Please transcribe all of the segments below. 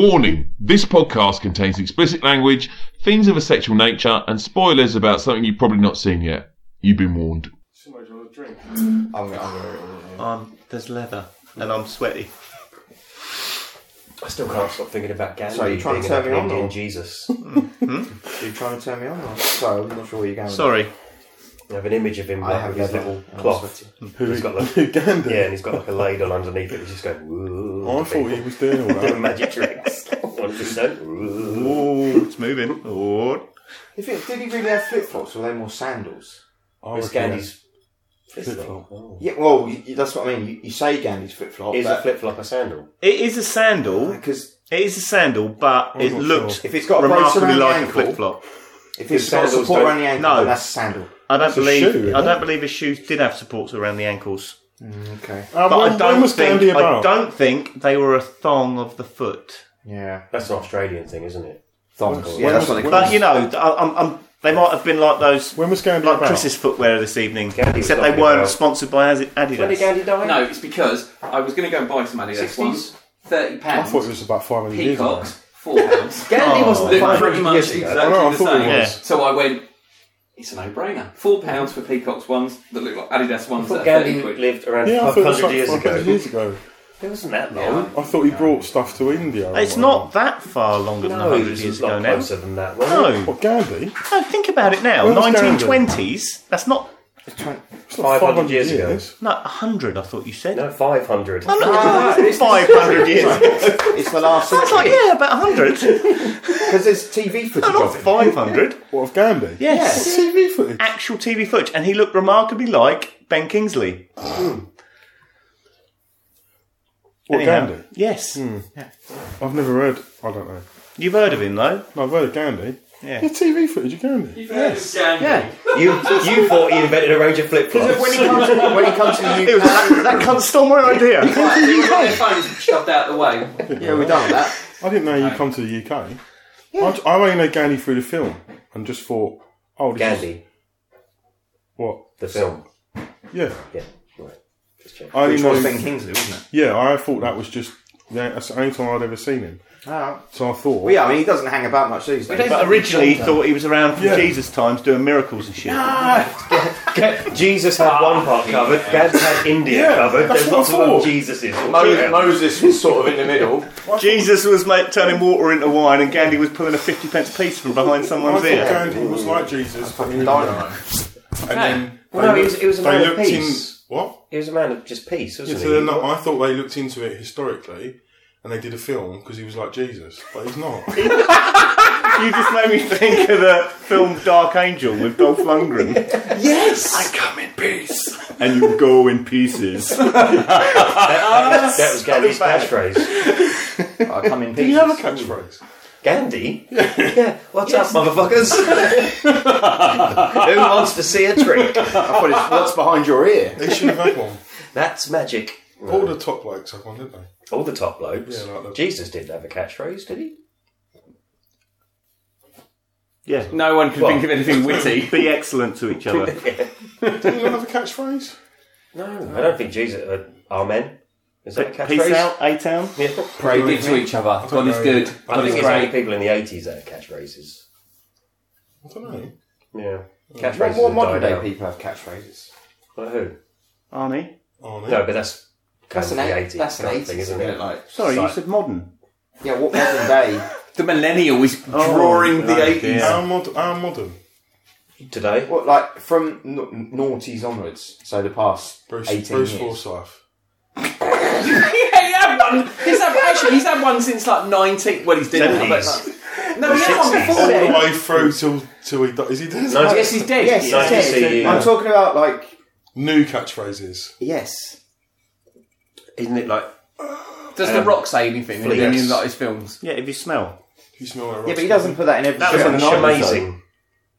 Warning this podcast contains explicit language, things of a sexual nature, and spoilers about something you've probably not seen yet. You've been warned. Somebody want a drink? I'm, I'm, Um, there's leather, and I'm sweaty. I still can't stop thinking about Gandhi. So you're trying to being an turn me on, Indian or- Jesus. You're trying to turn me on? Or? So I'm not sure where you're going. with Sorry. I have an image of him I like, have with his leather. little I'm cloth. He's got like, Uganda. yeah, and he's got like a ladle underneath it, which just going. Woo, I thought he was doing all doing right. magic tricks. One percent. woo. Oh, it's moving. Oh, that. If it, did he really have flip flops or were they more sandals? I It's reckon Gandhi's flip Flip-flop. flop. Yeah, well, you, you- that's what I mean. You, you say Gandhi's flip flop. Is a flip flop a sandal? it is a sandal. Because It is a sandal, but I'm it not looks sure. if it's got a brace remarkably around the like a ankle, flip flop. if it's His got sandals support don't- around the ankle, No. then that's a sandal. I don't It's a believe. shoe, I isn't don't believe his shoes did have supports around the ankles. Okay. Uh, But when, I when don't was think. Gandhi I about? don't think they were a thong of the foot. Yeah. That's an Australian thing, isn't it? Thongs. When Yeah, that's was- what they call when But them. you know, th- I- I'm, I'm, they might have been like those, When was Gandhi like about? Chris's footwear this evening, Gandhi was except they talking weren't about- sponsored by Asi- When did Adidas. Gandhi die? No, it's because I was going to go and buy some Adidas 60s? ones. Thirty I thought it pounds. was about 500 years ago. Peacocks. Four pounds. Gandhi Oh. wasn't They're the pretty much exactly I know, I the thought it same. Yeah. was. So I went. It's a no-brainer. Four pounds for Peacocks ones that look like Adidas ones. That are thought Gandhi 30 quid. lived around Yeah, I thought it was 500 like years 500 ago. years ago. It wasn't that long. I thought he brought stuff to India. or It's whatever. not that far longer than No, 100 it years was a ago lot now. closer than that. wasn't it? No, What, Gandhi? no, think about it now. When was Gandhi? 1920s. That's not It's not 500 500 years years ago. ago. No, 100, I thought you said. Oh, No, 500. I'm not- 500 years. It's the last I was like, century. yeah, about 100. Because there's TV footage No, not of it. 500. What, of Gandhi? Yes. What, TV footage? Actual TV footage. And he looked remarkably like Ben Kingsley. What, Anyhow, Oh, Gandhi? Yes. I've never heard. I don't know. You've heard of him, though. No, I've heard of Gandhi. Yeah. Yeah, TV footage of Gandhi. Yes. Gandhi. Yeah. You, you thought he invented a range of flip When flops. he comes to, when he comes to the It was, that, that cunt stole my idea. They were on their phones and shoved out of the way. yeah, we're done with that. I didn't know you'd come to the UK. I, j- I only know Gandhi through the film and just thought, oh, this Is Gandhi, what? the film. Yeah. Yeah, right. Just check. I only Which know, was Ben Kingsley, wasn't it? yeah, I thought that was just yeah, that's the only time I'd ever seen him. Oh. So I thought, Well, yeah, I mean, he doesn't hang about much these days. But originally, he thought he was around from Yeah. Jesus' times doing miracles and shit. Jesus had one part covered, Gandhi had India Yeah, covered, that's there's what I lots of other thought. Jesuses. Mo- Moses was sort of in the middle. Jesus was like, turning water into wine, and Gandhi was pulling a 50 pence piece from behind I someone's thought ear. Gandhi was like Jesus. but he- Dynamo. And then Well, no, he was, he was a they man of looked in. peace. What? He was a man of just peace, Yeah, wasn't so they're he? not, I thought they looked into it historically and they did a film because he was like Jesus, but he's not. You just made me think of the film Dark Angel with Dolph Lundgren. Yes! I come in peace. And you go in pieces. that was Gandhi's bad. catchphrase. I come in peace. you have a catchphrase? Gandhi? yeah, what's up, motherfuckers? Who wants to see a trick? I thought it's what's behind your ear. They should have had one. That's magic. All the top blokes had one, didn't they? All the top blokes. Yeah, like the- Jesus didn't have a catchphrase, did he? yeah. No one could Well, think of anything witty. Be excellent to each other. Didn't you have a catchphrase? No, I don't think Jesus. Uh, Amen. Is that a catchphrase? Peace out, A Town. Yeah. Pray give to each other. God is know. good. I God think is it's only great. people in the eighties that are catchphrases. I don't know. Yeah, What catchphrases. more What, modern day people have catchphrases? Like who? Arnie? Arnie. No, but that's kind That's of an the eight. eighties. That's an kind of eighties, thing, isn't isn't it? it? Like, Sorry, you Sorry. said modern. yeah, what modern day? The millennial is Oh, drawing the oh, 80s. dear. Our, mod- our modern. Today, What like from n- noughties onwards? So the past Bruce, eighteen Bruce years. Forsyth. yeah, he had one. He's had, actually, he's had one since like 19. Well, he's dead now. but, like- No, he had one before All the then. way through till, till he dies. Is he dead? No, Yes, he's dead. Yes, Nice yes. to see you. I'm talking about like New catchphrases. yes. isn't it like? Does The Rock say anything in Fleas. any of his films? Yeah, if you smell. You smell like Yeah, rotten. but he doesn't put that in every. That was show. on It's Nine, amazing.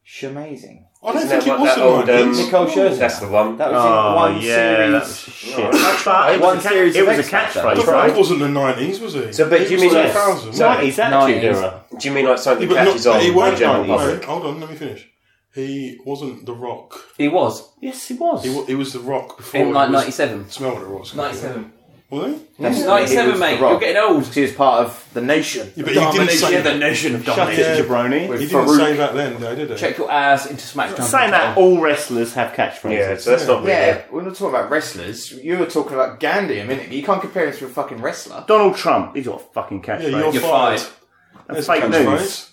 Shamazing. I don't Isn't think that it what was that a old, man. um, Nicole Scherzinger. That's the one. That was Oh, in one yeah, series. that was Oh, shit. But it One was, a, series ca- it of was a X-Factor. catchphrase, But right? That wasn't the 90s, was he? So, but do you mean Yes. like? 2000. So, 90s attitude 90s. era. do you mean like Yeah, something but, not, catches on but he in the weren't general 90s. public? mate. Hold on, let me finish. He wasn't The Rock. He was Yes, he was. He, wa- he was The Rock before in he like was 97. Smell What It Was. 97. Were they? That's He's 97, mate. You're getting old. Because he was part of the nation. Yeah, but you didn't say Yeah, the that. nation of Shut domination. it, jabroni. You With didn't say Farouk. that then, though, did it? Check your ass into SmackDown. Saying that, all wrestlers have catchphrases. Yeah, so that's not really. Yeah, we're not talking about wrestlers. You were talking about Gandhi a minute. ago. You can't compare him to a fucking wrestler. Donald Trump, he's got a fucking Yeah, catchphrase. you're, You're fired. fired. That's fake catchphrase. news.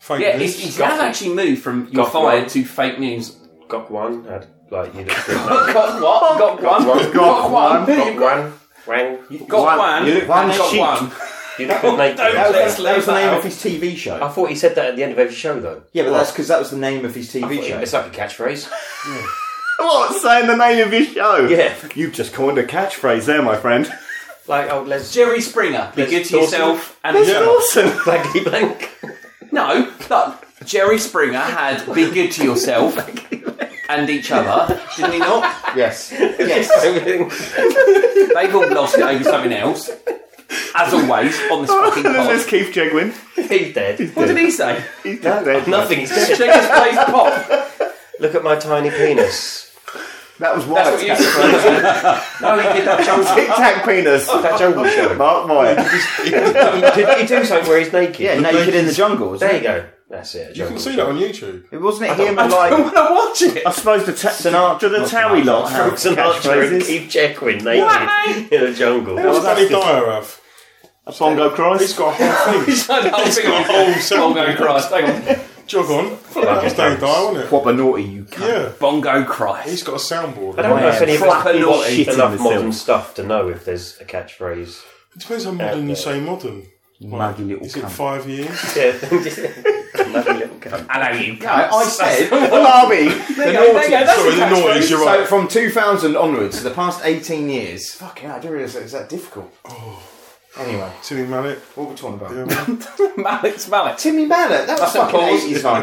Fake Yeah, news. he's, he's now actually moved from you're Got fired one. to fake news. Got one. Had like you know. Got what? Got one. one. Got one. Got one. Wang. You've got one. You and look one they've cheek. got one. You look at Nate. Don't That Diaz. Let's was, that was the leave that name out. of his TV show. Oh. I thought he said that at the end of every show though. yeah, but that's because that was the name of his I TV thought he- show. It's like a catchphrase. What? Saying the name of his show? Yeah. You've just coined a catchphrase there, my friend. Like old Les. Jerry Springer. Be good to Dawson. yourself and That's awesome. Blankety blank. No, look, Jerry Springer had be good to yourself and each other, didn't he not? Yes. They've all lost it over something else. As always, on this fucking Oh, and then pod. there's Keith Jegwin. He's dead. What did he say? He's just dead. Nothing. He's Check dead. this place pop. Look at my tiny penis. That was That's why what it's you said. no, he did that. Jones. Tic Tac Penis. That jungle show. Mark Meyer. He did he do something where he's naked? Yeah, Naked in the Jungle, wasn't There it? you go. That's it. a You can jungle see show. that on YouTube. It wasn't it him I and don't like want to watch it. I suppose the ta- Sinatra- do the not Towie Sinatra, lot have Brooks and Archer and catchphrases? Keith Jackwin naked in a jungle. What does that's Danny good. Dyer have? A Bongo He's Christ. got a whole thing. I don't think got a whole I'm Bongo segment. Christ. Hang on. Jog on. That was Danny Dyer, wasn't it? proper naughty you cunt. Yeah. Bongo He's Christ. got a soundboard. I don't know if any of us proper people naughty watch shit in enough the modern film. stuff to know if there's a catchphrase. It depends how modern you there. say modern. Muggy little Is it cunt. five years? Yeah. Another little cunt. Hello, you I, I cunts. said the Barbie. There you go, there you naughty. go, that's Sorry, a the catchphrase. noise, you're So right. from 2000 onwards, so the past 18 years. Oh. Fucking hell, I didn't realise it was that difficult. Anyway, Timmy Oh, Mallet. what were we talking about? Mallets, mallets. Timmy Mallet, that was That's a fucking pause.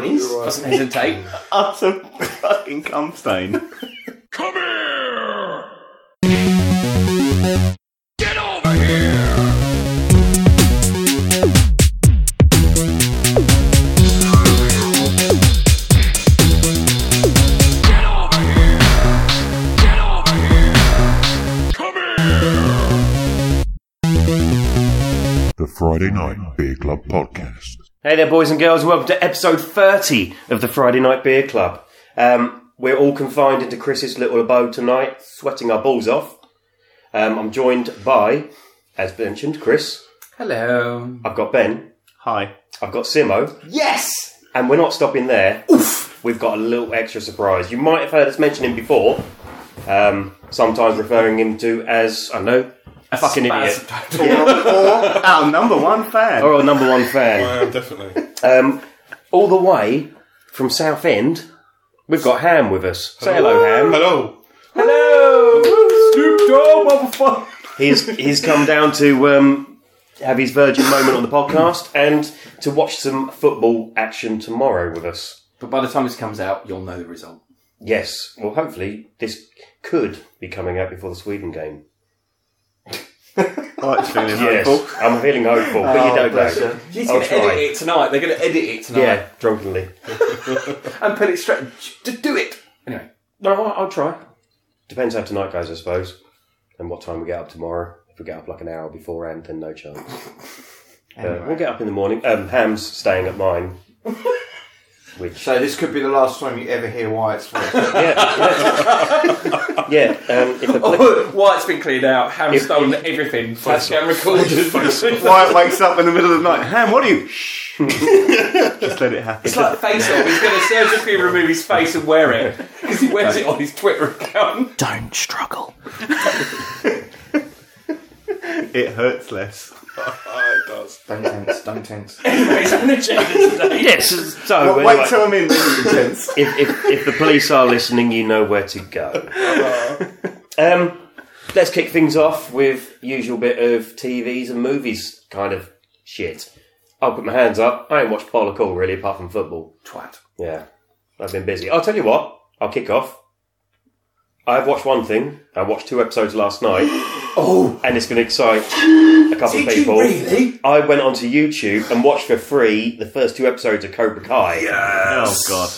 80s, 90s. Doesn't hesitate. Utter fucking cum stain. The Friday Night Beer Club Podcast. Hey there, boys and girls. Welcome to episode 30 of the Friday Night Beer Club. Um, we're all confined into Chris's little abode tonight, sweating our balls off. Um, I'm joined by, as mentioned, Chris. Hello. I've got Ben. Hi. I've got Simo. Yes! And we're not stopping there. Oof! We've got a little extra surprise. You might have heard us mention him before. Um, sometimes referring him to as, I don't know, a fucking idiot. Our number one fan. Or our number one fan. I am definitely. Um, all the way from Southend, we've got Ham with us. Say hello, Ham. Hello. He's he's come down to um, have his virgin moment on the podcast and to watch some football action tomorrow with us. But by the time this comes out, you'll know the result. Yes, well, hopefully this could be coming out before the Sweden game. I like feeling Yes, hopeful. I'm feeling hopeful, but Oh, you don't know. He's I'll going to edit try. it tonight. They're going to edit it tonight Yeah, drunkenly. and put it straight. Just do it. Anyway, No, I'll, I'll try. Depends how tonight goes, I suppose, and what time we get up tomorrow. If we get up like an hour beforehand, then no chance. Uh, we'll get up in the morning. Um, Ham's staying at mine. Which So this could be the last time you ever hear Wyatt's voice. yeah, um, if the poli- oh, White's been cleared out. Ham's If- stolen everything. Flash cam recorded. Wyatt wakes up in the middle of the night. Ham, what are you? Shh. just let it happen. It's like face off. He's going to surgically remove his face and wear it because he wears it on his Twitter account. Don't struggle. it hurts less. don't tense, don't tense. He's on agenda today. yes. So Well, anyway, wait till I'm in. Then you can tense. if, if if the police are listening, you know where to go. Uh-huh. um, let's kick things off with usual bit of TVs and movies kind of shit. I'll put my hands up. I ain't watched bollock all really, apart from football. Twat. Yeah, I've been busy. I'll tell you what. I'll kick off. I've watched one thing. I watched two episodes last night. oh, and it's going to excite a couple of people. really? I went onto YouTube and watched for free the first two episodes of Cobra Kai. Oh God.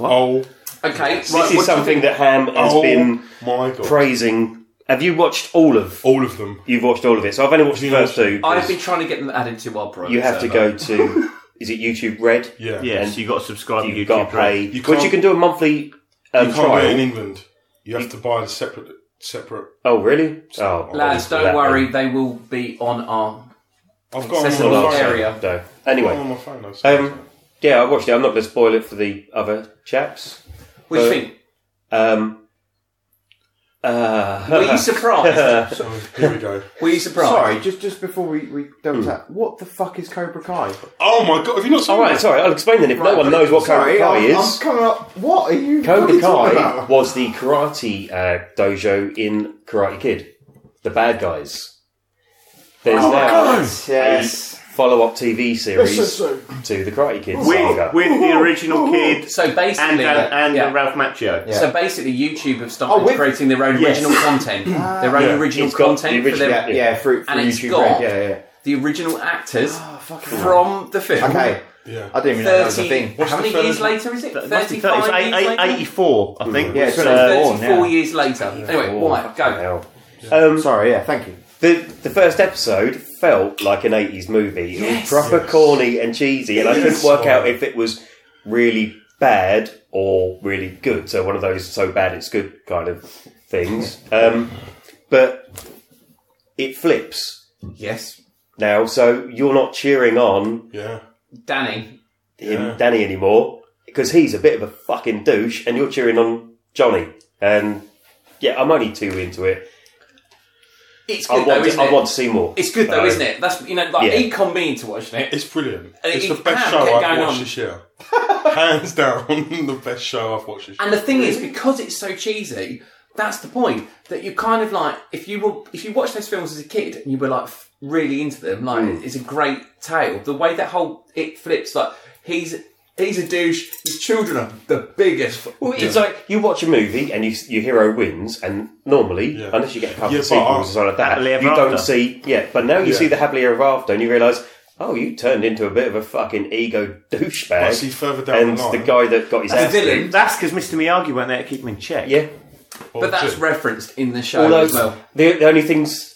Oh Okay. This is something that Ham has Oh. been my god. praising Have you watched all of? All of them. You've watched all of it. So I've only watched the first two. I've 'cause been trying to get them added to our program. you have to go to. is it YouTube Red? Yeah. Yes, you've got to subscribe You've to YouTube. got to pay, Red. You which can't- you can do a monthly um, You can't do it in trial. England. You have to buy a separate separate. Oh, really? Oh, Lads, well, don't that worry. then. They will be on our I've got Accessible one on my phone. area. No. I've got one Anyway, on my phone. I've seen um, yeah, I watched it. I'm not going to spoil it for the other chaps. Which Uh, thing? Um, uh, Were you surprised? it. So, here we go. Were you surprised? Sorry, just just before we, we don't tap, what the fuck is Cobra Kai? Oh my god! Have you not seen All right, that? sorry. I'll explain then. If no one knows what Cobra Sorry, oh, Kai I'm, is, I'm coming up. What are you Cobra fucking talking Kai about? was the karate uh, dojo in Karate Kid. The bad guys. There's now Oh Yes. a follow-up TV series to the Karate Kid saga. With, with the original kid So and, basically, uh, and, and yeah. Ralph Macchio. Yeah. So basically, YouTube have started Oh, with- creating their own Yes. original content, their own Yeah. original It's got content the for their, Yeah, yeah, for, for And it's YouTube got- Red. Yeah, yeah. the original actors fucking from the film. Okay, Yeah. I didn't even know that was a thing. Thirty. How many the years first- later is it? It must be 30, Thirty-five it's eight- years eight- later. 84, Hmm. I think. Yeah, It's, it's uh, 84 now. Thirty-four years later. Anyway, Oh, why? fucking Go. hell. Um, Sorry, yeah, thank you. The the first episode felt like an eighties movie. Yes. It was proper corny and cheesy, and I couldn't work out if it was really bad or really good. So one of those so bad it's good kind of things. Um, but it flips Yes, now, so you're not cheering on Yeah. Danny. him, Yeah. Danny anymore because he's a bit of a fucking douche, and you're cheering on Johnny. And yeah, I'm only two into it. It's I good want though, isn't to, I it? want to see more. It's good though, So- isn't it? That's you know, like Yeah. it convenient to watch it. It's brilliant. And it's the Uh, it- it best can show get I've going watched on. this year. Hands down, the best show I've watched this year. And the thing is, because it's so cheesy, that's the point. That you kind of like if you were if you watched those films as a kid and you were like f- really into them, like Mm. it's a great tale. The way that whole it flips, like he's he's a douche. His children are the biggest. f- Well, it's like you watch a movie and you, your hero wins, and normally, Yeah. unless you get a couple Yeah, of but sequels I- or something like that, Happily you Ever don't After. see. Yeah, but now you Yeah. see the happily ever after, and you realise, oh, you turned into a bit of a fucking ego douchebag. I see further down and the line. guy that got his That's ass the villain. kicked. That's because Mr. Miyagi went there to keep him in check. Yeah, But that's Jim. referenced in the show although as well. the, the only things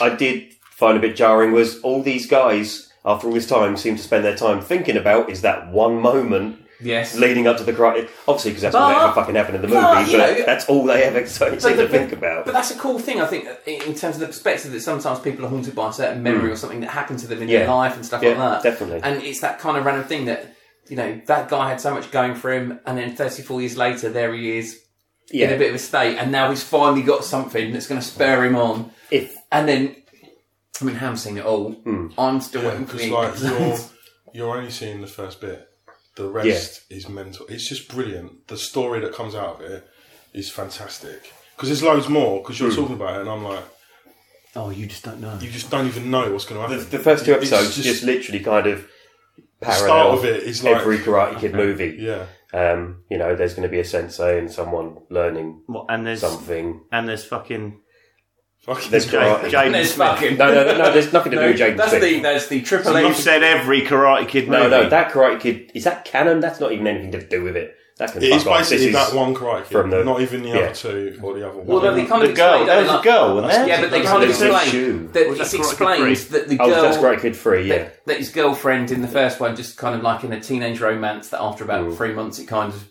I did find a bit jarring was all these guys after all this time seem to spend their time thinking about is that one moment Yes. leading up to the karate. Obviously, because that's all But- that ever fucking happened in the movie, but, but, you know- that's all they ever seem But to the- think about. But that's a cool thing, I think, in in terms of the perspective that sometimes people are haunted by a certain memory or something that happened to them in their Hmm. Yeah. life and stuff Yeah, like that. definitely. And it's that kind of random thing that, you know, that guy had so much going for him, and then 34 years later, there he is yeah. in a bit of a state, and now he's finally got something that's going to spur him on. if And then, I mean, Ham's seen it all. Hmm. I'm still Yeah, waiting for because the like you're you're only seeing the first bit. The rest is mental. It's just brilliant. The story that comes out of it is fantastic. Because there's loads more. Because you're Hmm. talking about it, and I'm like, Oh, you just don't know. you just don't even know what's going to the, happen. the first two It's episodes just, literally kind of parallel start of it is like- every Karate Kid movie. yeah, Um, you know, there's going to be a sensei and someone learning What, and there's something. and there's fucking fucking There's Jade, karate. And Jaden there's Smith. fucking. No, no, no, no, there's nothing to do with Jaden that's Smith. the, that's the triple You've H. said every Karate Kid No, movie. no, that Karate Kid is that canon. That's not even anything to do with it. That can it fuck is off. This basically is- that one karate kid, from the- not even the yeah. other two or the other Well, one. no, they kind the of girl. explain, There was don't a they? girl, wasn't there? Yeah, but they That's can't the different explain shoe. that Was it's that Karate Kid explained that the Oh, girl that's Karate Kid Three. Yeah, that, that his girlfriend in the first one just kind of like in a teenage romance that after about Mm. three months it kind of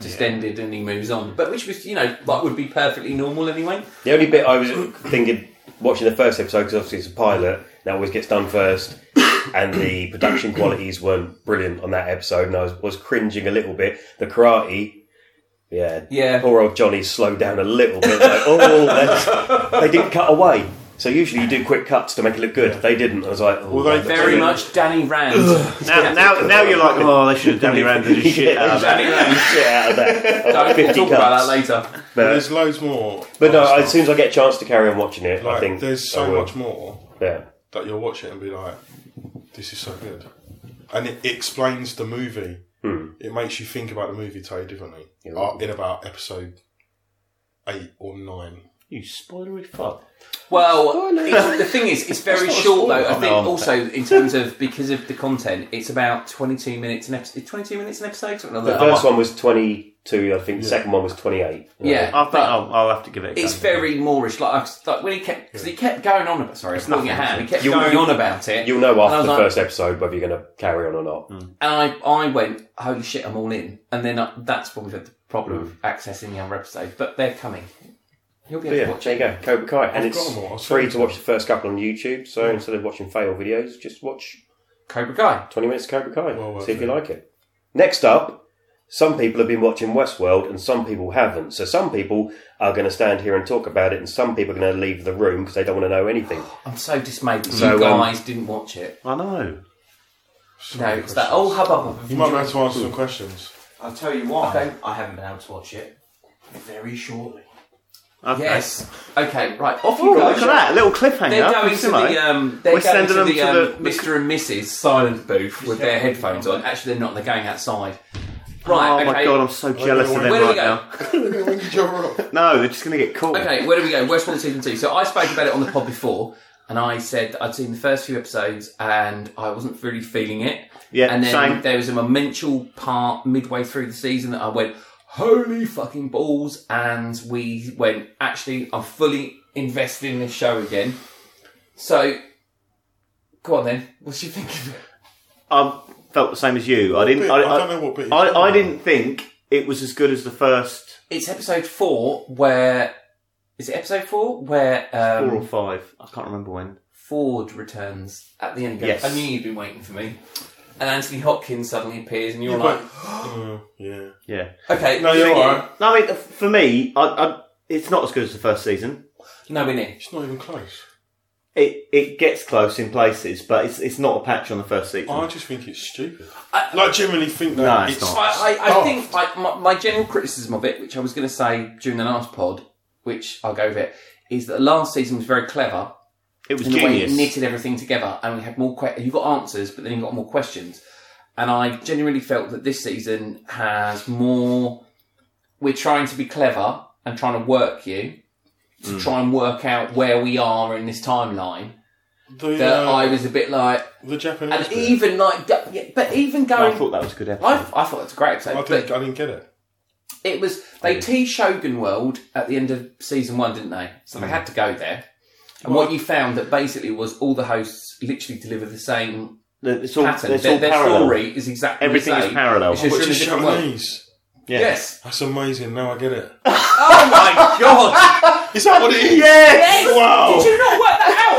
just ended and he moves on. But which was you know like would be perfectly normal anyway. The only bit I was thinking watching the first episode because obviously it's a pilot that always gets done first, and the production qualities weren't brilliant on that episode, and I was, was cringing a little bit. The karate, yeah, Yeah. Poor old Johnny slowed down a little bit. Like, oh, that's- they didn't cut away. So usually you do quick cuts to make it look good. They didn't. I was like, oh, Well, they- that's- Very much Danny Rand. Now, now, now you're like, oh, they should have Danny Randall the shit out of that. Danny Rand. shit out of that. Don't we'll 50 talk about cuts. that later. there's loads more. But no, other as soon as I get a chance to carry on watching it, stuff. like, I think there's I so will. much more. Yeah. that you'll watch it and be like, this is so good. And it explains the movie. Hmm. It makes you think about the movie totally differently. Uh, in about episode eight or nine. You spoilery fuck. Oh, Well, it's, the thing is, it's very short though. I think also in terms of because of the content, it's about twenty-two minutes an episode. Twenty-two minutes an episode, something like The that. first one was 22, I think. The second one was 28. yeah, I think but I'll, I'll have to give it. A it's go. very Moorish. Like, I was- like when he kept because he kept going on about sorry, it's not your hand. He kept You- going you- on about it. You'll know And I after was the like- Mm. first episode whether you're going to carry on or not. And I, I went, holy shit, I'm all in. And then I, that's when we've had the problem of accessing the other episode. But they're coming. You'll be able But to yeah, watch there it. you go, Cobra Kai, and I've got 'em all, I've it's free seen to them. watch the first couple on YouTube. So Mm. instead of watching fail videos, just watch Cobra Kai. twenty minutes of Cobra Kai. Well worth see if you it. like it. Next up, some people have been watching Westworld and some people haven't. So some people are going to stand here and talk about it, and some people are going to leave the room because they don't want to know anything. I'm so dismayed that So, you um, guys didn't watch it. I know. No, it's that old hubbub. You might be able to answer some questions. I'll tell you why Okay. I haven't been able to watch it very shortly. Okay. Yes. Okay, right. Off you Ooh, go. look at that little cliffhanger. They're going to Simo. the um, they're We're going to sending them the, to um, the- Mr. and Mrs. silent booth with their headphones on. Actually, they're not. They're going outside. Right. oh okay. my god, I'm so jealous of them Where do we right go? now. when did you up? No, they're just going to get caught. Okay, where do we go? Westworld season two. So I spoke about it on the pod before, and I said that I'd seen the first few episodes, and I wasn't really feeling it. Yeah, and then same. there was a momental part midway through the season that I went, "Holy fucking balls!" And we went, "Actually, I'm fully invested in this show again." So, go on then. What's you think of it? I felt the same as you. I didn't. bit? I, I don't know what bit you're I, talking I about. didn't think it was as good as the first It's episode four where is it episode four where um, four or five. I can't remember when. Ford returns at the end. Goes, Yes. I knew you'd been waiting for me. And Anthony Hopkins suddenly appears, and you're like, Uh, yeah. Yeah. okay, No, you you're think it- alright. No, I mean, for me, I, I, it's not as good as the first season. No, we're near. It's not even close. It it gets close in places, but it's it's not a patch on the first season. I just think it's stupid. Hmm. I- like, generally think that No, it's it's, not. I, I, I Oh. think I, my, my general criticism of it, which I was going to say during the last pod, which I'll go with it, is that last season was very clever it was in the way it genius. knitted everything together, and we had more. Que- you got answers, but then you got more questions. And I genuinely felt that this season has more. We're trying to be clever and trying to work you to Mm. try and work out where we are in this timeline. the, That uh, I was a bit like, the Japanese. and bit. even like, d- yeah, but even Oh, I going. thought that was a good episode. I, I thought it was a great I episode, didn't, but I didn't get it. it was Oh, they teased Shogun World at the end of season one, didn't they? So Mm. they had to go there. And what you found that basically was all the hosts literally deliver the same The- it's all, pattern. it's their all their parallel. story is exactly Everything the is same. parallel. It's just Which in a is different world. Japanese. Yeah. Yes. That's amazing. Now I get it. Oh my god. Is that what it is? Yes. Wow. Did you not work that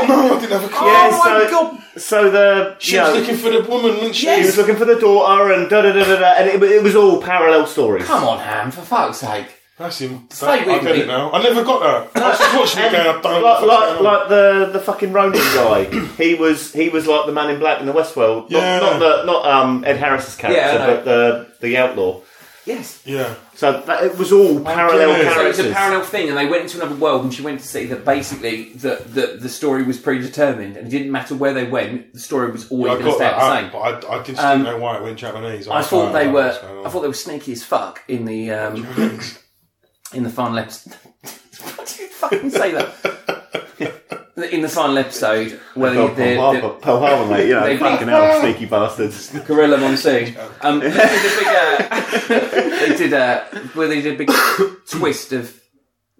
out? No, I didn't have a clue. Yeah, Oh my so- god. So the She you was know, looking for the woman, wasn't she? he was looking for the daughter and da da da da, da and it, it was all parallel stories. Come on, Ham. For fuck's sake. That's him. Stay That, I with get me. it now. I never got that. I was just watching it And again. I don't know like, what's like, going on. like the the fucking Ronin guy. he was he was like the man in black in the Westworld. Not, Yeah. not the not um Ed Harris's character, Yeah, I know. but the the outlaw. Yes. Yeah. So that, it was Oh, all parallel goodness. So it was characters. a parallel thing, and they went into another world, and she went to see that basically the, the, the story was predetermined, and it didn't matter where they went, the story was always I going to got stay that the same. out, but I, I just Um, didn't know why it went Japanese. I was thought like, they oh, were. what's going on? I thought they were sneaky as fuck in the um, in the final episode. What do you fucking say that? in the final episode, where the, Pearl, Harbor, the, Pearl Harbor, mate. You know, They- fucking hell, sneaky bastards. the gorilla monsoon, um, they did a big, uh, they did a where they did a big twist of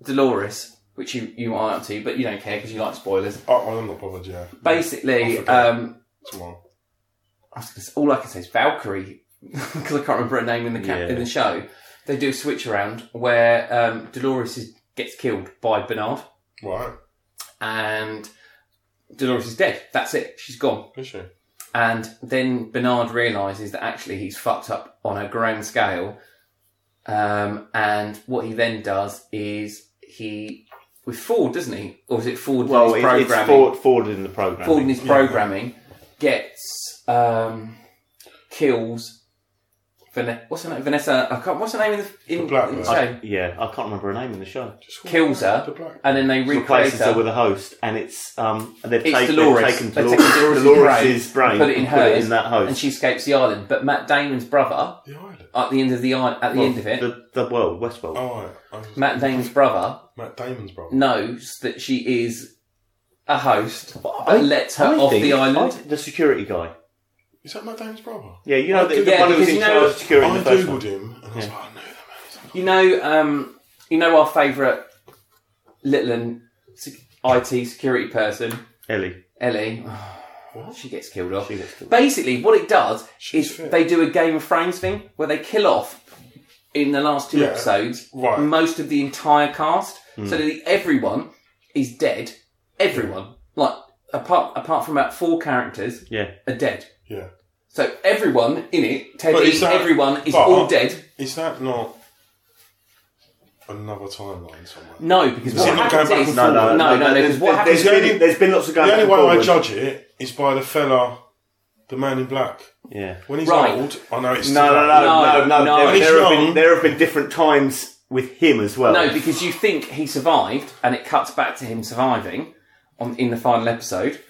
Dolores, which you you aren't up to, but you don't care because you like spoilers. Oh, I'm not bothered, yeah. Basically, I forgot. um, Tomorrow. I was gonna say- all I can say is Valkyrie because I can't remember her name in the ca- in the show. They do a switch around where um, Dolores is, gets killed by Bernard, Right. and Dolores is dead. That's it. She's gone. Is she? And then Bernard realizes that actually he's fucked up on a grand scale. Um, and what he then does is he with Ford, doesn't he, or is it Ford? Well, in it, his it's programming? forward, forward in the program. Ford in his programming gets um, kills Van- what's her name? Vanessa. I can't, what's her name in the, in, Blackbird. in the show? Yeah, I can't remember her name in the show. Kills The her, black- and then they recreate Replaces her her. with a host, and it's um they've, It's taken, Dolores. they've taken They've Dolores, taken Dolores' Dolores's brain, and put it in and hers, in that host. and she escapes the island. But Matt Damon's brother, The island. at the end of the island, at the end of it, the the world, Westworld. Oh, right. I was- Matt Damon's brother Matt Damon's brother. knows that she is a host, but lets her I off think- the I island. think the security guy. Is that Matt Damon's brother? Yeah, you know the, the Yeah, one who was because in you know- charge of security in I the first googled one. him and I was like, I know that man. He's like, You know, um, you know our favourite little and sec- IT security person, Ellie. Ellie. She gets killed off. She gets killed. Basically, what it does is they do a Game of Thrones thing where they kill off in the last two Yeah, episodes right. Hmm. most of the entire cast, so that everyone is dead. Everyone, like apart apart from about four characters, Yeah. are dead. Yeah. So everyone in it, Teddy, is that- everyone is but- all dead. Is that not another timeline somewhere? No, because it what not going happens back is and forth? no, Uh, no, no, there's, because what there's happens The only- been, there's been lots of going The only back way and I forward. judge it is by the fella, the man in black. Yeah. When he's Right. old, I know it's No, no, no, no, No, no. no. There, He's there have wrong. been, there have been different times with him as well. No, because you think he survived, and it cuts back to him surviving on in the final episode,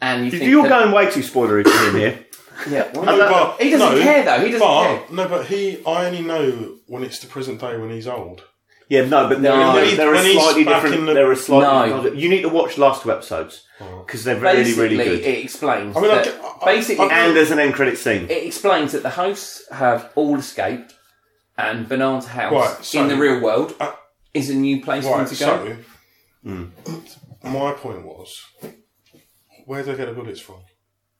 and you think You're that- going way too spoilery to him here. Yeah, well, No, but- he doesn't no, care though. He doesn't but, care. No, but he. I only know when it's the present day when he's old. Yeah, no, but there, No. are- When he- there are when he's slightly back different. in the- there are slightly. No. You need to watch last two episodes because they're really, Basically, really good. it explains. I mean, I that- get- I- basically, I- and there's an end credit scene. it explains that the hosts have all escaped, and Bernard's house Right, so- in the real world Uh, is a new place for them Right. to So, go. Hmm. my point was, where do they get the bullets from?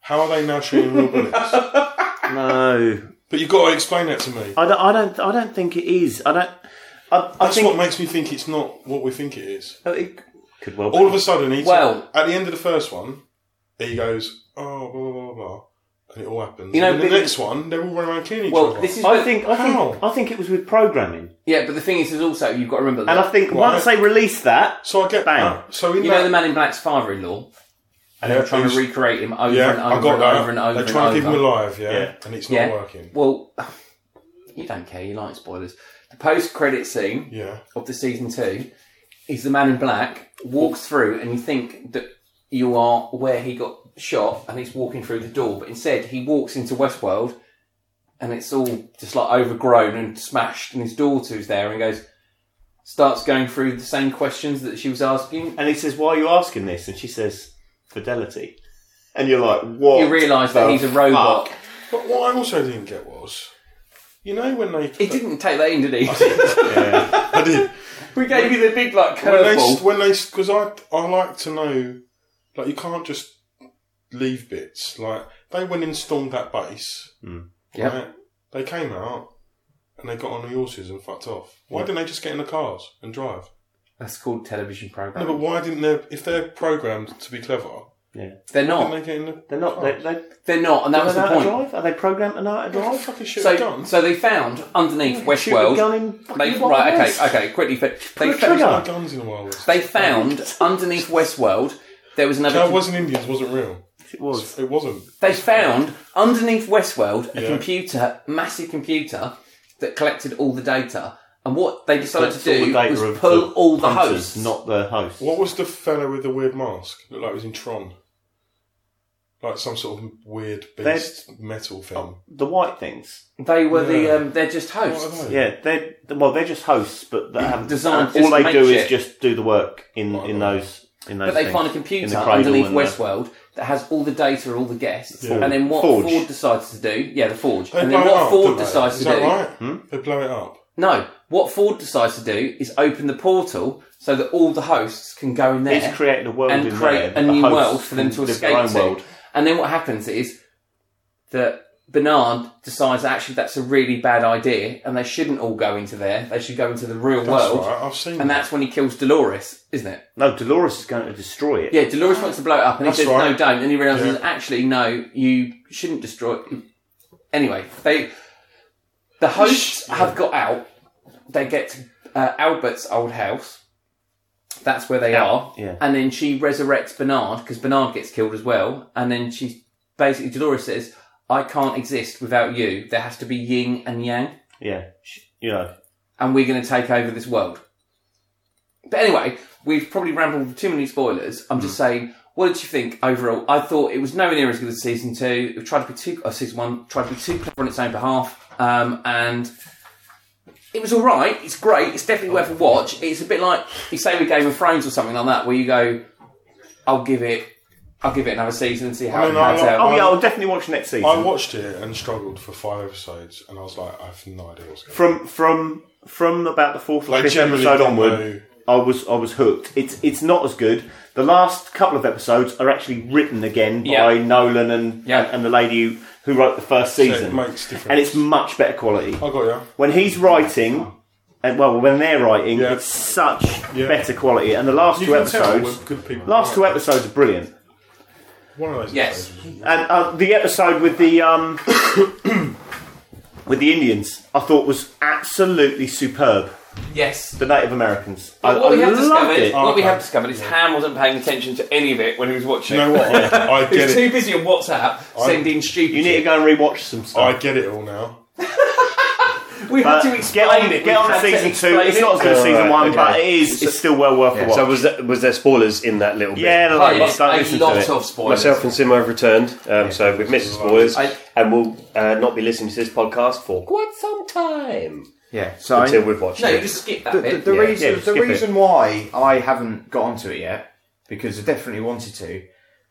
How are they now shooting real bullets? no, But you've got to explain that to me. I don't. I don't. I don't think it is. I don't. I, I That's think what makes me think it's not what we think it is. it could well. Be. All of a sudden, he Well- at the end of the first one, he goes, "Oh, blah blah blah blah," and it all happens. You know, and then the but- next one, they're all running around killing each Well, other. this is. I think. I think. How? I think it was with programming, yeah, but the thing is, is also you've got to remember that and I think Well, once they release that, so I get Bang. that. So in you that, know the man in black's father-in-law, and they Yeah, were trying to who's- recreate him over yeah, and I over got and that. over and over. they're trying and to keep over. him alive, yeah, Yeah. and it's not Yeah. working. Well, you don't care. You like spoilers. The post-credit scene Yeah, of the season two is the man in black walks through, and you think that you are where he got shot, and he's walking through the door, but instead he walks into Westworld, and it's all just like overgrown and smashed, and his daughter's there, and goes. Starts going through the same questions that she was asking, and he says, "Why are you asking this?" and she says, "Fidelity," and you're like, "What?" you realise that the he's a robot. fuck? but what I also didn't get was, you know, when they He didn't take that in, did he? I did we gave you the big like when they curveball. when they because I I like to know, like you can't just leave bits. Like they went and stormed that base. Yep. Right? They came out and they got on the horses and fucked off. Why didn't they just get in the cars and drive? That's called television No, programme. but why didn't they? If they're programmed to be clever, they're why didn't not. they get in the? They're not. They, they, They're not, and that was they the know how to point. drive? Are they programmed to know how to Why the drive? fuck is shit So, done? so they found underneath Shoot a gun Westworld. in They, fucking right, wireless. okay, okay, quickly. But they, a found, trigger. no guns in the Wild West. they found underneath Westworld there was another. No, it wasn't Indians. Wasn't real. It was. It wasn't. they found underneath Westworld a Yeah. computer, massive computer that collected all the data. And what they decided to It's all the do data was of pull all the punters, hosts. not the hosts. What was the fellow with the weird mask? Looked like he was in Tron. Like some sort of weird beast metal thing. Oh, the white things? They were Yeah. the. Um, they're just What hosts. are they? Yeah, they well, they're just hosts, but they have Designed All just they to do make is shit. just do the work in Right, in right. those in those. But they things, find a in computer the cradle underneath and the- Westworld that has all the data of all the guests. Yeah. And then what Forge. Ford decides to do, yeah, the Forge. They and blow then it what up, Ford don't they? decides Is to do, Hmm? that right? They blow it up. no, what Ford decides to do is open the portal so that all the hosts can go in there He's created a world and in create there, a new host world for them can to live their escape own to. world. And then what happens is that Bernard decides actually that's a really bad idea and they shouldn't all go into there. They should go into the real That's world. right. I've seen. that. And that's when he kills Dolores, isn't it? No, Dolores is going to destroy it. Yeah, Dolores wants to blow it up, and he That's says, right. "No, don't." And he Yeah. realizes, actually, no, you shouldn't destroy. it." Anyway, they the hosts have got out. They get to uh, Albert's old house. That's where they are. yeah. And then she resurrects Bernard because Bernard gets killed as well. And then she basically Dolores says, I can't exist without you. There has to be yin and yang, Yeah. Sh- You know. and we're going to take over this world. But anyway, we've probably rambled with too many spoilers. I'm just saying, what did you think overall? I thought it was nowhere near as good as season two. It tried to be too, or season one tried to be too clever on its own behalf, um, and it was all right. It's great. It's definitely worth a watch. It's a bit like you say with Game of Thrones or something like that, where you go, "I'll give it, I'll give it another season and see how I mean, it pans I- out." Oh yeah, I'll definitely watch next season. I watched it and struggled for five episodes, and I was like, I have no idea what's going on. from from from about the fourth or Like, fifth generally episode don't onward, I was I was hooked. It's it's not as good. The last couple of episodes are actually written again by Yeah. Nolan and Yeah. and the lady who, who wrote the first it season. makes difference. and it's much better quality. I got you. When he's writing, and well, when they're writing, Yeah. it's such Yeah. better quality. And the last You two can tell episodes, we're good people. last two episodes are brilliant. One of those. Yes. episodes was- And uh, the episode with the um, with the Indians, I thought was absolutely superb. Yes. The Native Americans, I, what we I have loved discovered, it. what we Okay. have discovered is Ham wasn't paying attention to any of it when he was watching. You know what? I, I He get was it. too busy on WhatsApp sending stupid. You need to go and rewatch some I stuff. get it all now. We had But to get explain on, it. get We on had to season two. explain It's it. not as good as Alright, season one, okay. but it is. It's still well worth a watch. So was there, was there spoilers in that little bit? yeah, the Oh, ladies, yes, don't listen a to lot it. of spoilers. Myself and Sim have returned, um, so we've missed the spoilers, I- and we'll uh, not be listening to this podcast for quite some time Yeah, so until we've watched No, it. you just skip that the, the, bit. the Yeah, reason yeah, the skip it. reason why I haven't got onto it yet because I definitely wanted to,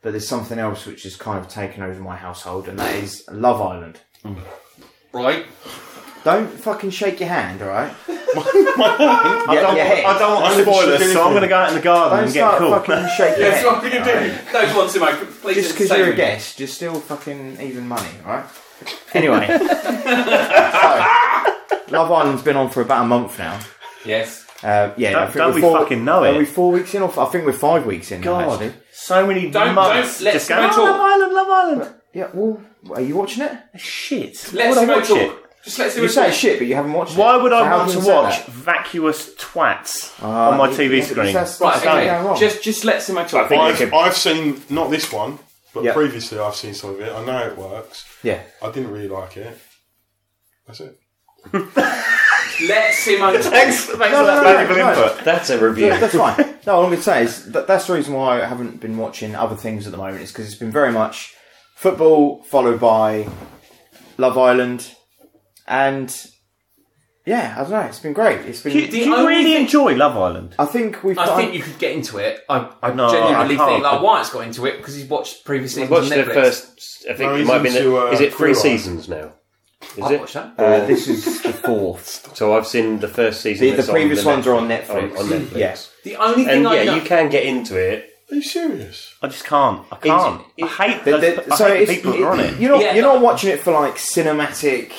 but there's something else which has kind of taken over my household, and that is Love Island. right? Don't fucking shake your hand, all right? I don't, Yeah, yeah. I don't want I'm gonna shake spoilers, so I'm anything. going to go out in the garden Don't and get start cool. fucking shaking. That's your what hand. I'm going to do. No, come on, Simo. Please Just because say you're a it. guest, you're still fucking even money, all right? Anyway, so, Love Island's been on for about a month now. Yes. Uh, yeah, Don't- I think don't we're we four- fucking know Are it. we four weeks in? Or f- I think we're five weeks in. now, God, actually. so many Don't- months. don't- let's just going, not oh, talk. Love Island, Love Island. Yeah. Well, are you watching it? Shit. Let's Would I go watch talk. it? Just let's do You a say talk. shit, but you haven't watched it. Why would So I how want can to you say that? watch vacuous twats Uh, on my it- TV yeah, but screen? that's- Right, that's going okay. wrong. Just, just let Simo talk. think- I've, Okay. I've seen not this one, but Yeah. previously I've seen some of it. I know it works. yeah. I didn't really like it. That's it. Let Simo talk. Thanks, thanks for that no, no, valuable no. input. That's a review. Yeah, that's fine. No, all I'm going to say is that that's the reason why I haven't been watching other things at the moment is because it's been very much football followed by Love Island, and yeah, I don't know. It's been great. It's been. Do you, do The you only really thing- enjoy Love Island? I think we've. I done- think you could get into it. I, I No, genuinely I can't. think like Wyatt's got into it because he's watched previous I've seasons watched on the Netflix. first. I think No, it he's might be. in into, The, uh, is it three Queer Eye. seasons now? Is I've it? watched that. uh, this is the fourth. So I've seen the first season. The, the that's on previous the ones are on Net- Netflix. On, on Netflix. Yeah. The only thing And I yeah, know, you can get into it. Are you serious? I just can't. I can't. I hate, They- those, they- I so hate it's, the people that are on it. You're not, Yeah, you're no. not watching it for like cinematic,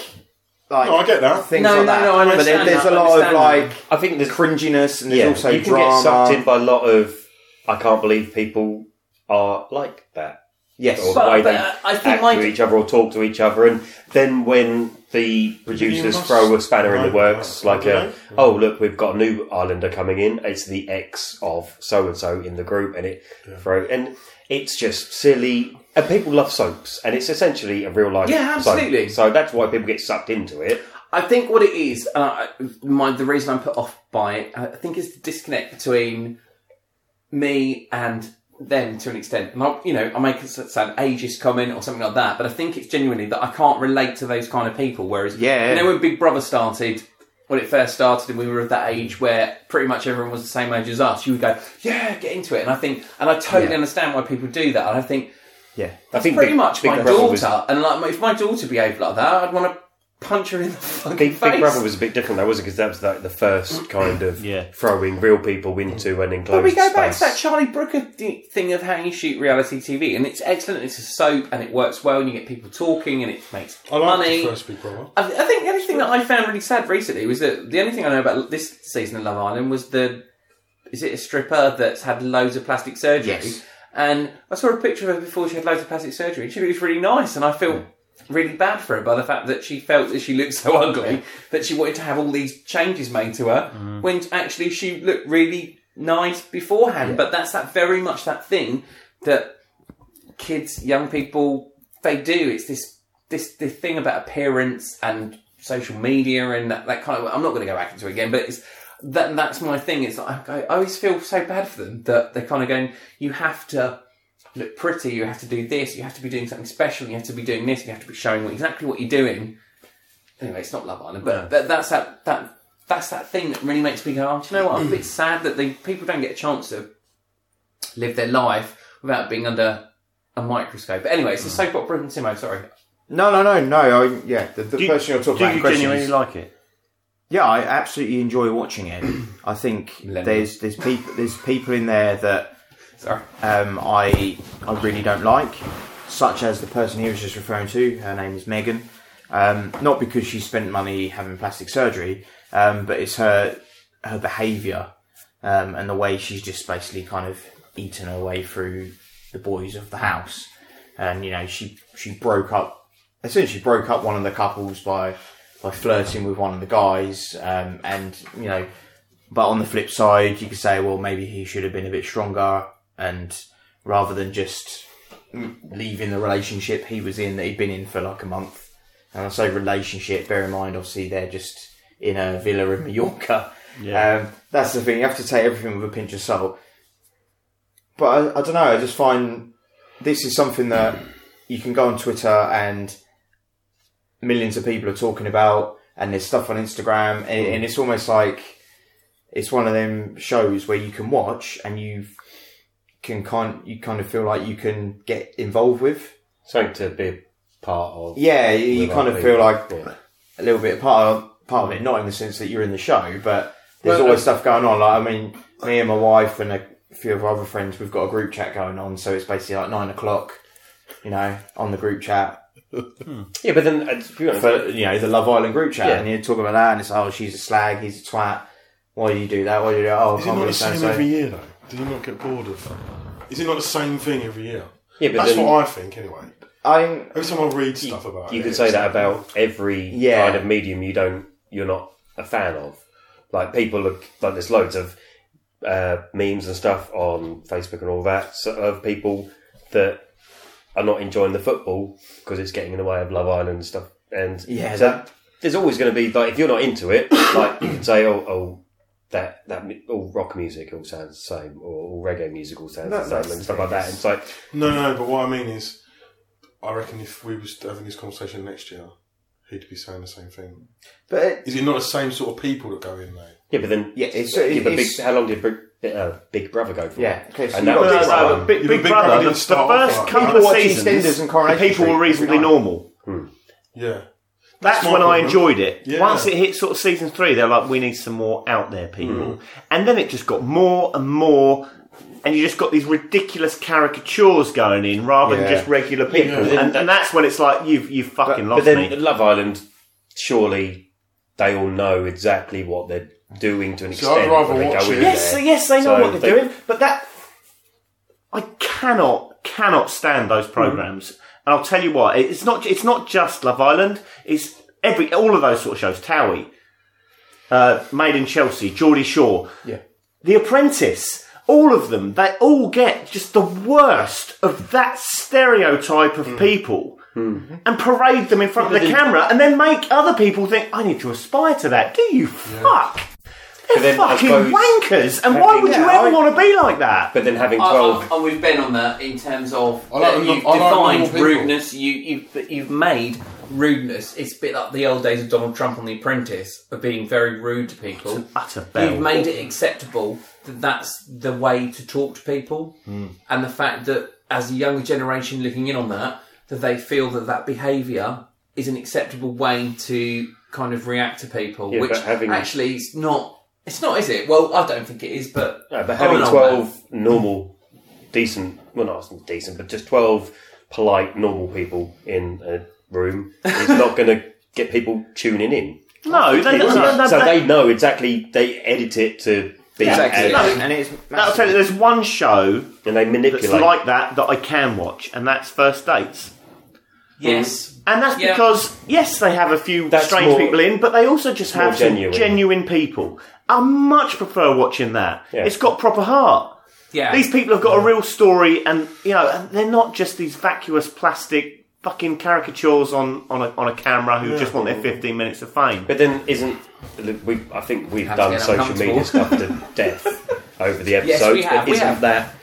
like No, I get that. things No, like no, that. no, I but there- understand there's that, a I lot of understand like I that. think there's cringiness and there's yeah, also you can drama. get sucked in by a lot of. I can't believe people are like that. yes, or But- the way but uh, they I think act my- to each other or talk to each other. And then when the producers must throw a spanner in the know works, that, like don't a, Mm-hmm. oh look, we've got a new Islander coming in. It's the ex of so and so in the group, and it throw and it's just silly. And people love soaps, and it's essentially a real life. Yeah, soap. absolutely. So that's why people get sucked into it. I think what it is, and I, my, the reason I'm put off by it, I think is the disconnect between me and them to an extent. And I, you know, I make a s- sound ageist comment or something like that, but I think it's genuinely that I can't relate to those kind of people. Whereas, Yeah. you know, when Big Brother started, when it first started, and we were of that age where pretty much everyone was the same age as us, you would go, yeah, get into it. And I think, and I totally Yeah. understand why people do that. And I think yeah. I think pretty Big- much Big my Brother daughter, was- and like my- if my daughter behaved like that, I'd want to punch her in the fucking Big, face. Big Brother was a bit different, though, wasn't it? Because that was like the first kind of Yeah. throwing real people into an enclosed But we go back to space. that Charlie Brooker d- thing of how you shoot reality TV, and it's excellent. It's a soap, and it works well, and you get people talking, and it makes I like money. the first Big Brother. I, I think the only thing that I found really sad recently was that the only thing I know about this season of Love Island was the is it a stripper that's had loads of plastic surgery? Yes. And I saw a picture of her before she had loads of plastic surgery. and She looked really nice, and I feel really bad for her by the fact that she felt that she looked so ugly that she wanted to have all these changes made to her when actually she looked really nice beforehand. But that's that very much that thing that kids, young people, they do. It's this this this thing about appearance and social media and that, that kind of. I'm not going to go back into it again, but it's that that's my thing. Is like I, I always feel so bad for them that they're kind of going. You have to look pretty. You have to do this. You have to be doing something special. You have to be doing this. You have to be showing what, exactly what you're doing. Anyway, it's not Love Island, but that, that's that that that's that thing that really makes me go. Oh, do you know what? I'm a bit sad that the people don't get a chance to live their life without being under a microscope. But anyway, it's a soap opera and Simo. Sorry, No, no, no, no. I, yeah, the, the Do you- person you're talking Do about. in you question genuinely is- like it? Yeah, I absolutely enjoy watching it. I think there's there's people there's people in there that sorry. um, I I really don't like, such as the person he was just referring to. Her name is Megan. Um, not because she spent money having plastic surgery, um, but it's her her behaviour um, and the way she's just basically kind of eaten her way through the boys of the house. And you know, she she broke up. Essentially, broke up one of the couples by by flirting with one of the guys. Um, and you know, but on the flip side, you could say, well, maybe he should have been a bit stronger, and rather than just leaving the relationship he was in that he'd been in for like a month. And I say relationship, bear in mind, obviously, they're just in a villa in Mallorca. Yeah. Um, that's the thing, you have to take everything with a pinch of salt. But I, I don't know, I just find this is something that you can go on Twitter and millions of people are talking about, and there's stuff on Instagram, and, and it's almost like it's one of them shows where you can watch and you can kind you kind of feel like you can get involved with. Something to be part of. Yeah, you, you With kind other of feel people. like a little bit part of part of it, not in the sense that you're in the show, but there's always uh, stuff going on. Like I mean, me and my wife and a few of our other friends, we've got a group chat going on, so it's basically like nine o'clock, you know, on the group chat. Yeah, but then uh, to be honest, For, you know, the Love Island group chat, Yeah. and you're talking about that, and it's oh, she's a slag, he's a twat. Why do you do that? Why do you do that? Oh, Is it can't not really the same so-and-so. every year though? Do you not get bored of that? Is it not the same thing every year? yeah, but That's then what I think anyway. I'm Every time I read stuff about it, you could it's say that about every Yeah. kind of medium you don't you're not a fan of. Like people look like there's loads of uh, memes and stuff on Facebook and all that so, of people that are not enjoying the football because it's getting in the way of Love Island and stuff. And Yeah, so that- there's always going to be like if you're not into it, like you can say, oh, oh that that mu- all rock music all sounds the same, or all reggae music all sounds That- the that's same, and the stuff like thing, that. And it's like No, no, but what I mean is, I reckon if we was having this conversation next year, he'd be saying the same thing. but it, Is it not the same sort of people that go in there? yeah, but then yeah, it's, yeah, but it's- big, how long did Big, uh, big Brother go for? yeah. Okay, so And you that- got No, Big no, no, Brother. but Big, Big Big Brother Brother, the, didn't the start off first like that. couple People of watching seasons, EastEnders and Coronation the people Street were reasonably every night. normal. Yeah. That's my when I problem. enjoyed it. Yeah. Once it hit sort of season three, they're like, we need some more out there people. And then it just got more and more, and you just got these ridiculous caricatures going in rather than Yeah. just regular people. but then and, that- and that's when it's like, you've, you've fucking But lost then me. Love Island, surely they all know exactly what they're doing to an So I'd extent. rather when they watch go it. in Yes, there. yes, they know So what they're they- doing, but that I cannot cannot stand those Mm. programs. And I'll tell you what, it's not it's not just Love Island. It's every all of those sort of shows. Towie, uh, Made in Chelsea, Geordie Shore, yeah, The Apprentice. All of them, they all get just the worst of that stereotype Mm. of people and parade them in front of the camera and then make other people think, I need to aspire to that. Do you fuck? They're then I fucking suppose- wankers, and why would you Yeah, ever I- want to be like that? But then having I- twelve, I'm, I'm with Ben on that in terms of I like that the you've nor- I like normal defined people. rudeness. You, you've you've made rudeness. It's a bit like the old days of Donald Trump on The Apprentice of being very rude to people. Utter bell. You've made it acceptable that that's the way to talk to people, Hmm. and the fact that as a younger generation looking in on that, that they feel that that behaviour is an acceptable way to kind of react to people, Yeah, which but having- actually is not. It's not, is it? Well, I don't think it is, but no, but I'm having an old man. twelve normal, decent, well not decent, but just twelve polite, normal people in a room is not going to get people tuning in. No, they, no, no, no, so that- they know exactly. They edit it to be Exactly. and, And it's I'll tell you, there's one show and they that's manipulate. like that that I can watch, and that's First Dates. Yes, And that's Yeah. because, yes, they have a few That's strange more- people in, but they also just more have some genuine. genuine. people. I much prefer watching that. Yeah. It's got proper heart. yeah. These people have got a real story, and you know, and they're not just these vacuous plastic fucking caricatures on on a, on a camera who just want their 15 minutes of fame. But then isn't we? I think we've Had to done get social uncomfortable. media stuff to death over the episodes. Yes, we have, but we isn't have. that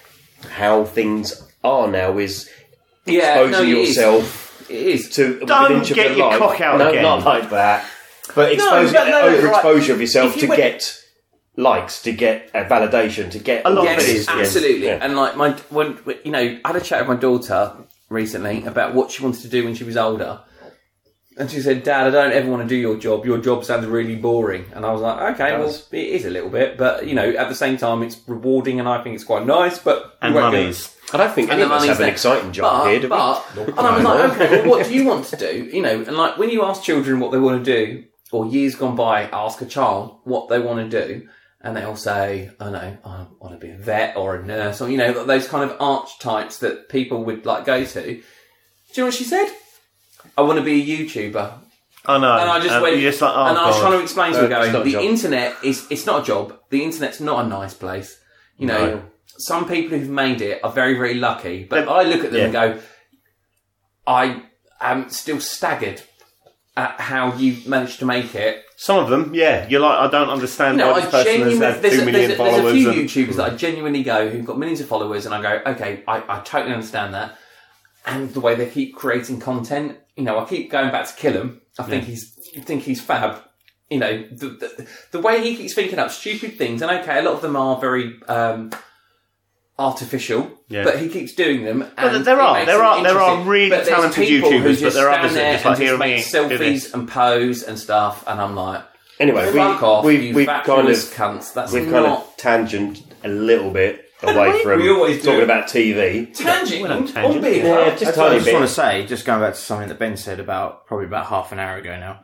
how things are now? Is Yeah, exposing no, it is. yourself It is. to Don't an inch get of your your life. cock out no, again. Not like that. But exposure, no, no, overexposure of yourself if you to went- get likes, to get uh, validation, to get a lot of Yes, it is, absolutely. Yeah. And like my when you know, I had a chat with my daughter recently about what she wanted to do when she was older. And she said, "Dad, I don't ever want to do your job. Your job sounds really boring." And I was like, "Okay, well, does. it is a little bit, but you know, at the same time, it's rewarding, and I think it's quite nice." But And we won't go- mummies. I don't think and any of the us money's have an there. exciting job but, here, do we? but, and I was like, okay, well, what do you want to do? You know, and like when you ask children what they want to do, or years gone by, ask a child what they want to do, and they'll say, I know, I want to be a vet or a nurse, or you know, those kind of archetypes that people would like go to. Do you know what she said? I want to be a YouTuber. I know. And I just And went, you're just like, oh, and I was God. trying to Uh, explain to her, No, it's going, not a the job." internet is, it's not a job. The internet's not a nice place. You know, No. some people who've made it are very, very lucky, but They're- I look at them and go, I am still staggered at how you managed to make it. Some of them, yeah. You're like, I don't understand why No, I this person has genuinely, had there's, two a, million there's, a, there's a followers. few and, Mm. YouTubers that I genuinely go who've got millions of followers and I go, okay, I, I totally understand that. And the way they keep creating content, you know, I keep going back to Killam. I think he's, I think he's fab. You know, the, the, the way he keeps thinking up stupid things, and okay, a lot of them are very, um, artificial, Yeah. but he keeps doing them. And But there it are- makes there them are- there are interesting. really But there's talented people who YouTubers, just but there are stand others that there just like, and "Here, make me, do this." selfies and pose and stuff, and I'm like, Anyway, Fuck we, off, we, you we've kind of vacuous cunts. That's we've kind not of tangent a little bit away from We always do. talking about TV. tangent. don't on- tangent. on being Yeah, up. just a I tiny just want to bit. say, just going back to something that Ben said about probably about half an hour ago now.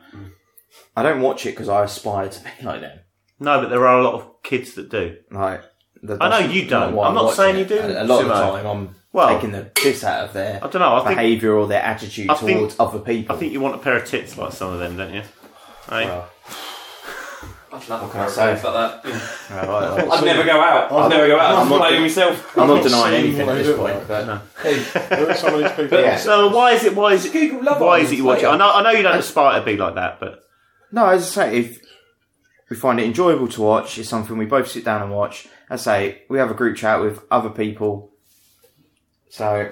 I don't watch it because I aspire to be like them. No, but there are a lot of kids that do. Like, the, I know you don't. I'm not saying you do, A, a lot of the Simo. time, I'm Well- taking the piss out of their I don't know, I think- behaviour or their attitude I towards think- other people. I think you want a pair of tits like some of them, don't you? Hey? I'd love a I pair of say? things like that. Right, right, right. I'd never go out. I'd never go out. I'm playing myself. I'm not I've not denying seen anything what at they this look point. like. But Look at some of these people. So why is it? Why is it? Google Love Why Island is it you watch it? I later. know, I know you don't aspire to be like that, but No, as I say, if we find it enjoyable to watch, it's something we both sit down and watch. As I say, we have a group chat with other people. So,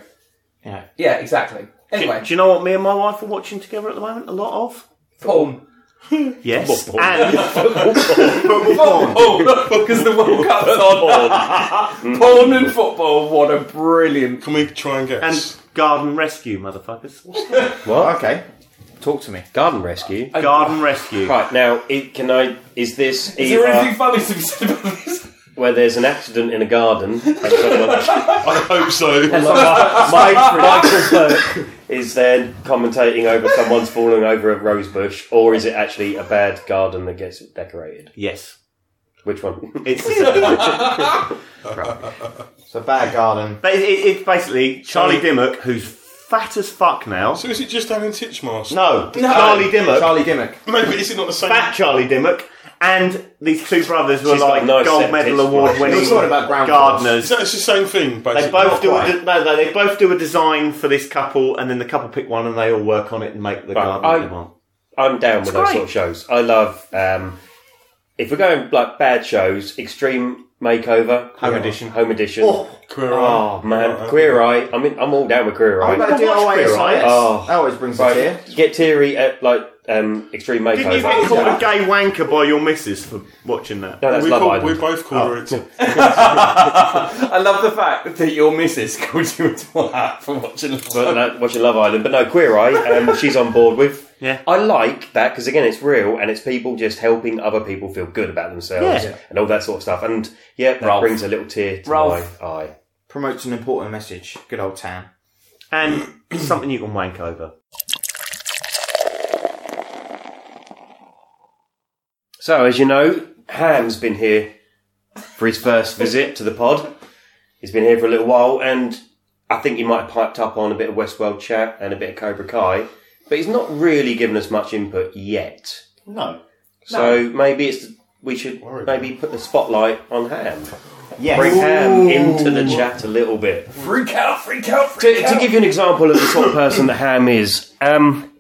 you know, Yeah, exactly. Anyway, do you know what me and my wife are watching together at the moment? A lot of porn. yes, and Oh, because the World Cup's on. porn and football. What a brilliant. Can we try and guess? and garden rescue, motherfuckers. okay, talk to me. Garden Rescue. Garden rescue. Right now, it, can I? Is this Is either there anything funny to be said about this? where there's an accident in a garden? and someone- I hope so. Michael Burke is then commentating over someone's falling over a rose bush, or is it actually a bad garden that gets decorated? Yes, Which one? it's the same. So, Bad Garden. but it, it, it's basically Charlie Dimmock, who's fat as fuck now. so is it just Alan Titchmarsh? No, Charlie Dimmock, Charlie Dimmock. Maybe is it not the same? fat Charlie Dimmock. And these two brothers were She's got like nice gold set medal tits, award winning You're talking about ground gardeners. So it's the same thing, They basically. both do a, quite. no, no, they both do a design for this couple, and then the couple pick one, and they all work on it and make the garden Right, that I- they want. I'm down with those great. sort of shows. I love. Um, if we're going like bad shows, Extreme Makeover, Home Edition. Oh, Home Edition. Oh. Oh, Queer Eye. man, Right. Queer Eye. I mean, I'm all down with Queer I'm Eye. about to do watch OASIS. Queer Eye. Oh. That always brings a tear. Right, get teary at like um, Extreme Makeover. Didn't you get called a gay wanker by your missus for watching that? No, that's We, Love call, we Island. both call Oh. her it. I love the fact that your missus called you a twat for watching Love But no, watching Love Island, but no, Queer Eye, um, she's on board with. Yeah. I like that because again, it's real and it's people just helping other people feel good about themselves Yeah. and all that sort of stuff. And yeah, that Ralph. brings a little tear to Ralph. my eye. Promotes an important message. Good old town. And something you can wank over. So, as you know, Ham's been here for his first visit to the pod. He's been here for a little while, and I think he might have piped up on a bit of Westworld chat and a bit of Cobra Kai, but he's not really given us much input yet. No. So maybe it's we should Worry about maybe put the spotlight on Ham. Yes. Bring Ham into the chat a little bit. Freak out, freak out, To, freak to out. give you an example of the sort of person that Ham is, um,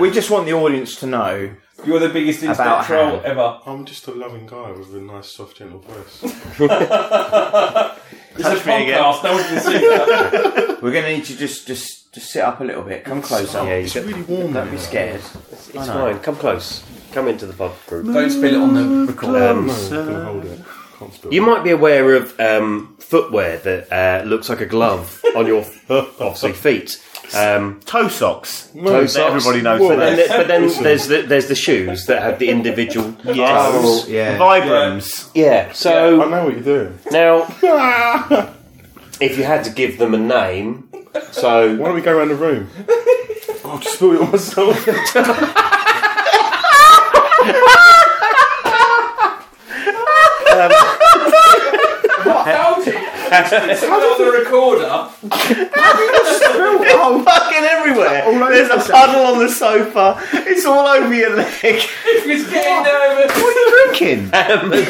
We just want the audience to know. You're the biggest About internet Ham. troll ever. I'm just a loving guy with a nice, soft, gentle Hmm. voice. It's a podcast. No one can see that. We're going to need you to just just just sit up a little bit. Come closer. yeah, he's- Really warm. Don't be scared. it's fine. Come close. Come into the pod group. Don't spill it on the record. Um, I'm gonna hold it. Can't spill You might be aware of um, footwear that uh, looks like a glove on your obviously feet. Um, Toe socks. toe That socks. Everybody knows But then, that. there- but then there's the, there's the shoes that have the individual. Oh, Yes. yeah. Vibrams. Yeah. So I know what you're doing. now, if you had to give them a name, so Why don't we go around the room? oh, I've just spilled it on myself. on the recorder. Oh, fucking everywhere. um, There's a puddle on the sofa. It's all over your leg. He's getting nervous. What are you drinking?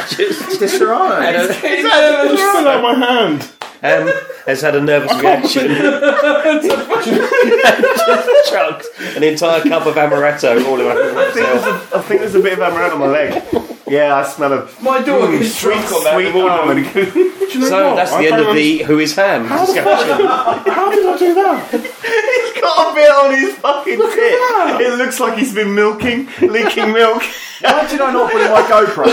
just Disarray. He's getting nervous. Spill out my hand. um, has had a nervous reaction. Just chucked an entire cup of amaretto all over himself. I think there's a bit of amaranth on my leg. Yeah, I smell a My dog is drunk on that. Mm, sweet almond. So that's the end of the Who is Ham discussion. How did I do that? He's got a bit on his fucking Look tit. It looks like he's been milking, leaking milk. Why did I not bring my GoPro?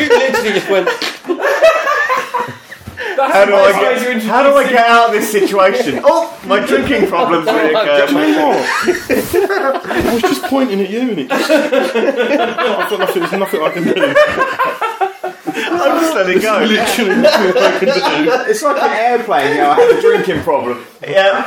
You literally just went. How do I best way to get, introduce how do I get out of this situation? Oh, my drinking problems Oh, reoccur. Anymore. I was just pointing at you and it just... I've got nothing, there's nothing I can do. I'm just letting go. Literally nothing I can do. It's like an airplane. You know, I have a drinking problem. Yeah,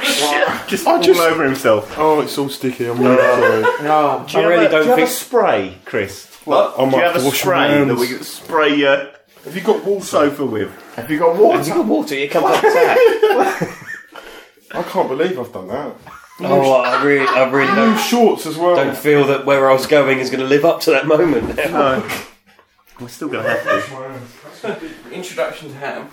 just all just- over himself. Oh, it's all sticky. I'm really sorry. No, Do you really have a, don't do you think- have a spray, Chris? What? I Do might you have a wash my spray that hands. we can spray your Have you got water? sofa with? have you got water? You got water, it comes up the tap. I can't believe I've done that. Oh, I really, I really New don't, shorts as well. don't feel that where I was going is going to live up to that moment. now. We're still gonna have to. Introduction to Ham.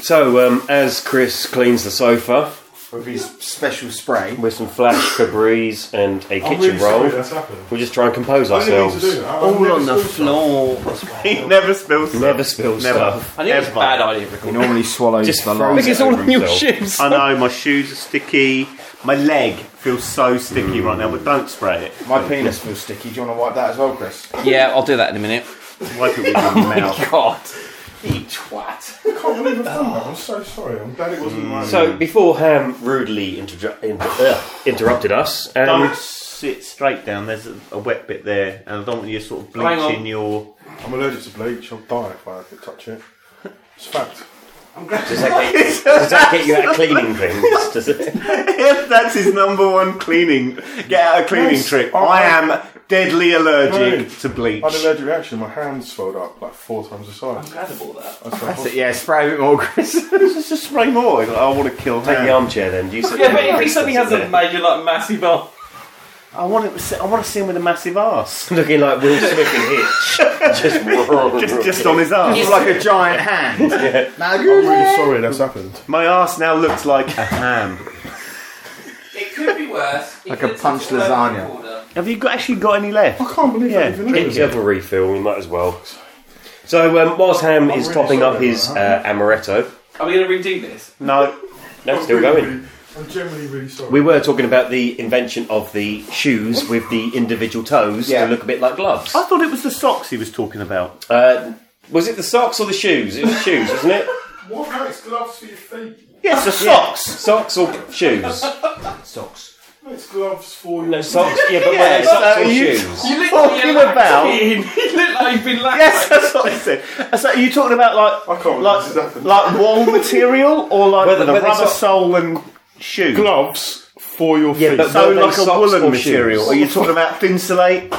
So, um, as Chris cleans the sofa With his special spray. with some flash Febreze and a I'm kitchen really sorry roll, that's happened. we'll just try and compose I didn't mean to do ourselves. that. I- I never stood for that. He never spills. Never spill stuff. I knew it was a Ever. bad idea recording. Normally swallows Just the last. throws it over himself. I know my shoes are sticky. My leg feels so sticky right now, but don't spray it. My penis feels sticky. Do you want to wipe that as well, Chris? Yeah, I'll do that in a minute. Wipe it with your mouth. God. You twat. I can't believe I've done that. Uh, I'm so sorry. I'm glad it wasn't mine. Hmm. So, before Ham rudely interju- inter- uh, interrupted us, um, Don't sit straight down. There's a, a wet bit there, and I don't want you sort of Hang on. bleaching your. I'm allergic to bleach. I'll die if I could touch it. It's a fact. does, that get, does that get you out of cleaning things? Does it? If that's his number one cleaning, get out of cleaning Yes. trick. Oh, I I- am deadly allergic No. to bleach. I had an allergic reaction. My hands swelled up like four times the size. Incredible that. I was like, Yeah, spray a bit more, Chris. Just just spray more. He's like, I want to kill Take the him. armchair then. Do you sit Yeah, down? but if he suddenly has a Sit major like massive bar. I want to. See, I want to see him with a massive ass, there. looking like Will Smith in Hitch, just just on his ass. It's like a giant hand. Now, I'm good. really sorry that's happened. My ass now looks like a ham. It could be worse. It Like could a have punched touched the lasagna. recorder. Have you got, actually got any left? I can't believe Yeah. that even If you happened. have a refill, we might as well. So, um, whilst Ham is really topping sorry up his about uh, amaretto, Are we going to redo this? No. no, still going. I'm generally really sorry. We were talking about the invention of the shoes with the individual toes Yeah. to look a bit like gloves. I thought it was the socks he was talking about. Uh, was it the socks or the shoes? It was shoes, wasn't it? What about it's gloves for your feet? Yes, the socks. Socks or shoes? No, It's gloves for your No socks. Yeah, but Yeah, were they socks so or you- shoes? You look Talking like about- You look like you've been lacking. Yes, that's what I said. So are you talking about like I can't like believe this has happened. like wall material or like Whether- the whether rubber it's- sole and shoe? gloves for your Yeah, feet. but- So Were they like a socks woolen or material. shoes? Are you talking about thinsulate?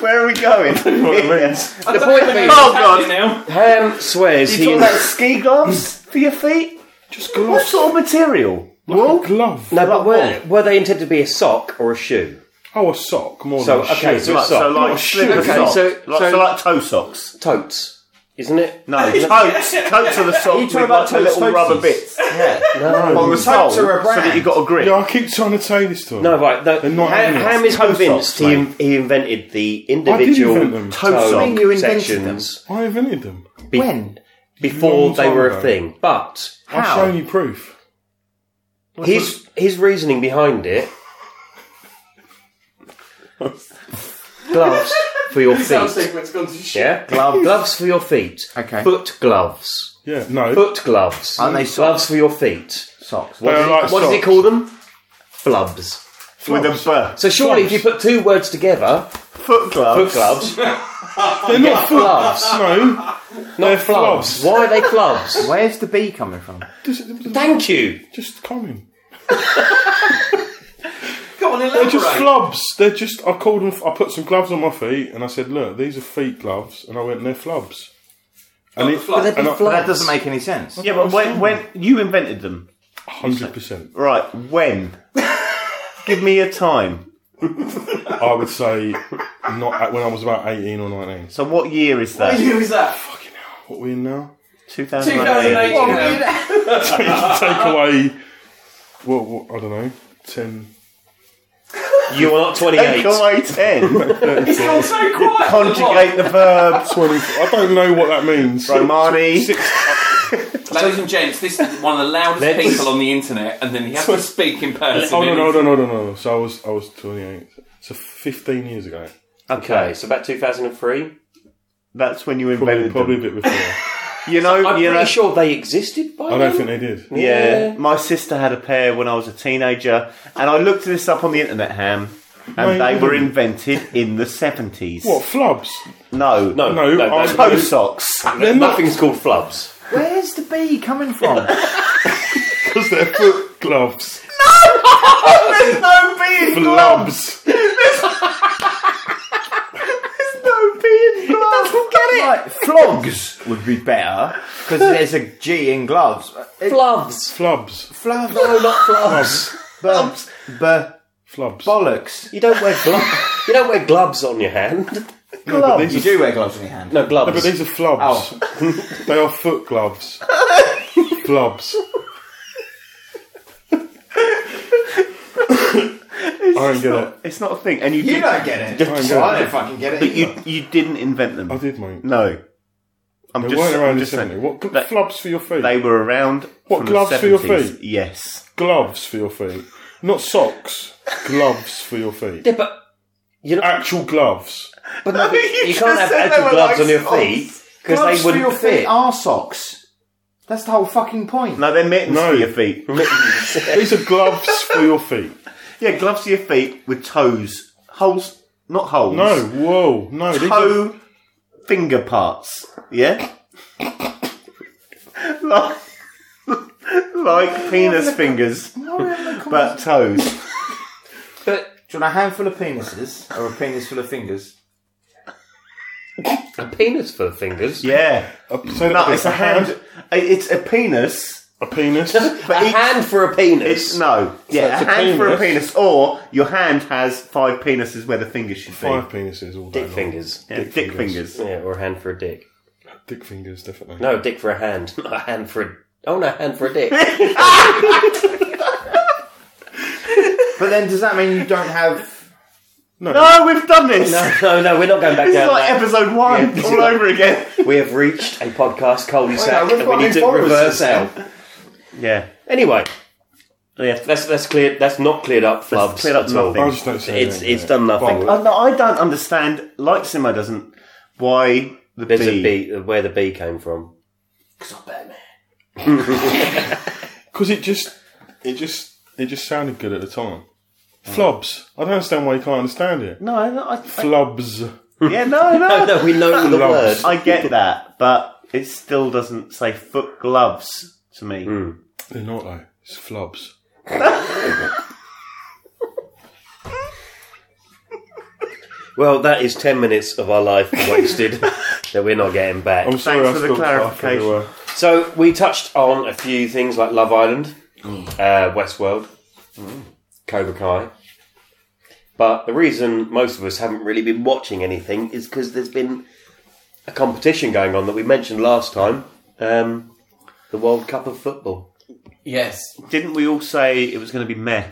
Where are we going? Yes. The point being, Oh, God. now. Ham swears You he. talking about ski gloves for your feet? just What gloves. sort of material? What glove? No, Like but were, were they intended to be a sock or a shoe? Oh, a sock more So, than a okay, shoe. so it's Right, so sock. like slipper Okay, socks. so- like, so- Oh, so, like toe socks. Totes, isn't it? No, coats. coats are the socks You with talking about like the little totes? rubber bits. Yeah. No. On the sole, totes are a so that brand. you got a grip. Yeah, I keep trying to say this to him. No, right. No, They're not Ham, having it. Ham is Toe convinced socks, he, mate. he invented the I did individual invent them. Toe toe sock. You invented them. sections I invented them. be- When? before Long they time were a ago. thing. But I've How? shown you proof. his his reasoning behind it gloves for your feet. Yeah, gloves. gloves for your feet. Okay. Foot gloves. Yeah, no. Foot gloves. Aren't they gloves for your feet? Socks. They are like What does he socks. call them? Flubs. with a burr. So surely, if you put two words together, Foot foot gloves. gloves, They're not foot. gloves, No, not flubs. flubs. Why are they flubs? Where's the B coming from? Thank you. just coming. Go on, They're just elaborate. flubs. They're just. I called them. I put some gloves on my feet, and I said, "Look, these are feet gloves," and I went, "They're flubs." And it, But they'd be and That doesn't make any sense. Yeah, but when, when you invented them, hundred percent. right? When? Give me a time. I would say not at, when I was about eighteen or nineteen. So what year is What that? year is that? What we in now? 2008. 2018. now. take, take away. Well, what, I don't know. Ten. You are not 28. Take away 10. It's all so quiet. Conjugate the verb. Twenty. I don't know what that means. Romani. Ladies and gents, this is one of the loudest people on the internet, and then he has to speak in person. Oh no, no, no, no, no, no. So I was, I was twenty-eight. So fifteen years ago. Okay, so about 2003. That's when you Probably, invented probably a them. bit before. You know, I'm you know. pretty sure they existed by I then. don't think they did. Yeah, my sister had a pair when I was a teenager, and I looked this up on the internet, Ham, and Mate, they were you- invented in the seventies. What flubs? No, No, No, no, no, I- toe socks. They're not nothing's called flubs. Where's the B coming from? because they're foot gloves. There's no being Flubs. no being gloves. Like, flogs would be better because there's a G in gloves. Flubs. Flubs. Flubs. No, not flubs. Bubs. B- Flubs. bollocks. You don't wear gloves. you don't wear gloves on your hand. Gloves. You do wear gloves on your hand. No gloves. No, but these are flubs. Oh. they are foot gloves. flubs. I don't get it. It's not a thing, and you, You did, don't get it. I I don't don't fucking get it. but you either. you didn't invent them. I did, mate. No, I'm They just, weren't I'm around in just saying seventy. What gl- They- flubs for your feet? they were around. What, from gloves the for your 70s. feet? Yes, gloves for your feet, not socks. gloves for your feet. yeah, but you know, Actual gloves. but no, but you, just can't have said they actual were gloves like on your socks. feet because Gloves they for your wouldn't feet fit. are socks. That's the whole fucking point. no, they're mittens No. for your feet. These are gloves for your feet. Yeah, gloves for your feet with toes, holes, not holes. No, whoa, no. These are, toe finger parts. Yeah? like, like penis fingers, but toes. But Do you want a handful of penises or a penis full of fingers? a penis for fingers. Yeah. so No, it's a hand. It's a penis. a penis. a hand for a penis. It's no. Yeah, it's a a hand for a penis. penis, or your hand has five penises where the fingers should be. Five penises all day. dick long. fingers. Yeah, dick, fingers. Yeah, or a hand for a dick. Dick fingers, definitely. No, dick for a hand. Not a hand for a. Oh no, hand for a dick. But then does that mean you don't have? No, we've done this. no, no, no. We're not going back This down. is like that. episode one Yeah. all over again. we have reached a podcast cul sac Wait, no, and we we've need to got new reverse forests. out. Yeah. Anyway, Yeah. that's that's clear. That's not cleared up. Flubs. cleared up at nothing. I All. just don't say It's anything. uh, it's done nothing. I, Uh, no, I don't understand, like Simo doesn't, why the There's bee. a bee. Where the bee came from? because it just it just it just sounded good at the time. Flubs. I don't understand why you can't understand it. No, I, I, Flubs. yeah, no, no. No, we know the word. I get that, but it still doesn't say foot gloves to me. They're not though. It's flubs. Well, that is ten minutes of our life wasted that we're not getting back. I'm sorry. Thanks I for the spilled half clarification. everywhere. So we touched on a few things like Oh. Love Island, uh, Westworld, Cobra Kai. But the reason most of us haven't really been watching anything is because there's been a competition going on that we mentioned last time um, the World Cup of Football. Yes. Didn't we all say it was going to be meh?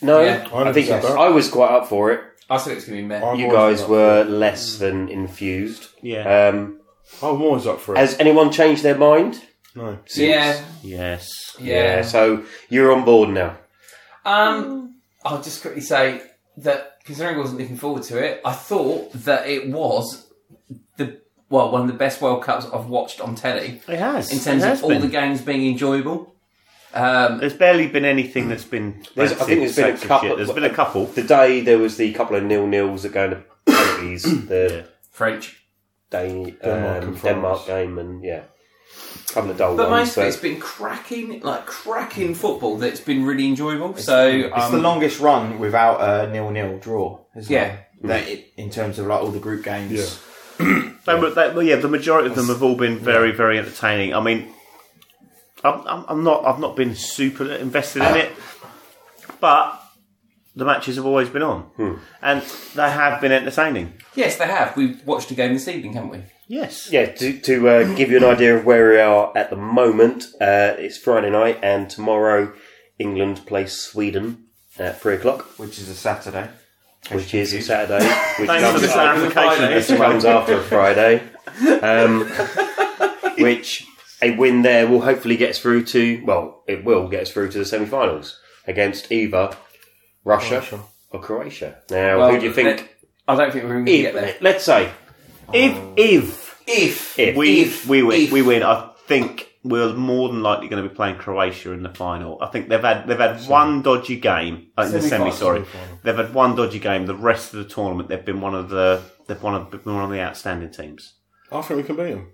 No, Yeah. I think Yes. I was quite up for it. I said it was going to be meh. Oh, I'm You always guys up were less than infused. Yeah. Um, for it. I'm always up for it. has anyone changed their mind? no. Yeah, yes. yeah. So you're on board now. Um, I'll just quickly say that considering I wasn't looking forward to it, I thought that it was the well one of the best World Cups I've watched on telly It has. in terms It has of all been. the games being enjoyable. Um, There's barely been anything that's been. Mm. There's- I think rated there's been a sacks of couple- shit. There's been a couple. The day there was the couple of nil nils that go to penalties, the French, day, Denmark um, and France. Denmark game, and yeah, a couple of dull but ones. most of it's been cracking, like cracking football. That's been really enjoyable. So It's the um, longest run without a nil-nil draw, isn't Yeah. it? That it, in terms of like all the group games. Yeah. They were, they, well, yeah, the majority of them have all been very, very entertaining. I mean, I'm, I'm, I'm not, I've not been super invested in it, but the matches have always been on, Hmm. and they have been entertaining. yes, they have. We watched a game this evening, haven't we? Yes. Yeah, to, to uh, give you an idea of where we are at the moment, uh, it's Friday night, and tomorrow England plays Sweden at three o'clock, Which is a Saturday. which is a Saturday, which Thanks for comes, the clarification. which comes after a Friday. Um, which a win there will hopefully get us through to well, it will get us through to the semi-finals against either Russia, or Croatia. Now, who do you think? I don't think we're going to get there. If, let's say If if If if we If- we win, if- we win. I think we're more than likely going to be playing Croatia in the final. I think they've had they've had one dodgy game uh, in the semi. Sorry, Semi-final. they've had one dodgy game. The rest of the tournament, they've been one of the they've one of, been one of the outstanding teams. I think we can beat them.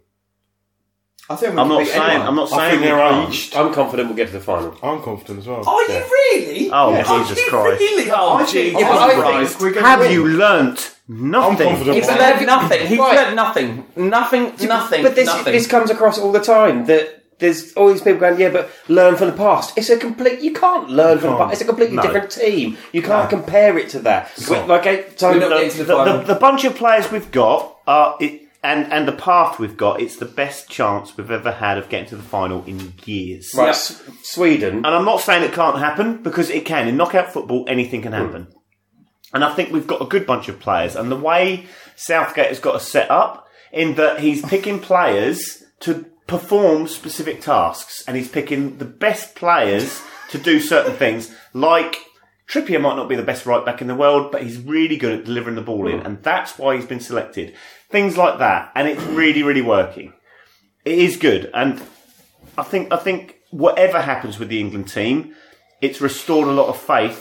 I think we I'm could not beat saying anyone. I'm not I saying think we they're can't. aged. I'm confident we'll get to the final. I'm confident as well. Are you really? Oh Are Jesus you Christ! Really? Oh, I think- Jesus yeah, I think Christ! we're gonna Have win. you learnt nothing? I'm confident. He's Why? learned nothing. He's Right. learned nothing. Nothing. Nothing. But this nothing. this comes across all the time that there's all these people going, yeah, but learn from the past. It's a complete. You can't learn from the past. It's a completely No. different team. You can't compare it to that. Like I, so We're not getting to The, the final. the, the bunch of players we've got are it, and and the path we've got. It's the best chance we've ever had of getting to the final in years. right, Yeah. S- Sweden. Uh, And I'm not saying it can't happen because it can. In knockout football, anything can happen. And I think we've got a good bunch of players. And the way Southgate has got us set up, in that he's picking players to perform specific tasks, and he's picking the best players to do certain things, like. Trippier might not be the best right back in the world, but he's really good at delivering the ball Mm. in, and that's why he's been selected. Things like that, and it's really, really working. It is good, and I think I think whatever happens with the England team, it's restored a lot of faith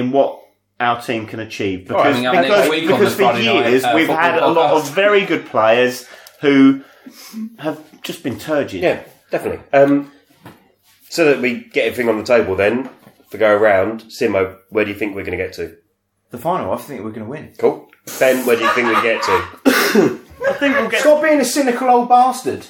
in what our team can achieve because Coming up next because, week on because the for Friday night, years uh, we've had a football lot podcast. of very good players who have just been turgid. Yeah, definitely. Um, so that we get everything on the table, then to go around. Simo, where do you think we're going to get to? The final, I think we're going to win. Cool. Ben, where do you think we get to? I think we'll get. Stop being a cynical old bastard.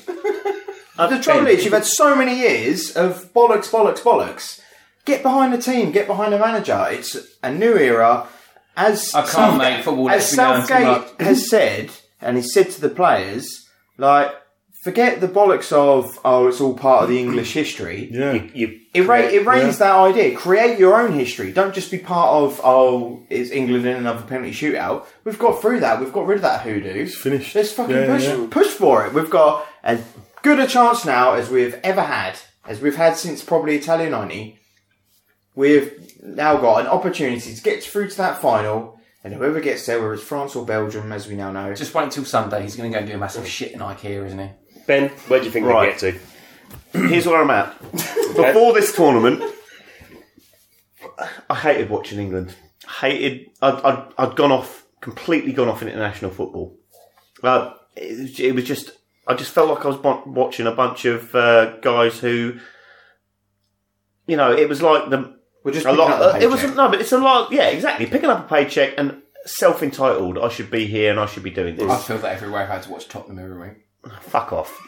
the trouble is, you've had so many years of bollocks, bollocks, bollocks. Get behind the team. Get behind the manager. It's a new era. As I can't, Southgate- mate. Football As lets me down too Southgate has said, and he said to the players, like, forget the bollocks of oh, it's all part of the English history. Yeah. You Erase, erase that idea. Create your own history. Don't just be part of oh, it's England in another penalty shootout. We've got through that. We've got rid of that hoodoo. It's finished. Let's fucking Yeah, push yeah. push for it. We've got as good a chance now as we've ever had, as we've had since probably Italia '90. We've now got an opportunity to get through to that final, and whoever gets there, whether it's France or Belgium, as we now know, Just wait till Sunday. He's going to go and do a massive shit in IKEA, isn't he? Ben, where do you think Right. we get to? Here's where I'm at. Before this tournament, I hated watching England. Hated. I'd, I'd, I'd gone off completely gone off in international football. Uh, it, was- it was just. I just felt like I was bon- watching a bunch of uh, guys who, you know, it was like the we're just a lot. uh, picking up the it was paycheck. no, but it's a lot. Yeah, exactly. Picking up a paycheck and self entitled. I should be here and I should be doing this. I feel that every way I've had to watch Tottenham every week. Fuck off.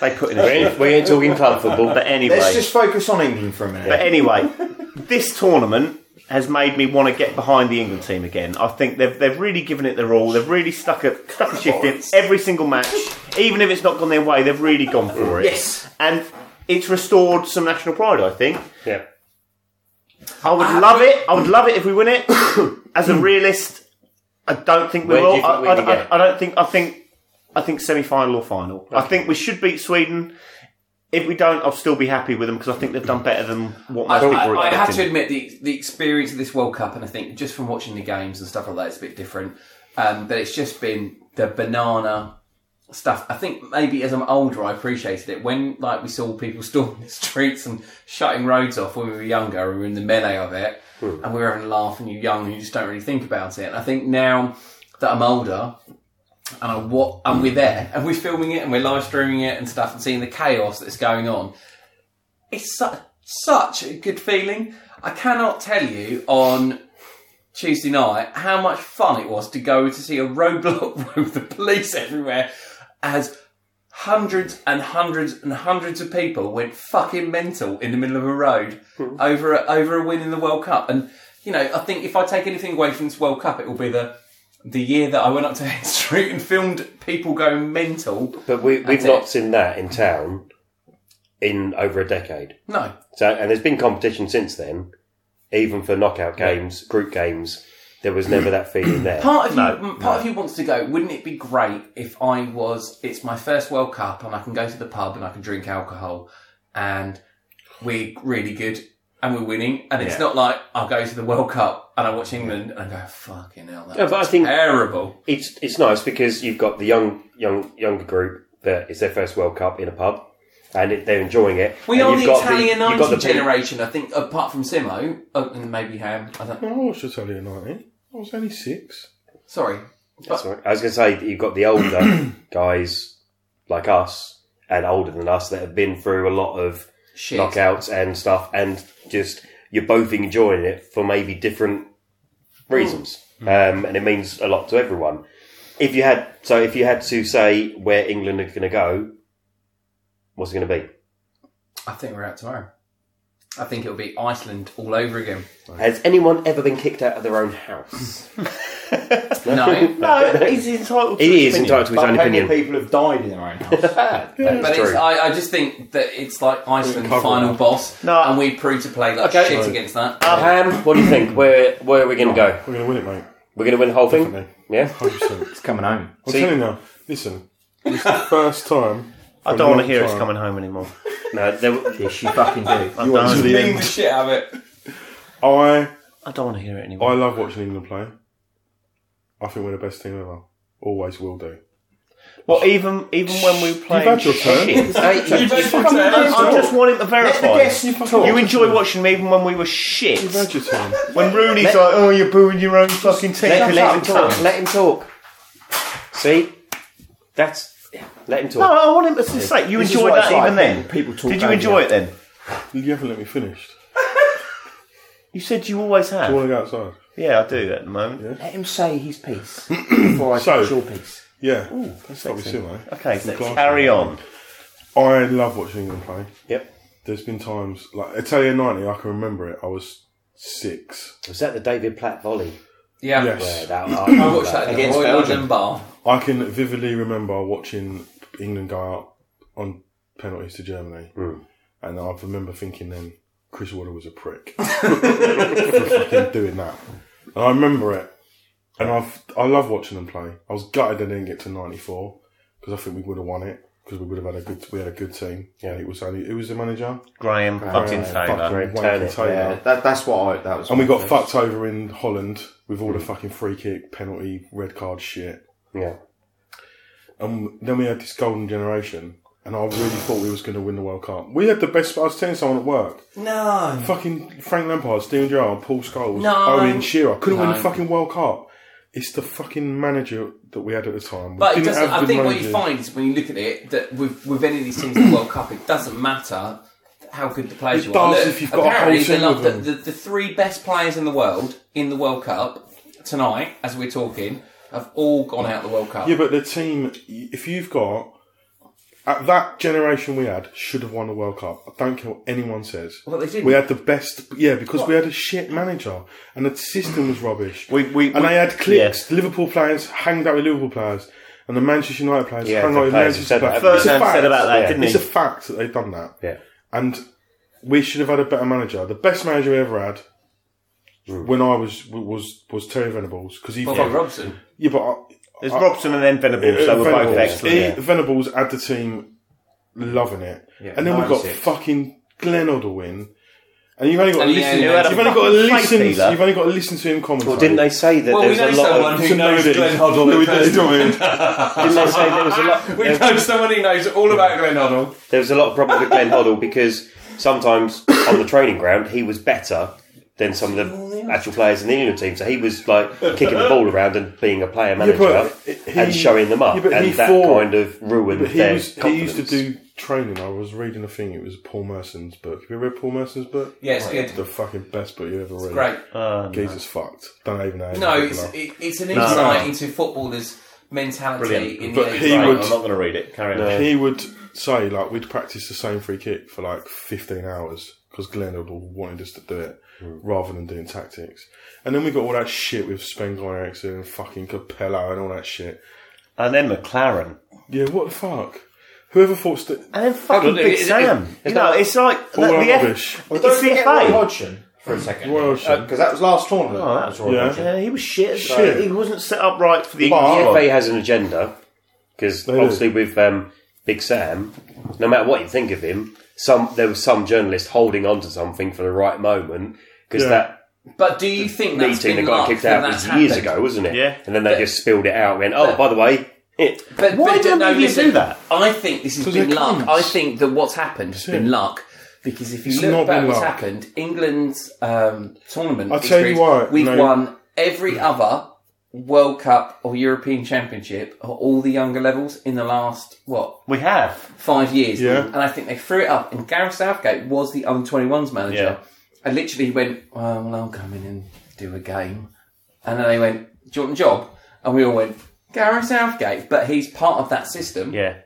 they put in a We ain't, we ain't talking club football. But anyway, Let's just focus on England for a minute. But anyway, this tournament, has made me want to get behind the England team again. I think they've they've really given it their all. They've really stuck a stuck a shift in every single match, even if it's not gone their way. They've really gone for it. Yes. and it's restored some national pride. I think. Yeah. I would Ah, love it. I would love it if we win it. As a realist, I don't think we Where do will. you think I, we I- can I- get? I don't think. I think. I think semi-final or final. I think we should beat Sweden. If we don't, I'll still be happy with them because I think they've done better than what I, most people were I, I expecting. have to admit the the experience of this World Cup, and I think just from watching the games and stuff like that, it's a bit different. Um, but it's just been the banana stuff. I think maybe as I'm older, I appreciated it when like we saw people storming the streets and shutting roads off when we were younger. We were in the melee of it, Hmm. and we were having a laugh. And you're young, and you just don't really think about it. And I think now that I'm older. And I what and we're there and we're filming it and we're live streaming it and stuff and seeing the chaos that's going on it's su- such a good feeling. I cannot tell you on Tuesday night how much fun it was to go to see a roadblock with the police everywhere as hundreds and hundreds and hundreds of people went fucking mental in the middle of a road over a, over a win in the World Cup. And you know, I think if I take anything away from this World Cup, it will be the the year that I went up to Head Street and filmed people going mental. But we, we've That's not it. seen that in town in over a decade. No, So, and there's been competition since then, even for knockout games, group games. There was never that feeling there. Part of you, mm, part of you wants to go. Wouldn't it be great if I was? It's my first World Cup, and I can go to the pub and I can drink alcohol, and we're really good and we're winning. And it's not like I go to the World Cup and I watch England and I go, "Fucking hell, that's No, but I think terrible." it's it's nice because you've got the young young younger group that it's their first World Cup in a pub, and it, they're enjoying it. We and are you've the got Italian you've got ninety the pe- generation, I think. Apart from Simo oh, and maybe Ham. I don't. I watched Italia 90. eh? I was only six. Sorry, That's all right. I was going to say that you've got the older guys like us and older than us that have been through a lot of shit. knockouts and stuff, and just you're both enjoying it for maybe different reasons, um, and it means a lot to everyone. If you had so, if you had to say where England are going to go, what's it going to be? I think we're out tomorrow. I think it'll be Iceland all over again. Has anyone ever been kicked out of their own house? No. No, he's entitled. To He his is entitled to his own How many opinion. people have died in their own house? But That's it's, true. I, I just think that it's like Iceland final boss, No. and we proved to play like Okay. shit against that. Ham, what do you think? Where where are we going to go? We're going to win it, mate. We're going to win the whole thing. Definitely. Yeah. 100%. it's coming home. I'm See- telling you now, listen, it's the first time. I don't want to hear it's coming home anymore. No, there, Yes, you fucking do. I don't, the Being the shit out of it. I, I don't want to hear it anymore. I love watching England play. I think we're the best team ever. Always will do. Well, even even when we You've play, had your turn. Hey, I just wanted to verify. guess, you fucking- You enjoy watching them even when we were shit. You've had your turn. When Rooney's like, "Oh, you're booing your own fucking team." let, him- let him Let talk. Let him talk. See, that's let him No, talk. I want him to say you This is enjoyed what that it's like when even then. people talk Did you over enjoy it then? You haven't let me finish. You said you always I have. want to go outside. Yeah, I do at the moment. Let him say his piece before I So- touch your piece. Yeah. that's probably soon, mate. Okay, let's eh? class, carry on. I love watching England play. Yep. There's been times, like Italian 90, I can remember it. I was six. Was that the David Platt volley? Yeah. Yeah, Yes. that, I watched that against Against the Royal Belgium. London Bar. I can vividly remember watching England go out on penalties to Germany. And I remember thinking then, Chris Water was a prick for fucking doing that. And I remember it. And I've, I love watching them play. I was gutted I didn't get to 94 because I think we would have won it because we would have had a good, we had a good team. Yeah. It was only, who was the manager? Graham fucking Taylor. Fucking Taylor, Taylor. Yeah, that, that's what I. That was. And we my got thing. fucked over in Holland with all the fucking free kick, penalty, red card shit. Yeah. And then we had this golden generation, and I really thought we was going to win the World Cup. We had the best. I was telling someone at work, No. fucking Frank Lampard, Steven Gerrard, Paul Scholes, No. Owen Shearer couldn't win No. the fucking World Cup. It's the fucking manager that we had at the time. We But it didn't doesn't, have I the think what manager. you find is when you look at it that with, with any of these teams in the World Cup, it doesn't matter how good the players It you are. does Look, if you've got a apparently whole team the, with the, them. the, the three best players in the world in the World Cup tonight, as we're talking, have all gone out of the World Cup. Yeah, but the team, if you've got At that generation we had should have won the World Cup. I don't care what anyone says. Well, they didn't. We had the best, yeah, because we had a shit manager and the system was rubbish. We- we- and we- they had cliques. Liverpool players hanged out with Liverpool players, and the Manchester United players Yeah, hung the out with players Manchester said that. players. First It's a man said fact. about that, didn't It's he? a fact that they've done that. Yeah. and we should have had a better manager. The best manager we ever had. When I was was was Terry Venables because he Bobby fucking- Robson. yeah but I, There's Robson and then Venables, so we're both Venables. excellent. He- yeah. Venables had the team loving it, and then we've got 96. fucking Glenn Oddle in, and you've only got to And he listen. only You've had a only got to fucking plate listen. dealer. You've only got to listen to him comment. Well, didn't they say that Well, we there's know a lot someone of. who knows Glenn Hoddle. No, we Didn't don't. Didn't they say there was a lot. We know someone who knows all about Glenn Hoddle. There was a lot of problems with Glenn Hoddle because sometimes on the training ground he was better than some of the actual players in the England team. So he was like kicking the ball around and being a player manager he- and showing them up, yeah, but he and that thought- kind of ruined But he their was he confidence. used to do training. I was reading a thing. It was Paul Merson's book. Have you read Paul Merson's book? Yeah, it's good. The fucking best book you ever read. Great. Jesus fucked. Don't even know. how No, to it's, look it up. it, it's an insight into footballers' mentality in the But age. he right? would- I'm not going to read it. Carry on. he would say like we'd practice the same free kick for like 15 hours because Glenn Hoddle wanted us to do it Mm. rather than doing tactics. And then we got all that shit with Spencer Eriksson and fucking Capello and all that shit. And then McLaren. Yeah, what the fuck? Whoever thought st- And then fucking on, Big it- it- Sam. it- you know, it's like the, all that the F- rubbish. Well, don't It's the forget FA. Roy Hodgson for a second. Roy Hodgson. Because that was last tournament. Oh, that- That was Roy Oh, Yeah. Hodgson. Yeah, he was shit. Shit. He wasn't set up right for the But- English the squad. FA has an agenda because They do. obviously with um, Big Sam, no matter what you think of him, some there was some journalist holding on to something for the right moment because Yeah. that But do you think that's meeting that been got luck kicked that out that's was years happened? ago, wasn't it? Yeah. And then they But- just spilled it out. Went, oh, by the way, it, But, Why but, do but, media no, do listen, that? I think this has been they're luck. cunts. I think that what's happened has been it. luck. Because if you It's look not back been what's luck. happened, England's um, tournament I'll tell you experience, why, we've no. won every other World Cup or European Championship at all the younger levels in the last, what, We have. five years. Yeah. And I think they threw it up. And Gareth Southgate was the under 21s manager. Yeah. And literally went, oh, well, I'll come in and do a game. And then they went, do you want a job? And we all went, Gareth Southgate. But he's part of that system. Yeah.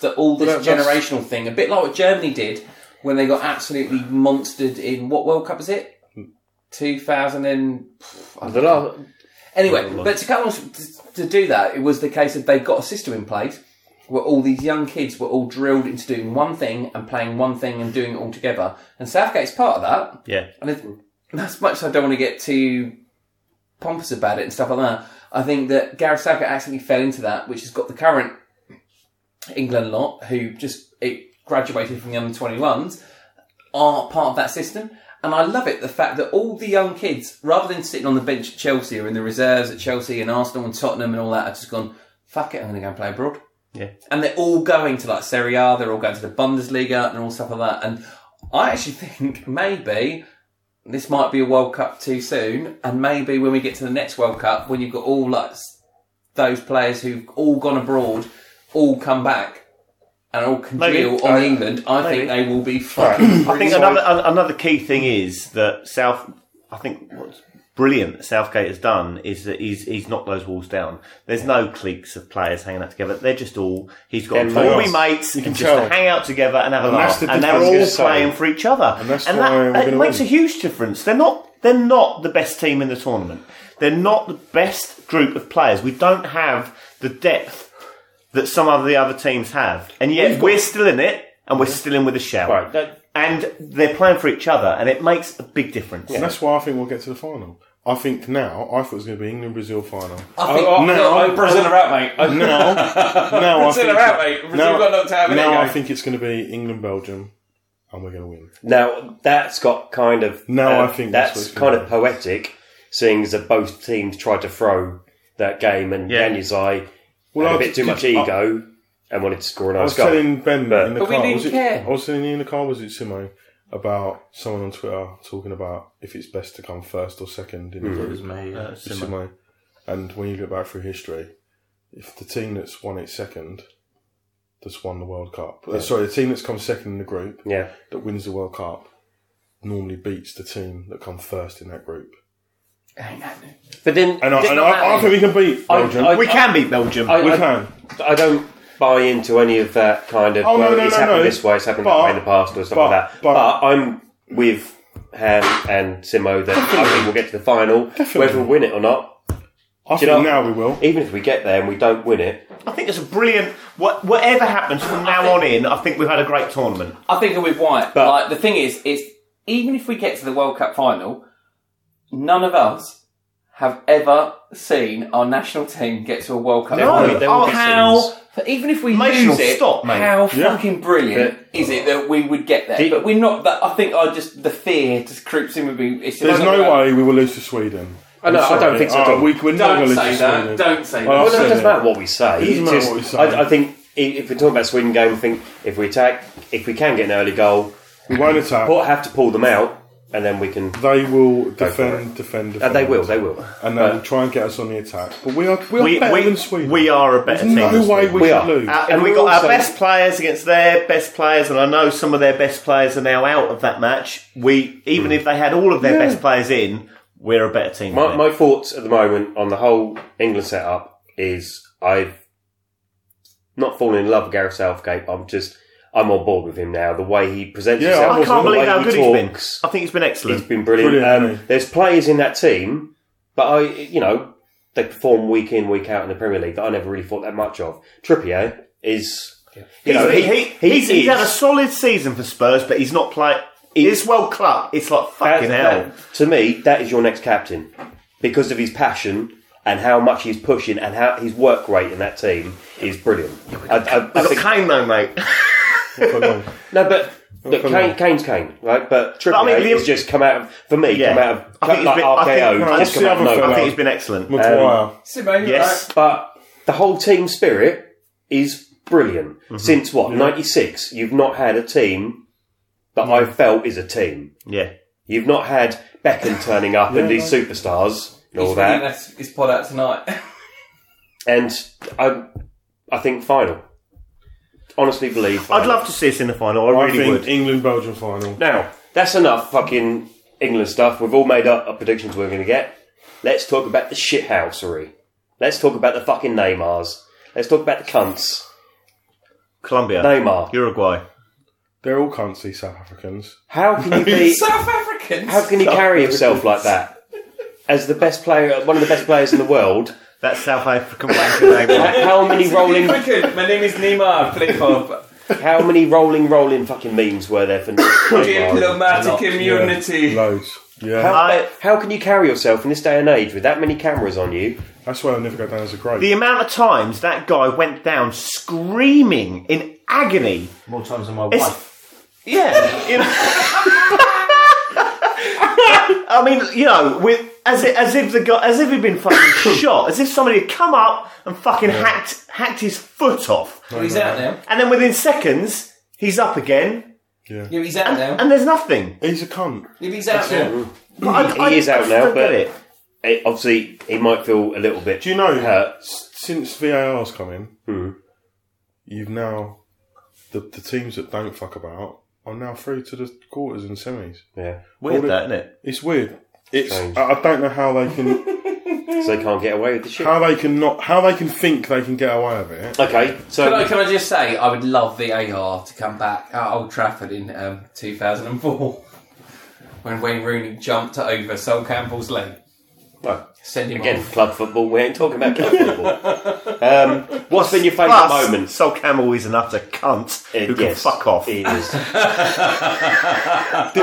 That all this Well, that- that's- generational thing, a bit like what Germany did when they got absolutely monstered in what World Cup is it? 2000 and the last, Anyway, but to cut on to, to do that, it was the case that they got a system in place where all these young kids were all drilled into doing one thing and playing one thing and doing it all together. And Southgate's part of that. Yeah. And it, and as much as I don't want to get too pompous about it and stuff like that, I think that Gareth Southgate accidentally fell into that, which has got the current England lot who just it graduated from the under 21s are part of that system. And I love it the fact that all the young kids, rather than sitting on the bench at Chelsea or in the reserves at Chelsea and Arsenal and Tottenham and all that, have just gone, fuck it, I'm going to go and play abroad. Yeah. And they're all going to like Serie A, they're all going to the Bundesliga and all stuff like that. And I actually think maybe this might be a World Cup too soon. And maybe when we get to the next World Cup, when you've got all like s- those players who've all gone abroad, all come back and all congeal Maybe. on Uh, England, I maybe. think they will be fucking. I think another an- another key thing is that South. I think what's brilliant that Southgate has done is that he's he's knocked those walls down. There's no cliques of players hanging out together. They're just all he's got They're all mates. be mates and just tell. hang out together and have a that's laugh, the and they're difference. all Yes, so. playing for each other. And, that's why we're that, that gonna makes win. a huge difference. They're not they're not the best team in the tournament. They're not the best group of players. We don't have the depth that some of the other teams have, and yet we're still in it, and we're still in with a shout. Right, that- and they're playing for each other, and it makes a big difference. and that's why I think we'll get to the final. I think now I thought it was going to be England Brazil final. I think no, I- Brazil are out, mate. I, Now, now I Brazil think are out, mate. Brazil now, got knocked out. now Now I think it's going to be England Belgium, and we're going to win. now that's got kind of uh, No, I think that's that's, what it's kind gonna of poetic, seeing as that both teams tried to throw that game and Yeah. yeah. Yanuzai Well, had I a bit too did- much I- ego and wanted to score a I nice was goal. telling Ben But- in the But we car. didn't was it, care. I was telling you in the car. Was it Simo about someone on Twitter talking about if it's best to come first or second in the group? It was Simo. And when you look back through history, if the team that's won it second, that's won the World Cup. Uh, sorry, the team that's come second in the group yeah, that wins the World Cup normally beats the team that come first in that group. but then And I, and I, I think we can beat Belgium. I- We can beat Belgium. I, we I- can. I don't buy into any of that kind of. Oh, no, well, no, it's no, happened no. this way. It's happened But- that way in the past, or stuff but- like that. but- But, I'm with Ham and Simo that I think we'll get to the final, whether we win it or not. I Do think you know- now we will. Even if we get there and we don't win it, I think it's a brilliant. What, whatever happens from now on in, I think we've had a great tournament. I think I'm with White. But- like the thing is, is even if we get to the World Cup final, none of us have ever seen our national team get to a World Cup No, final. Oh, there Oh, will be how? Even if we Mason will lose it, stop, mate. how fucking brilliant is it that we would get there? Did- but we're not. That I think I just the fear just creeps in with me. It's There's I'm no not- way we will lose to Sweden. I know, I don't think so. at all. Oh, we, we're not Don't going to lose say to that. Sweden. Don't say Oh, Well, that. no, it Absolutely. doesn't matter what we say. It doesn't It's matter just- what we say. I, I think i- if we're talking about Sweden game, I think if we attack, if we can get an early goal, We won't attack. we'll have to pull them out, and then we can. They will defend, defend, Uh, defend. they will. They will. And they will try and get us on the attack. But we are, we are We, better we, than Sweden. we are a better There's team. no than way Sweden. we, We should are. lose. Uh, And and we we got our also- best players against their best players, and I know some of their best players are now out of that match. We, even if they had all of their best players in, we're a better team. My, than my thoughts at the moment on the whole England setup is I've not fallen in love with Gareth Southgate. I'm just I'm on board with him now. The way he presents Yeah, I himself, them. I can't the believe way how he good talks, he's been. I think he's been excellent. He's been brilliant. Brilliant, um, hasn't he? there's players in that team, but I, you know, they perform week in, week out in the Premier League that I never really thought that much of. Trippier is, you know, he's, he, he, he he's, he's is- had a solid season for Spurs, but he's not playing. His World Cup, it's like that- fucking hell. that- to me, that is your next captain because of his passion. And how much he's pushing, and how his work rate in that team is brilliant. I, I, I I've think, got Kane though, mate. no, but Oh, look, come Kane, Kane's Kane, right? But Trippier I mean, the- has just come out of, for me, Yeah. come out of I think he's like been- I think- RKO, no, just that's come the out of other nowhere. I fella. think he's been excellent. Um, Maguire. Simo, you're yes. right. but the whole team spirit is brilliant. Mm-hmm. Since what, 96? You've not had a team that I felt is a team. Yeah. You've not had Beckham turning up and these superstars and all He's that. bringing us- his pod out tonight. And I, I think final. Honestly believe. I'd final. love to see us in the final. I I really think would. England Belgium final. Now, that's enough fucking England stuff. We've all made up our predictions we're going to get. Let's talk about the shithousery. Let's talk about the fucking Neymars. Let's talk about the cunts. Colombia, Neymar. Uruguay. They're all cuntsy South Africans. How can you be. South Africans. How can he carry himself like that? As the best player, one of the best players in the world, That's South African wanker name. h- how many rolling, African. My name is Neymar. Flip up. how many rolling, rolling fucking memes were there for? Neymar? Diplomatic immunity. Loads. Yeah. How, how can you carry yourself in this day and age with that many cameras on you? That's why I never go down as a great. The amount of times that guy went down screaming in agony. More times than my It's- wife. Yeah. you know. I mean, you know, with as if, as if the guy, as if he'd been fucking shot, as if somebody had come up and fucking hacked hacked his foot off, Well, he's out now. and then within seconds he's up again, Yeah, he's out now. and there's nothing. He's a cunt. Yeah, he's out now. But I, He- he is out I now, don't get but- it. It- obviously, he might feel a little bit. Do you know hurt? s- since VAR's come in, Hmm. you've now the the teams that don't fuck about are now through to the quarters and semis. Yeah, Weird that, isn't it? It's weird. It's Strange. I I don't know how they can so they can't get away with the shit. how they can not how they can think they can get away with it. Okay, so Can I, can I just say, I would love VAR to come back at Old Trafford in um, 2004 when Wayne Rooney jumped over Sol Campbell's leg. Well, Send him again, off. club football. We ain't talking about club football. Um, what's been your favourite Plus, moment? Sol Campbell is an utter cunt It- who can Uh, yes, fuck off. It is.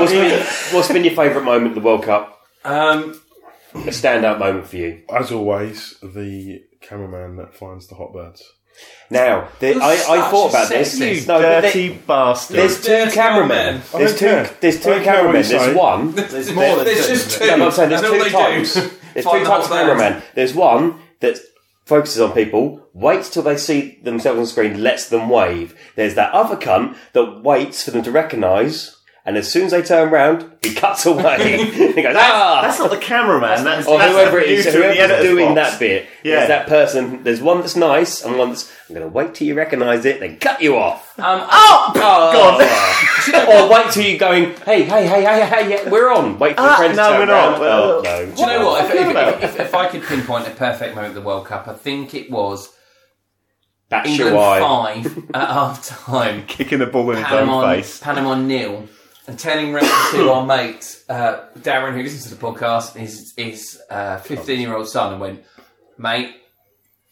what's, been, what's been your favourite moment of the World Cup? Um, A standout moment for you? As always, the cameraman that finds the hotbirds. Now, the, You're I, such I thought a about this. sexist. No, but Dirty there- bastard. there's two Dirty cameramen. old I Oh, There's don't two. care. There's I two don't care cameramen. what you There's say. one. There's more than There's two. just two. No, but I'm saying there's and all two they types. do There's find two the types of hot cameraman. birds. There's one that focuses on people, waits till they see themselves on screen, lets them wave. There's that other cunt that waits for them to recognise, and as soon as they turn round, he cuts away. he goes, ah! That's not the cameraman. That's, or that's whoever the it is, producer in the whoever's editor's doing box. that bit. Yeah. There's that person. There's one that's nice, and one that's I'm going to wait till you recognise it, then cut you off. Um, oh! or wait till you're going, hey, hey, hey, hey, hey, yeah, we're on. Wait for your Ah, friend to no, turn we're not. round. Well, Oh, no. Do you know what? If, if, if, if I could pinpoint a perfect moment of the World Cup, I think it was England Batshuayi. five at half time. Kicking the ball in his own Panama, face. Panama nil. And turning round to our mate uh, Darren, who listens to the podcast, his his uh, fifteen-year-old son, and went, "Mate,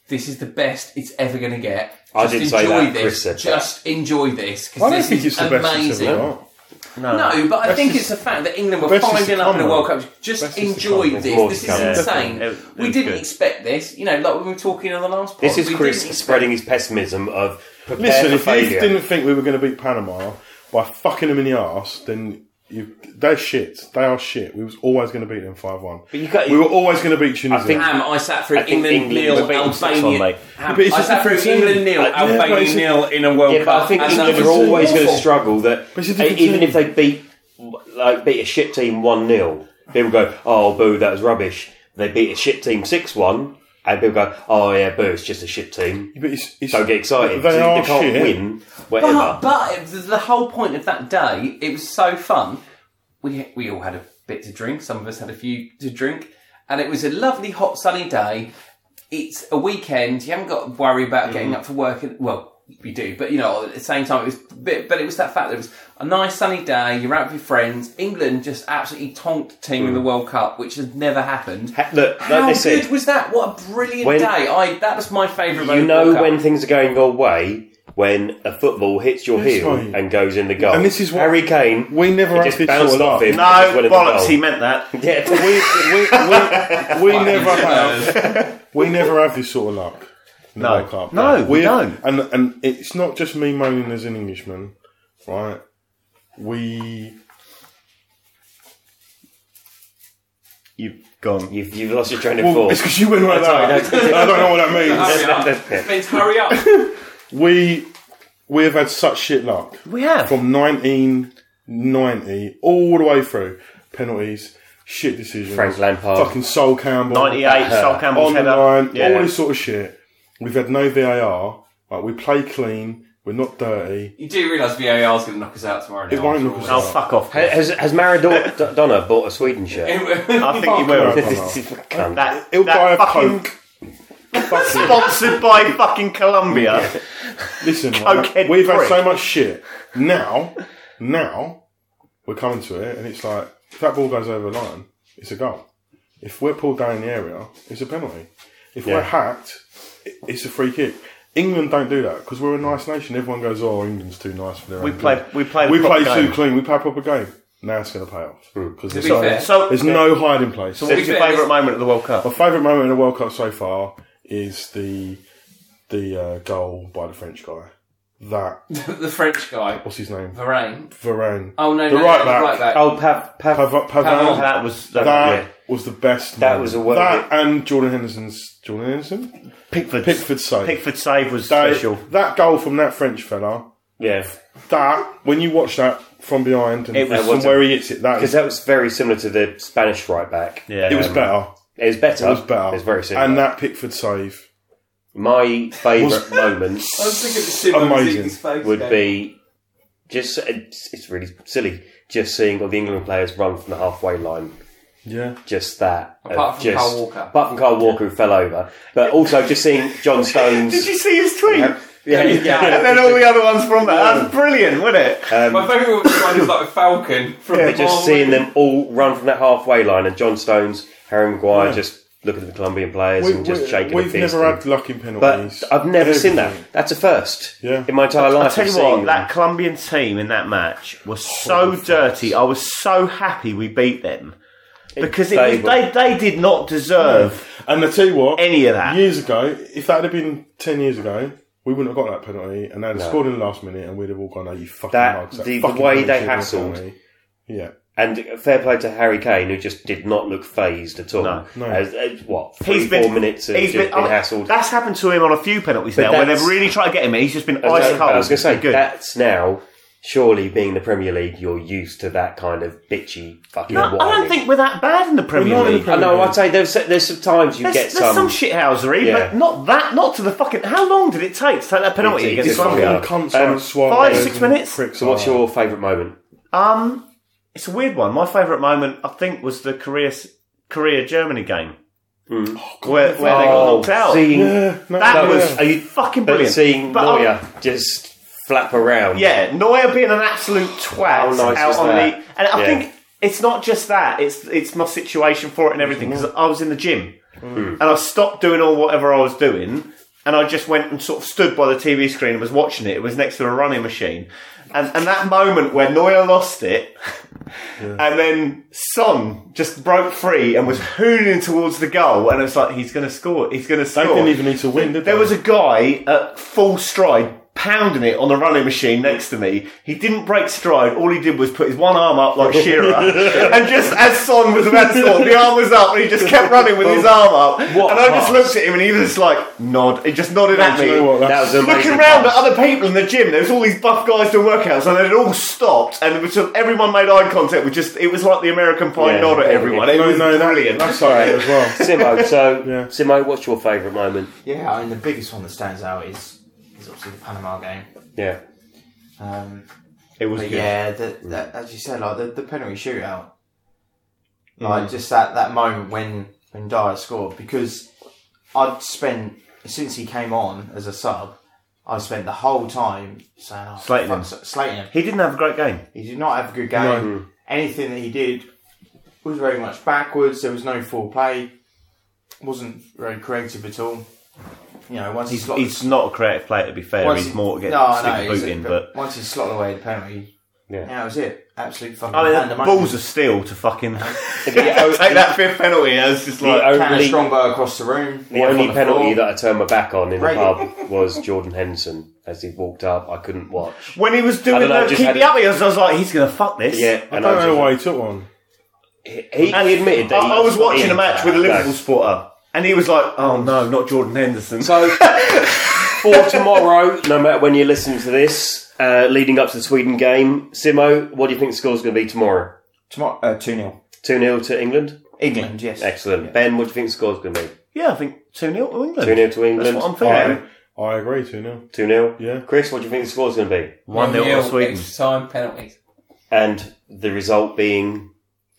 this is the best it's ever going to get. Just I didn't enjoy say that, this. Chris said that. Just enjoy this I because don't this think is it's the best it's amazing." ever got. No, but I think just- it's a fact that England were best is to finding up in the come, World though. Cup. Just Best is to enjoy come, of this. course, This come, is yeah. insane. It- it we was didn't good. expect this. You know, like we were talking on the last pod. This is we Chris didn't expect- spreading his pessimism of prepare Listen, for if you failure. didn't think we were going to beat Panama by fucking them in the arse, then you, they're shit. They are shit. We was always going to beat them five one. But you got- we were always going to beat Tunisia. think- Ham, I sat through I think England, England were nil, beating six-one, mate. Albania. Ham, But it's I just sat a through different England team. nil, Like, yeah, but Albania it's a- nil in a World Yeah, but I Cup. think and England that are was always going to awful. struggle. That But it's a different even team. if they beat like beat a shit team one 0 people go, "Oh, boo, that was rubbish." They beat a shit team six one, and people go, "Oh yeah, boo, it's just a shit team." But it's, it's, Don't get excited. They So are can't shit. win. Whatever. But, but it was the whole point of that day, it was so fun. We we all had a bit to drink. Some of us had a few to drink, and it was a lovely hot sunny day. It's a weekend. You haven't got to worry about getting up for work. And, well, you do, but you know at the same time it was. a Bit, but it was that fact that it was a nice sunny day. You're out with your friends. England just absolutely tonked team in the World Cup, which has never happened. Ha- look, like How they good said, was that? What a brilliant When- day! I that was my favourite. you World know Cup. when things are going your way when a football hits your That's heel right. and goes in the goal. And this is what- Harry Kane. we never it had just this bounced sort of off laugh. him. No, bollocks, he meant that. Yeah, We, we, we, we never have. We never have this sort of luck. in the No. World Cup. No, we We've- don't. And and it's not just me moaning as an Englishman, right? We You've gone. you've, you've lost your train of Well, thought. it's because you went like that. I don't know what that Uh, means. Hurry up. It means hurry up. We we have had such shit luck We have. from 1990 all the way through penalties, shit decisions, Frank Lampard. fucking Sol Campbell, Uh, 98, Sol Campbell's on the header. line, all Yeah. this sort of shit. We've had no VAR. Like we play clean. We're not dirty. You do realise VAR's going to knock us out tomorrow. It won't knock us Oh, out. fuck off. Chris. Has, has Maradona bought a Sweden I shirt? think he Fuck will. off. Cunt. That, He'll that buy a fucking Coke. Fuck you. sponsored by fucking Colombia. Listen, right, Cokehead we've had prick. so much shit. Now, now we're coming to it, and it's like if that ball goes over the line, it's a goal. If we're pulled down in the area, it's a penalty. If we're hacked, i- it's a free kick. England don't do that because we're a nice nation. Everyone goes, "Oh, England's too nice for their We own play. good." We play. The We play proper too game. Mm. clean. We play a proper game. Now it's going to pay off because there's, be no, fair- So, there's no hiding place. what was your favourite moment at the World Cup? My favourite moment in the World Cup so far is the the uh, goal by the French guy. That the French guy, what's his name? Varane. Varane. Oh no, the no, right no, back. the right back. Oh, Pav, Pav, Pav- Pavard. Pavard. That was that, That yeah. was the best. That moment. was a world- that and Jordan Henderson's Jordan Henderson Pickford's, Pickford save. Pickford save was That- special. That goal from that French fella. yeah, That when you watch that from behind and It was- from where he hits it, that because is, that was very similar to the Spanish right back. Um, Yeah, it was better. It was better. It was better. It was very similar. And that Pickford save. My favourite moment I was thinking the similar Amazing. Ziggler's face would there. be just it's, it's really silly. Just seeing all the England players run from the halfway line. Yeah. Just that. Apart of from just, Kyle Walker. Apart from Carl Walker who fell over, but also just seeing John Stones. Did you see his tweet? yeah, And yeah. then all the other ones from that. That's brilliant, wasn't it? Um, My favourite one is like a falcon from But just seeing them all run from that halfway line, and John Stones, Harry Maguire, just looking at the Colombian players We, and just shaking. have a fist never and- had luck in penalties. but I've never seen that. Everything. That's a first. Yeah. In my entire life, I tell of you seeing what, that Colombian team in that match was so dirty. I was so happy we beat them because it They was, were- they they did not deserve And I tell you what, any of that. years ago, if that had been 10 years ago, we wouldn't have got that penalty and they'd have scored in the last minute and we'd have all gone, oh, you fucking That- mugs. the- the fucking way penalty they shouldn't have hassled. been a penalty." Yeah. And fair play to Harry Kane, who just did not look phased at all. No. No. As, as, what three, four minutes of he's just been, oh, hassled. That's happened to him on a few penalties now. Where that's- they've really tried to get him, he's just been I was, ice gonna- cold. I was going to say Good. that's now surely being the Premier League, you're used to that kind of bitchy fucking. No, I whining. don't think we're that bad in the Premier not in the League. Premier I know. I'd say there's there's some times you There's, get there's some some. shithousery, Yeah. but not that. Not to the fucking. How long did it take to take that penalty It- it against took Fucking Colombia? Yeah. cunts like Um, Suarez five, six and minutes? pricks so what's like that. your favourite moment? Um, it's a weird one. My favourite moment, I think, was the Korea Korea Germany game where, Uh, where they got knocked out. Oh, Seeing, that no, was yeah. Are you- fucking but brilliant. seeing But I- Neuer just flap around. Yeah, Neuer being an absolute twat How nice out is on that? the, and I Yeah. think it's not just that; it's it's my situation for it and everything. Mm-hmm. Because I was in the gym Mm. and I stopped doing all whatever I was doing, and I just went and sort of stood by the TV screen and was watching it. It was next to a running machine, and and that moment where Neuer lost it, and then Son just broke free and was hooning towards the goal, and it was like he's going to score, he's going to score. They didn't even need to win, did they? There was a guy at full stride pounding it on the running machine next to me. He didn't break stride. All he did was put his one arm up like Shearer, and just as Son was about to score, the arm was up, and he just kept running with his arm up. and I just looked at him, and he was like nod. He just nodded at Do me. you know what? That's- That was amazing. Looking around at other people in the gym, there was all these buff guys doing workouts, and they'd all stopped, and it was just, everyone made eye contact. With just it was like the American Pie Yeah. nod at everyone. It No, was no, no, brilliant. That's all right as well. Simo, so Yeah. Simo, what's your favourite moment? Yeah, I mean the biggest one that stands out is is obviously the Panama game. Yeah. Um, It was but good. yeah, the, the, as you said, like the, the penalty shootout, Mm. like just that, that moment when when Dyer scored because I'd spent since he came on as a sub, I spent the whole time saying oh, Slating fuck, him. s- slating him. He didn't have a great game. He did not have a good game. Anything that he did was very much backwards. There was no full play. wasn't very creative at all. You know, once he He's, slotted, he's not a creative player, to be fair. once he's he- more get No, I stick know, a boot he's- in, but. once he slotted away the penalty, Yeah. yeah, that was it. Absolute fucking. I mean, pandemonium. balls of steel to fucking The, take that fifth penalty. I was just like, Can of only, Strongbow across the room. the only penalty that I turned my back on in the Right. pub was Jordan Henderson as he walked up. I couldn't watch. when he was I doing don't know, the just keep had me it- up, I was, I was like, he's gonna fuck this. Yeah, I and don't know was why he took one. just- He, he admitted I, that. he- I was watching he- a match with a No. Liverpool supporter, and he was like, oh no, not Jordan Henderson. So for tomorrow, no matter when you listen to this, uh, leading up to the Sweden game, Simo, what do you think the score's going to be tomorrow? Tomorrow, uh, 2 0. 2 0 to England? England, yes. Excellent. Ben, what do you think the score's going to be? yeah, I think two 0 to England. 2 0 to That's England? what I'm thinking. I agree, 2 0. 2 0? Yeah. Chris, what do you think the score's going to be? One nil Nil, to Sweden. extra time penalties. And the result being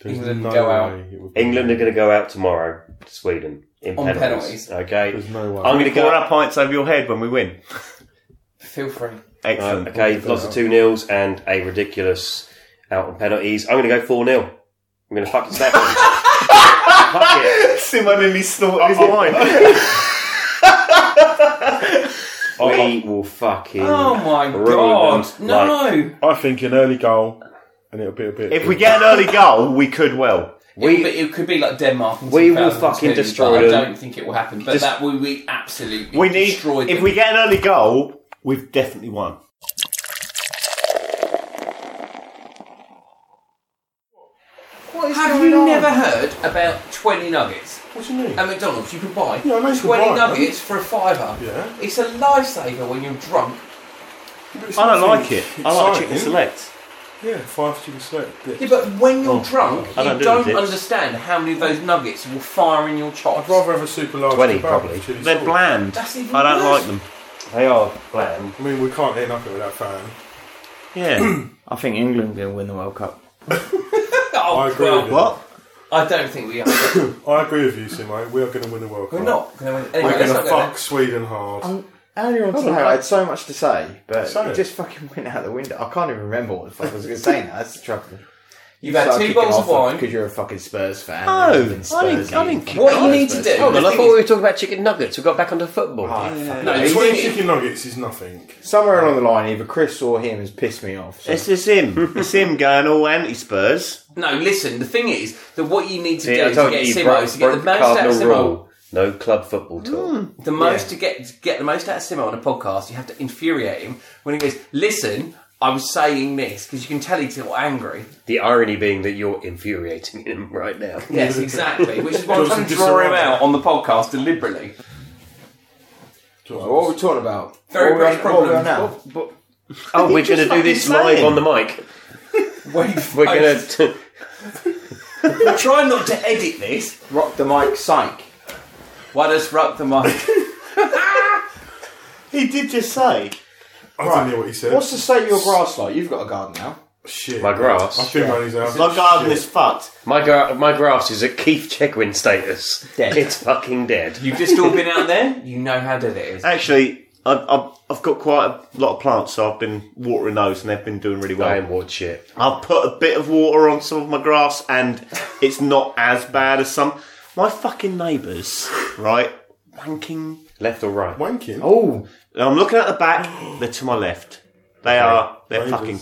England go out. England are going to go out tomorrow to Sweden in On penalties. penalties. Okay. There's no way. I'm going to Pour go. our pints over your head when we win. Feel free. Excellent. Uh, okay, lots of 2 nils and a ridiculous out on penalties. I'm going to go 4 0. I'm going to fucking slap them. Fuck it. Simon nearly snorted his Oh, wine. We will fucking. Oh my ruin god! them. No, Like, I think an early goal, and it'll be a bit. If we get an early goal, we could well. we, but it could be like Denmark. In We will 2002, fucking but destroy I them. don't think it will happen. But Just- that we, we absolutely We need destroyed if them. we get an early goal, we've definitely won. Have you never heard about 20 nuggets? What do you mean? At McDonald's, you can buy Yeah, I know you 20 can buy them. nuggets for a fiver. Yeah. It's a lifesaver when you're drunk. I don't like it. I like Exciting. chicken select. Yeah, five chicken select. Yeah, but when Oh, you're drunk, I don't you do don't dips. understand how many of those nuggets will fire in your chops. I'd rather have a super large. 20 kebab probably. with chili They're sauce. bland. That's even I don't worse. like them. they are bland. I mean, we can't hit nothing without fan. Yeah. I think England will win the World Cup. Oh, I agree well, with you. what? I don't think we are. I agree with you, Simo. We are going to win the World Cup. We're not going to win. Anyway, We're let's going not to go fuck there. Sweden hard. Earlier on today, I had so much to say, but it Say it. just fucking went out the window. I can't even remember what the fuck I was going to say now. That's the trouble. You've had two bottles of wine. because you're a fucking Spurs fan. No, You've been I didn't- Spursy. I didn't- Fucking What you Spurs need to fan. do. Oh, I the thought thing we is- were talking about chicken nuggets. We got back onto football. Oh, fuck. No, He's- 20 chicken nuggets is nothing. Somewhere along the line, either Chris or him has pissed me off. So. It's just him. It's him going all anti Spurs. No, listen. The thing is that what you need to See, do I to told get you, you Simo broke, is to get the broke the most out of cardinal Simo. rule. No club football talk. The most to get to get the most out of Simo on a podcast, you have to infuriate him when he goes. Listen, I was saying this because you can tell he's a little angry. The irony being that you're infuriating him right now. Yes, exactly. Which is why I'm Just trying to to draw him disarray. out on the podcast deliberately. What are we talking about? What Very are we British on- what are we on problem. now? Oh, we're going to do this live on the mic. Wait, We're going to. I'm trying not to edit this. Rock the mic, psych. Why does rock the mic? He did just say. I don't know what he said. What's the state of your grass like? You've got a garden now. Shit. My grass. I think my knees out. My garden is fucked. My, gra- my grass is at Keith Chegwin status. Dead. It's fucking dead. You've just all been out there. You know how dead it is. Actually, I've, I've, I've got quite a lot of plants, so I've been watering those, and they've been doing really I well. am wood shit. I've put a bit of water on some of my grass, and it's not as bad as some. My fucking neighbours, right? Wanking. Left or right? Wanking. Oh, I'm looking at the back. They're to my left. They are. They're Neighbours. fucking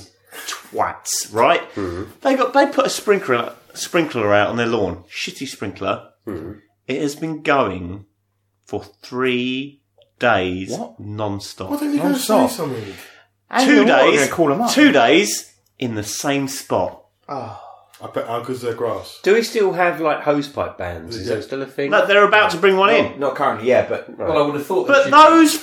twats, right? Mm-hmm. They got. They put a sprinkler sprinkler out on their lawn. Shitty sprinkler. Mm-hmm. It has been going for three days non-stop. Why don't you go and say stop. something? two days, Call them up. two days in the same spot. I bet how good's their grass? Do we still have like hosepipe bands? Is Yeah. that still a thing? No, they're about to bring one in, Not currently, yeah, but Well, I would have thought. but those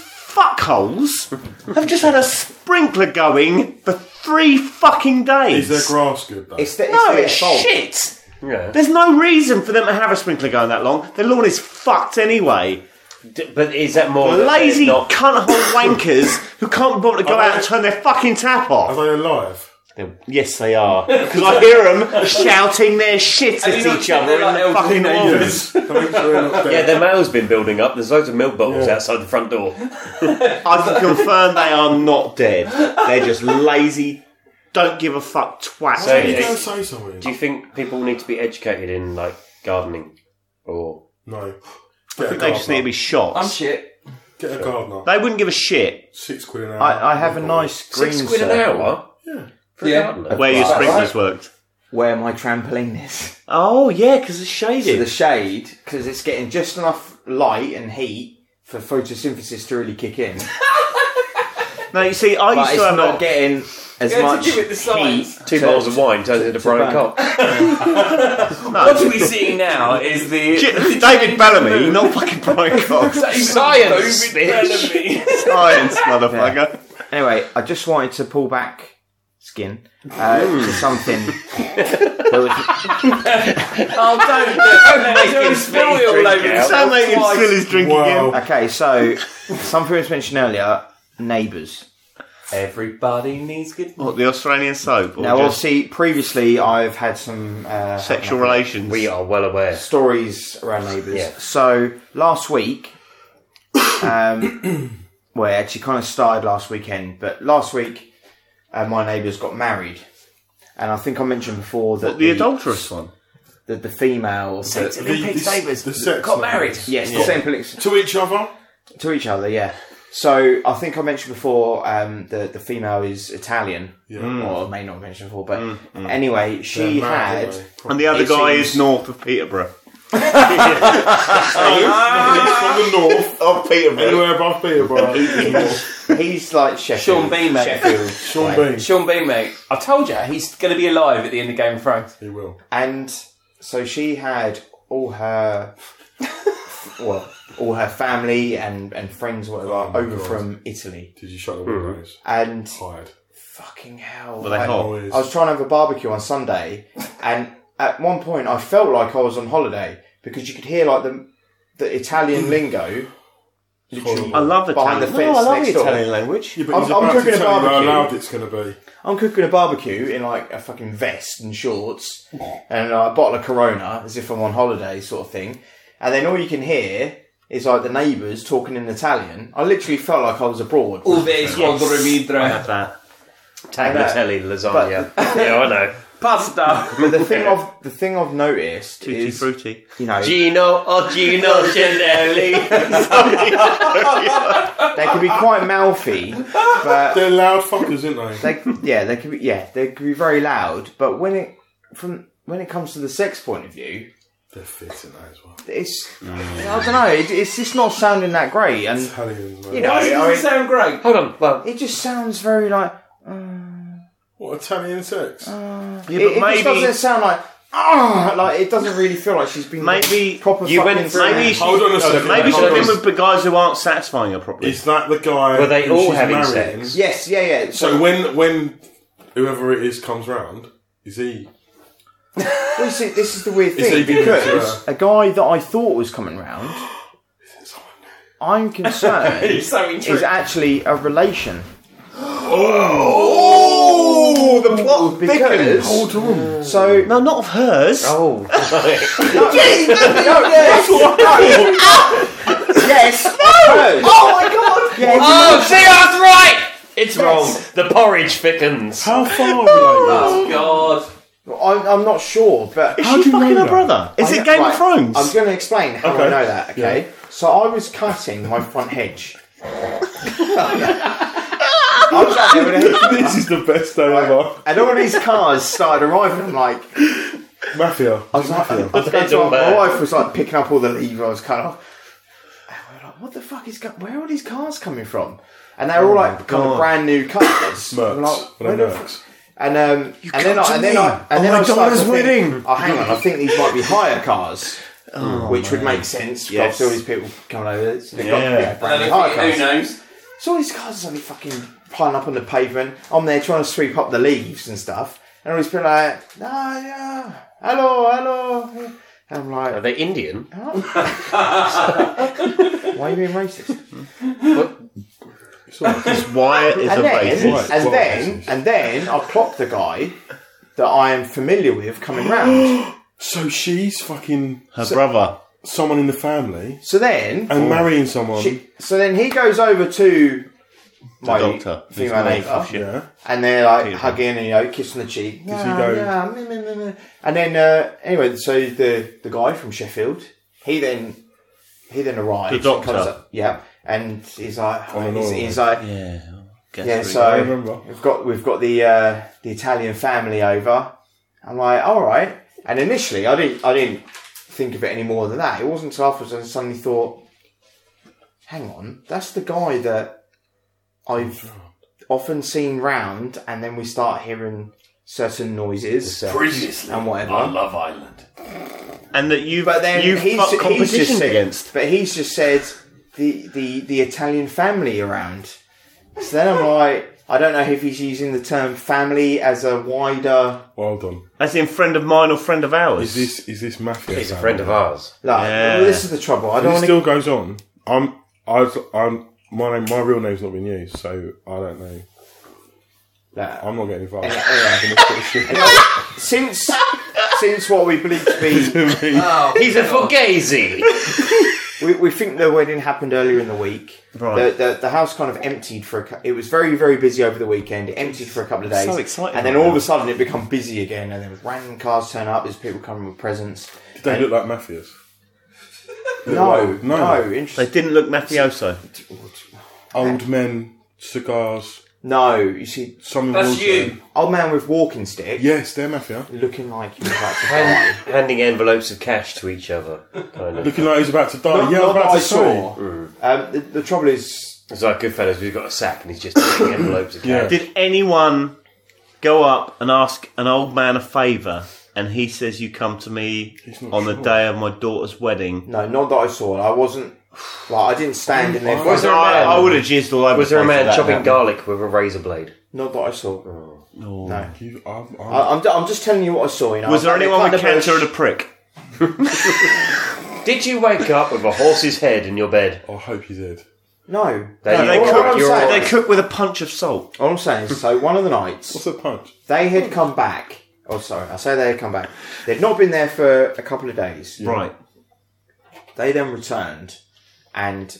fuckholes have just had a sprinkler going for three fucking days. Is their grass good though? it's, the, it's no their fault. shit. Yeah. There's no reason for them to have a sprinkler going that long. Their lawn is fucked anyway. D- but is that more that they're Lazy Not, cunt hole wankers who can't bother to go Are out they- and turn their fucking tap Are off. they alive? Yes, they are. Because I hear them shouting their shit you not at each sure other they're in like the fucking elderly lawns. neighbours? Yes. Make sure they're not yeah, dead. their mail's been building up. There's loads of milk bottles outside the front door. I can confirm they are not dead. They're just lazy, don't give a fuck twats. So- Why don't you go and It's- say something? Do you think people need to be educated in like gardening or No. I Get a think they just need to gardener. be shot. I'm shit. Get a gardener. they wouldn't give a shit Six quid an hour. I, I have a nice green six quid an circle hour? Yeah. For Yeah. a gardener? where your Right, sprinklers worked. where my trampoline is. Oh, yeah, because it's shaded. So the shade, because it's getting just enough light and heat for photosynthesis to really kick in. now, you see, I But used it's to have not a, getting as You had much to give it the heat. signs. Two bottles of wine turns into Brian burn. Cox. What we see now is the Shit, David Bellamy, not fucking Brian Cox. Science, bitch. bitch. Science, motherfucker. Anyway, I just wanted to pull back skin uh, to something. that was, oh, don't don't make him spill it all over Does that make him himself spill twice. his drink Wow. again? okay, so something was mentioned earlier. Neighbours. Everybody needs good. What, the Australian soap? Or Now, just obviously, previously I've had some uh, sexual relations? We are well aware. stories around neighbours. Yeah. So last week, um, well, it actually kind of started last weekend, but last week uh, my neighbours got married, and I think I mentioned before that the adulterous one. the, the female, Sex that- The, Olympics the- neighbours the sex got neighbours. married. yes, the same police- To each other? to each other, yeah. So I think I mentioned before um, the the female is Italian, or I may not have mentioned before, but anyway, Mm. she Mm, They're mad, had. aren't they? And the other It guy seems- is north of Peterborough. It's from the north. Of Peterborough. Anywhere above Peterborough. it's the north. He's like Sheffield. Sean Bean, mate. Sheffield. Sean Bean. Sean Bean, mate. I told you he's going to be alive at the end of Game of Thrones. He will. And so she had all her, well, all her family and, and friends, whatever, Oh my over God. from Italy. Did you shut the windows? And Tired. fucking hell. Were they I, hot? Always. Oh, I was trying to have a barbecue on Sunday, and at one point I felt like I was on holiday because you could hear like the the Italian lingo. Literally I love behind Italian. the fence No, I love next the door. Italian language. Yeah, but I'm- he's I'm about cooking to a tell you how barbecue. loud it's going to be. I'm cooking a barbecue in like a fucking vest and shorts and uh, a bottle of Corona as if I'm on holiday, sort of thing. And then all you can hear is like the neighbours talking in Italian. I literally felt like I was abroad. Uve squadra midra. That. Tagliatelle lasagna. yeah, I know. Pasta. the thing I've the thing I've noticed Tutti is frutti. you know Gino, oh Gino Ginelli. they can be quite mouthy, but They're loud fuckers, aren't they? they yeah they can be yeah they can be very loud. But when it from when it comes to the sex point of view, They're fit, aren't they, as well? it's I don't know it, it's just not sounding that great, and Italians, mate. you know Why I does it mean, sound great? Hold on. Well, it just sounds very like. What, Italian sex? Yeah, it, it but just doesn't maybe. sound like ah, like it doesn't really feel like she's been Maybe proper. you fucking went- through Maybe it. she, Hold on a second. maybe she's Hold on. been with the guys who aren't satisfying her properly. Is that the guy? Were they who all she's having marrying? sex? yes, yeah, yeah. So So when when whoever it is comes round, is he? well, you see, this is the weird Is he thing giving it to because a guy that I thought was coming round, I'm concerned It's so is intriguing. actually a relation. Oh, Oh, the plot thickens. Hold on. So No, not of hers. Oh, right. yes, yes, no. Oh my god! Yes. oh, see, I was right. It's wrong. The porridge thickens. How far are Oh, we? God. I'm, I'm not sure, but Is How she do you know fucking her that? brother? Is I it know- Game right, of Thrones? I'm going to explain how I Okay. know that. Okay, so I was cutting my front hedge. I was out there with a hedge. this is the best day ever. And all these cars started arriving. I'm like, Mafia. I was like, I was going It's all to, my bad. wife was like picking up all the leaves I was cut off. And we were like, what the fuck is going? Where are all these cars coming from? And they were Oh all like kind of brand new cars. Mercs. I'm like, Were they where the Mercs? fuck- and um, and then cut I, and then me. I, and Oh then my I God, started I was to think, winning. Oh Oh, hang on, I think these might be hire cars. which would make sense. Yes. because Obviously, all these people coming over. It's, they've Yeah. got yeah, brand new hire cars. Who knows? So all these cars are suddenly fucking piling up on the pavement. I'm there trying to sweep up the leaves and stuff. And all these people are like, no, yeah, hello, hello. And I'm Are like, they Indian? why are you being racist? This wire is and a then, racist. Right, and well, then, racist. and then I clocked the guy that I am familiar with coming round. So she's fucking Her brother. someone in the family So then, and marrying someone. she, so then he goes over to my doctor. He's female made neighbour. for shit. yeah. and they're like hugging and you know kissing the cheek. he Nah, go- nah, meh, meh, meh, meh. And then uh, anyway, so the the guy from Sheffield, he then he then arrives. The doctor. Oh, comes up, yeah, and he's like, On an he's, oil he's like, yeah, I so remember. we've got we've got the uh, the Italian family over. I'm like, all right. And initially, I didn't I didn't think of it any more than that. It wasn't until afterwards I suddenly thought, hang on, that's the guy that I've often seen round, and then we start hearing certain noises Previously and whatever. Love Island. And that you've, But then you've he's- got he's competition just- against. But he's just said the, the, the Italian family around. So then I'm like, I don't know if he's using the term family as a wider. Well done. As in friend of mine or friend of ours. Is this is this mafia? He's a friend of ours. Like, Yeah. well, this is the trouble. I don't It want still goes on. I'm I I'm my name my real name's not been used, so I don't know. to. I'm not getting involved. Since since what we believe to be, He's a fugazi. we, we think the wedding happened earlier in the week. Right. The, the, the house kind of emptied for a. cou- It was very very busy over the weekend. It emptied for a couple of days. so exciting And then right all of now. a sudden it become busy again. And then random cars turn up. There's people coming with presents. they look like mafias. No, like- no, no. They interesting. didn't look mafioso. Old men, cigars, No, you see, some in That's wheelchair. you. old man with walking stick, Yes, they're mafia. looking like he was about to die. Handing envelopes of cash to each other. Kind of. Looking like he's about to die. yeah, I'm Not about that to I say. saw. Um, the, the trouble is, It's like Goodfellas, we've got a sack and he's just handing envelopes of cash. Did anyone go up and ask an old man a favour and he says, You come to me on the day of my daughter's wedding? no, not that I saw. I wasn't. Like, I didn't stand in there. Was there a I, man? I would have jizzed all over was there a the place man for that, chopping man. garlic with a razor blade? Not that I saw. No. No. Uh, You, I'm, I'm, I, I'm, I'm just telling you what I saw. You know, Was there I- anyone I- with I- cancer and a prick? Did you wake up with a horse's head in your bed? I hope he's dead. No. There No, you they, are. cook, You're saying- they right. cook with a punch of salt. All I'm saying is, so one of the nights, What's that punch? they had come back. Oh, sorry, I say they had come back. They'd not been there for a couple of days. Right. They then returned, and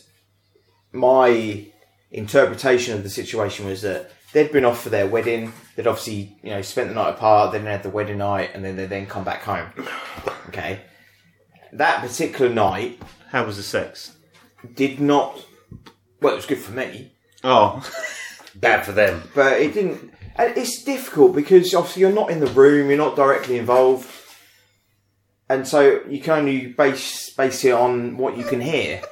my interpretation of the situation was that they'd been off for their wedding. They'd obviously, you know, spent the night apart. Then had the wedding night, and then they then come back home. Okay. That particular night How was the sex? did not. Well, it was good for me. Oh. Bad for them. but it didn't. and It's difficult because obviously you're not in the room, you're not directly involved, and so you can only base base it on what you can hear.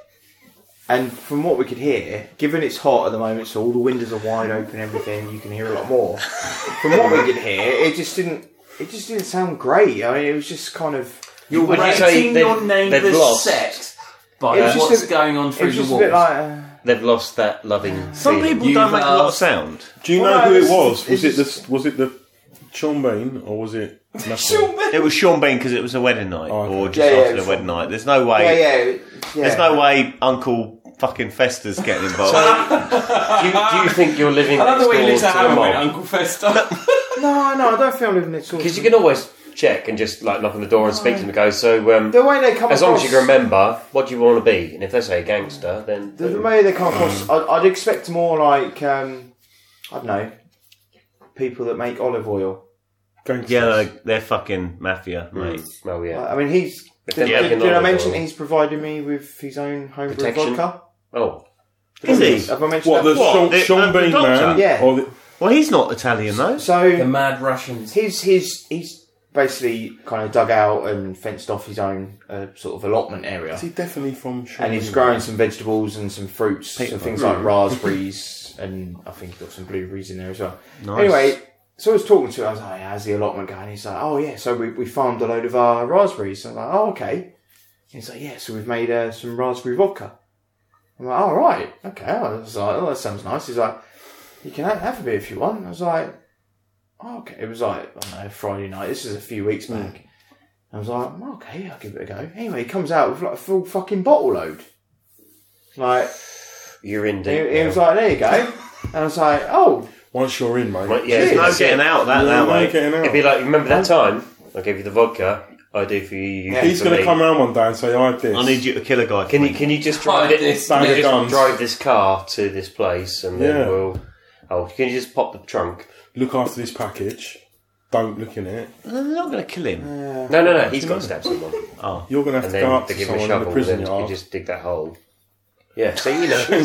And from what we could hear, given it's hot at the moment, so all the windows are wide open, everything you can hear a lot more. From what we could hear, it just didn't. It just didn't sound great. I mean, it was just kind of. You're Would you say rating they've- your they've neighbour's lost? sex by It was just what's a- going on It through was the just a walls. bit like. Uh, They've lost that loving. Some feeling. people You don't make a lot of asked- sound. Do you Well, know no, who it's- it was? Was it's it the was it the Sean Bain or was it Sean It was Sean Bean because it was a wedding night, Oh, okay. or just Yeah, yeah, after it was the wedding night. There's no way. yeah, yeah, yeah. There's no way Uncle fucking Fester's getting involved. Do you, do you think you're living I love next the way door he lives to at a home, mob? Uncle Fester. No, no, I don't feel living at all. Because you can always check and just like knock on the door and speak to them and go, so um, The way they come as long across, as you can remember, what do you want to be? And if they say gangster, then the way they come across, I'd, I'd expect more like um, I don't know, people that make olive oil. Yeah, they're, they're fucking mafia, mate. Mm. well, yeah. I mean, he's. If they're Did, did, making did I olive mention oil. he's provided me with his own homebrew Protection? vodka? Oh, Is he? Have I mentioned What, that? the Sean, The- Sean the- the Bean doctor? man? Yeah. Or the, Well, he's not Italian though. The So mad Russians. he's he's he's basically kind of dug out and fenced off his own uh, sort of allotment area, is he definitely from Sean and he's Bean? growing some vegetables and some fruits, and things like raspberries, and I think he's got some blueberries in there as well. Anyway, so I was talking to him. I was like, "How's the allotment going?" He's like, "Oh yeah, so we, we farmed a load of our raspberries." I'm like, "Oh okay." He's like, "Yeah, so we've made uh, some raspberry vodka." I'm like, "All right, okay." I was like, "Oh, that sounds nice." He's like, "You can ha- have a bit if you want." I was like, oh, "Okay." It was like I don't know Friday night. This is a few weeks back. I was like, "Well, "Okay, I'll give it a go." Anyway, he comes out with like a full fucking bottle load. Like you're in he, deep. he now. was like, "There you go," and I was like, "Oh, Once you're in, mate. Right, yeah, Cheers. it's No like- getting out that that no way. getting out. it'd be like, remember that time I gave you the vodka? I do for you. you Yeah. do He's for going to me. come around one day and say, I had this. I need you to kill a guy. Can you can you just Try drive it? this. Can you Bag of just guns. drive this car to this place and then Yeah. we'll. Oh, can you just pop the trunk? Look after this package. Don't look in it. They're not going to kill him. No, no, no. He's got to stab someone, You're going to and have to go then up they to give him a someone shovel, in the and prison then you yard. just dig that hole. Yeah, so you know.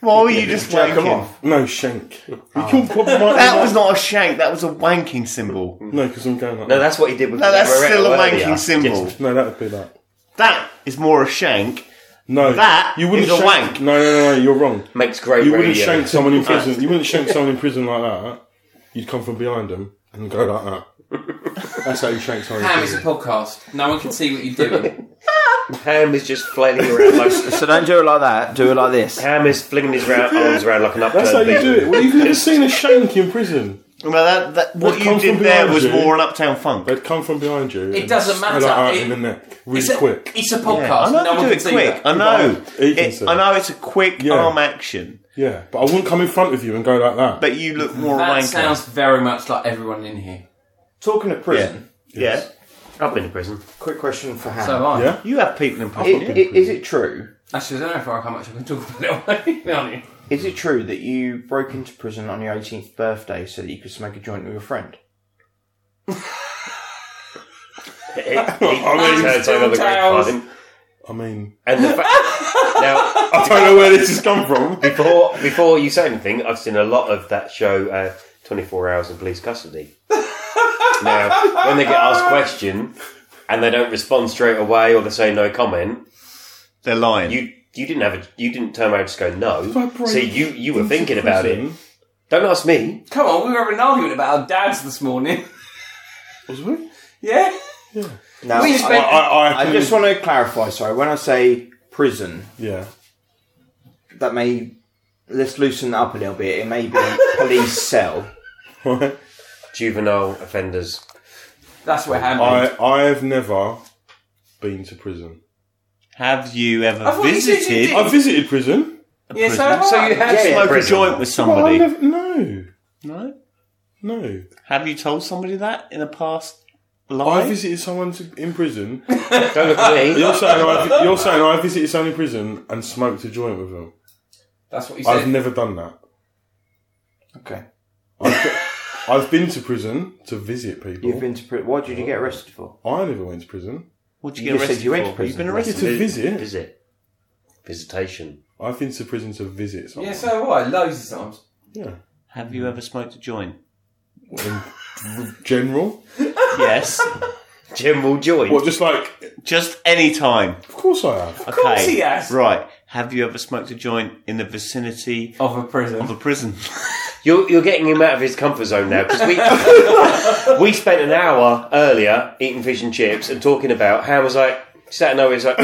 Why were you just jerk 'em off." No, shank. We Oh. can probably might That was not a shank. That was a wanking symbol. No, because I'm going like No, that. that's what he did with No, that's Barretto still a earlier. wanking symbol. No, that would be that. That is more a shank. No, That you wouldn't is a shank. wank. No, no, no, no, you're wrong. Makes great You radio. wouldn't shank someone in prison. You wouldn't shank someone in prison like that. You'd come from behind them and go like that. That's how you shank someone. In Ham is a prison. podcast. No one can see what you're doing. Ham is just flailing around like So don't do it like that. Do it like this. Ham is flinging his ra- arms around like an upturned That's how you beetle. do it. Well, you've never seen a shank in prison. Well, that, that what They'd you come did from there behind was you. more an uptown funk. They'd come from behind you. It and doesn't smack matter. Out It- in the neck, It's really a, quick. It's a Yeah, podcast. I know no you one do can it see quick. that. I know. He can It- see I it. know it's a quick Yeah. arm action, Yeah, but I wouldn't come in front of you and go like that. but you look more That wanker. sounds very much like everyone in here. Talking of prison, yeah. I've been to prison. quick question for So uh, Hannah. am I. Yeah. You have people in I- i- prison. yeah. is it true? Actually, I don't know if I, how much I can talk about it. on Is it true that you broke into prison on your 18th birthday so that you could smoke a joint with your friend? He turns over the great towels. pardon. I mean, And the fact now I don't know where this has come from. before before you say anything, I've seen a lot of that show, uh, Twenty Four Hours in Police Custody. now, when they get asked a question and they don't respond straight away or they say no comment, They're lying. you you didn't have a you didn't turn around and just go no. Vibrate So you you were into thinking about it. prison. Don't ask me. Come on, we were having an argument about our dads this morning. Was we? Yeah? Now, We I, spent. I, I, I just want to clarify, sorry, when I say prison, yeah. that may, let's loosen that up a little bit, it may be police cell. Right. Juvenile offenders. that's where Ham is. I I've never been to prison. have you I ever thought you said you visited? did. I visited prison. Yeah, so, prison. have So I. you had Yeah, Smoke a prison. joint with But I somebody. never. No, No. no. Have you told somebody that in a past I life? visited someone to, in prison. Don't look at me. You're saying I, you're saying I visited someone in prison and smoked a joint with them. That's what you I've said. never done that. Okay. I've been to prison to visit people. You've been to prison. What did you get arrested for? I never went to prison. What did You you get just said arrested you went to for? You've prison. been Yeah, arrested. to visit. Visit. Visitation. I've been to prison to visit someone. Yeah, so have I. Loads of times. Yeah. Have you ever smoked a joint? General. yes. Jim will join. What? Just like. Just any time. Of course I have. Of course he has. Right. Have you ever smoked a joint in the vicinity Of a prison. of a prison? You're, you're getting him out of his comfort zone now because we we spent an hour earlier eating fish and chips and talking about how was like sat and I was like,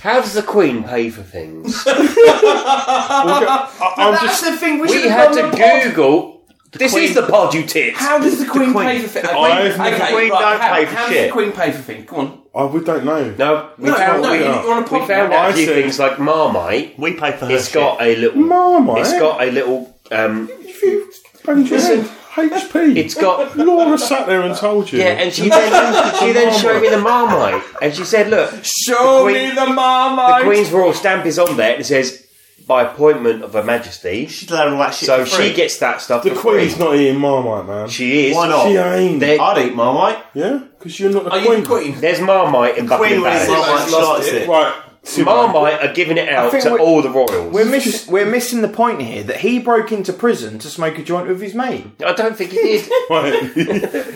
how does the Queen pay for things? I, am That's just. the thing we, We should have had done to on the pod. Google. This is the pod, you tits. How does the Queen, pay for things? I've never- okay, Queen right, don't how, pay for how does shit. the Queen pay for things? Come on. I, we don't know. no, Uh, we No, found, no, we, you- you're on a we pod found now. out a few I see. things like Marmite. we pay for her It's shit. got a little. Marmite? It's got a little. Um, If you banged your head. HP. It's got Laura sat there and told you. yeah, and she then she then showed me the marmite, and she said, "Look, Show The Queen- me the the marmite. Queen's Royal Stamp is on there, and it says." By appointment of Her Majesty, She's allowing all that shit. so for free. she gets that stuff. the for Queen's free. not eating Marmite, man. She is. Why not? She ain't. There- I'd eat Marmite. Yeah? Because you're not the Are you Queen. the Queen? There's Marmite and Buckingham Queen wins Palace. Marmite, she Lost likes it. it. Right. Marmite are giving it out think to we- all the royals. We're, miss- we're missing the point here that he broke into prison to smoke a joint with his mate. I don't think he did.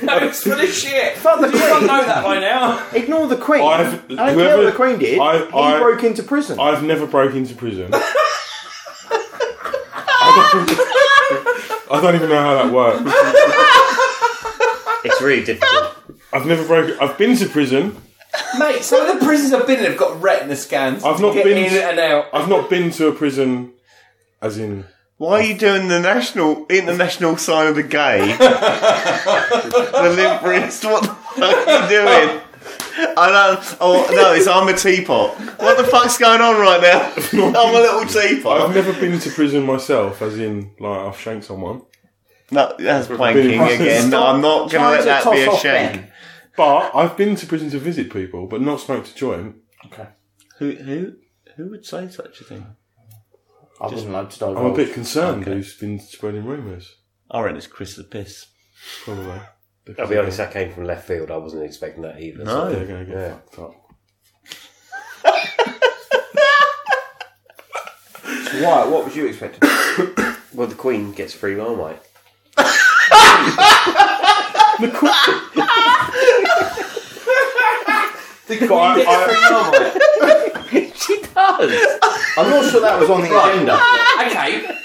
No, it's full of shit. Fuck the You don't Queen. know that by now. Ignore the Queen. I I've- don't care whoever- what the Queen did. I- he I- broke into prison. I've never broke into prison. I, don't, I don't even know how that works. It's really difficult. I've never broken. I've been to prison. Mate, some of the prisons I've been in have got retina scans. I've not Get been- in and out. I've not been to a prison, as in. Why are you doing the national international sign of the gay? the limp wrist. What the fuck are you doing? I know. Oh no, it's I'm a teapot. What the fuck's going on right now? I'm a little I've teapot. never been to prison myself, as in like I've shanked someone. No, that's wanking again. No, I'm not going to let that be a shame. But I've been to prison to visit people, but not smoked a joint. Who who who would say such a thing? I wouldn't like to divulge. I'm a bit concerned. Who's been spreading rumours? I reckon it's Chris the piss. Probably. I'll be honest, that came from left field. I wasn't expecting that either. so- They're going to get fucked up. Why? What was you expecting? Well, the Queen gets free Marmite. But I, I, She does. I'm not sure that was on the agenda. Okay.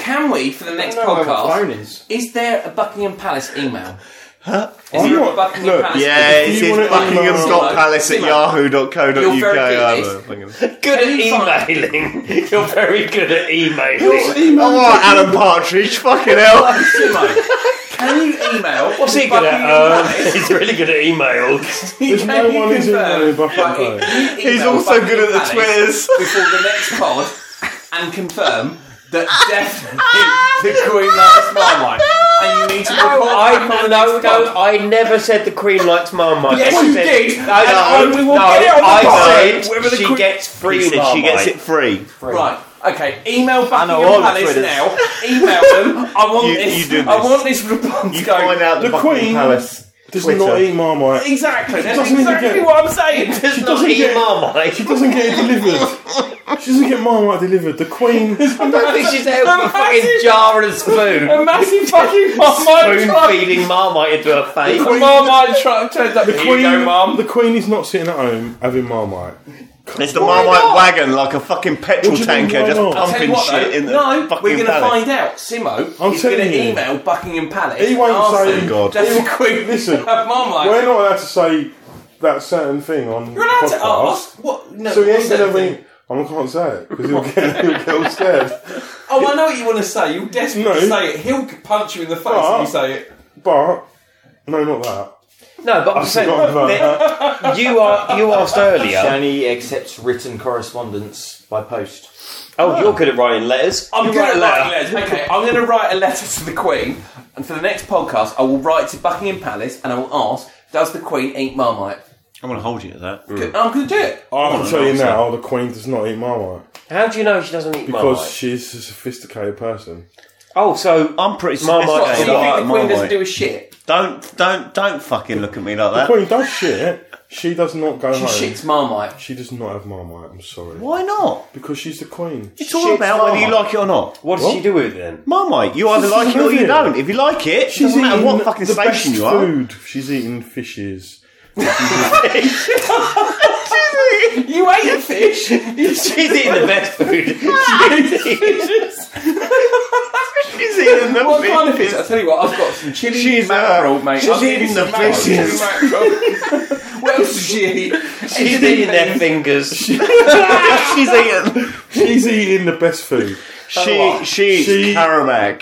Can we, for the next I don't know where my podcast, phone is. is there a Buckingham Palace email? Is there a not- Buckingham look, Palace Yeah, email? it's you wanna- Simo, buckingham.palace at Simo, you're very good yahoo.co.uk. Good at Can you find- emailing. You're very good at emailing. All right, Oh, Alan Partridge, fucking hell. Simo, can you email? What's He's good uh, at, um, he's really good at emails. There's no one who's emailing Buckingham Palace. He's also good at the Twitters. Before the next pod, and confirm that definitely the Queen likes Marmite, and you need to report. I back on the no next pod. no. I never said the Queen likes Marmite. Yes, I you said- did. No, And no, I- we will no, get it on the I pod. said Whether the she Queen- gets free He said Marmite. she gets it free. Right. Okay. Email Buckingham all the Palace Twitters. now. Email them. I want You- this. you do I this. want this response. You going. find out the, The Buckingham Queen- Palace. does Twitter. not eat Marmite. Exactly. That's Doesn't even exactly get- what I'm saying. She doesn't eat get Marmite. She doesn't get it delivered. She doesn't get Marmite delivered. The Queen. I don't think she's out with a fucking Imagine- jar and a spoon. A massive fucking Marmite Spoon truck. feeding Marmite into her face. A Marmite truck turns up. The Here Queen you go, Mum. The Queen is not sitting at home having Marmite. It's the Marmite wagon, like a fucking petrol What do you mean, tanker, why just not? I'll I'll tell you pumping what, shit though, in the no, fucking we're going to palace. find out. Simo I'm is going telling to you. email Buckingham Palace. He won't and ask say- them, God. Does the Queen Listen, have Marmite? We're not allowed to say that certain thing on You're allowed the to podcast. ask. What? No, So he what's ain't gonna that thing? ring. I can't say it because he'll get, he'll get all scared. Oh, I know what you want to say. You're desperate No. to say it. He'll punch you in the face if But- you say it. But no, not that. No, but I'm saying Not that. that you are you asked earlier. Danny accepts written correspondence by post. Oh, you're good at writing letters. I'm You going write to a write letters. Okay, I'm going to write a letter to the Queen, and for the next podcast, I will write to Buckingham Palace and I will ask, does the Queen eat Marmite? I'm going to hold you to that. And I'm going to do it. I can tell you now, the Queen does not eat Marmite How do you know she doesn't eat because Marmite? she's a sophisticated person. Oh, so I'm pretty Marmite What, Okay, so you sophisticated. no, think like the Queen doesn't Marmite. do a shit? Don't, don't, don't fucking look at me like The that. Queen does shit. She does not go She home. shits Marmite. She does not have Marmite. I'm sorry. Why not? Because she's the Queen. It's all about whether you like it or not. what does she do with it then? Marmite, you either She's like it or you loving it. don't. If you like it, She's doesn't matter eating what fucking the station best you are. Food. She's eating fishes. You ate fish. She's eating the best food. She's eating the What kind of fish. fish? I tell you what, I've got some chili She's, uh, mackerel, mate. she's I've eating eaten the some mackerel, fishes. chili mackerel. what else did she eat? She's eating their fingers. She's eating. She's eating the best food. She, she, She- she, Caramac.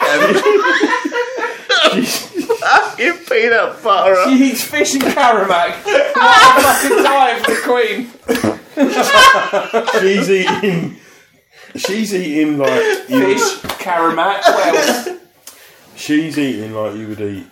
Fucking peanut butter. She eats fish and Karamak. What a fucking time for the Queen. She's eating. She's eating like you- Fish, Karamak, what else? She's eating like you would eat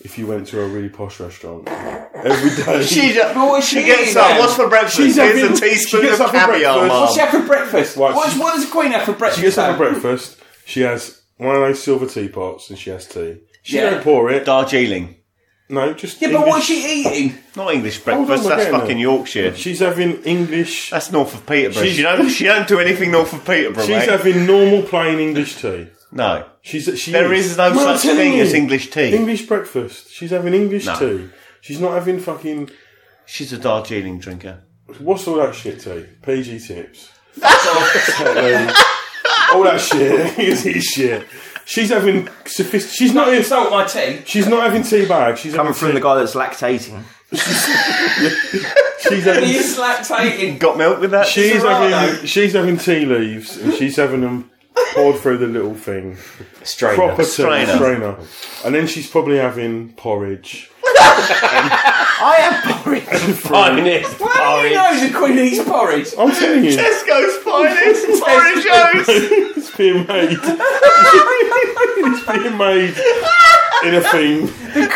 if you went to a really posh restaurant every day. She, just, But what's she she gets eating up. then? What's for breakfast? She's Here's having- a teaspoon she gets of up for caviar, breakfast. mum. What's she have for breakfast? Right, What's, she- what does a queen have for breakfast? she gets up then? for breakfast. She has one of those silver teapots and she has tea. She Yeah. don't pour it. Darjeeling. No, just Yeah, but what's she eating? Not English on, breakfast. we're that's getting fucking there. Yorkshire. She's having English. That's north of Peterborough. She's- She don't. She don't do anything north of Peterborough. She's mate. having normal plain English tea. no. She's she There is no I'm such telling thing you. as English tea. English breakfast. She's having English No. tea. She's not having fucking She's a Darjeeling drinker. what's all that shit tea? PG tips. Tottenham. all that shit. Is his shit. She's having sophist. She's not. Don't insult my tea. She's not having tea bags. She's Coming having from the tea, guy that's lactating. She's having. He's lactating. Got milk with that? She's Serrano. having. She's having tea leaves, and she's having them poured through the little thing. Strainer. Proper tea, Strainer. strainer. And then she's probably having porridge. I am boring. Finest How do you know the queen eats porridge? I'm telling you, it's Tesco's finest porridge Joe's. being made. it's being made in a thing.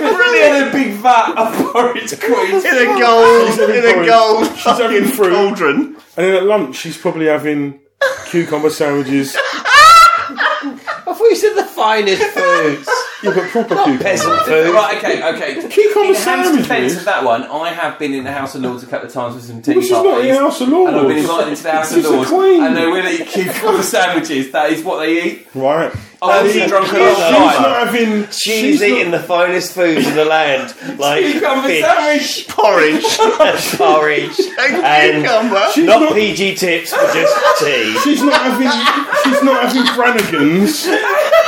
Brilliant, a big vat of porridge queen. in a gold, having in a porridge. gold having fucking fruit. cauldron. And then at lunch, she's probably having cucumber sandwiches. I thought you said the finest foods. Yeah, but proper cucumber. Peasant food. Right, okay, okay. Cucumber In Ham's defence sandwiches. of that one, I have been in the House of Lords a couple of times with some tea Which is not in parties. the House of And I've been invited Lords. into the House of She's a Lords, queen. and they will eat cucumber sandwiches. That is what they eat. Right. I was She's drunk all night. not having. She's, eating the finest foods in the land, like Cucumber fish, sandwich. Porridge. porridge, and cucumber. She's not, not, PG tips, but just tea. she's not having. She's not having Brannigan's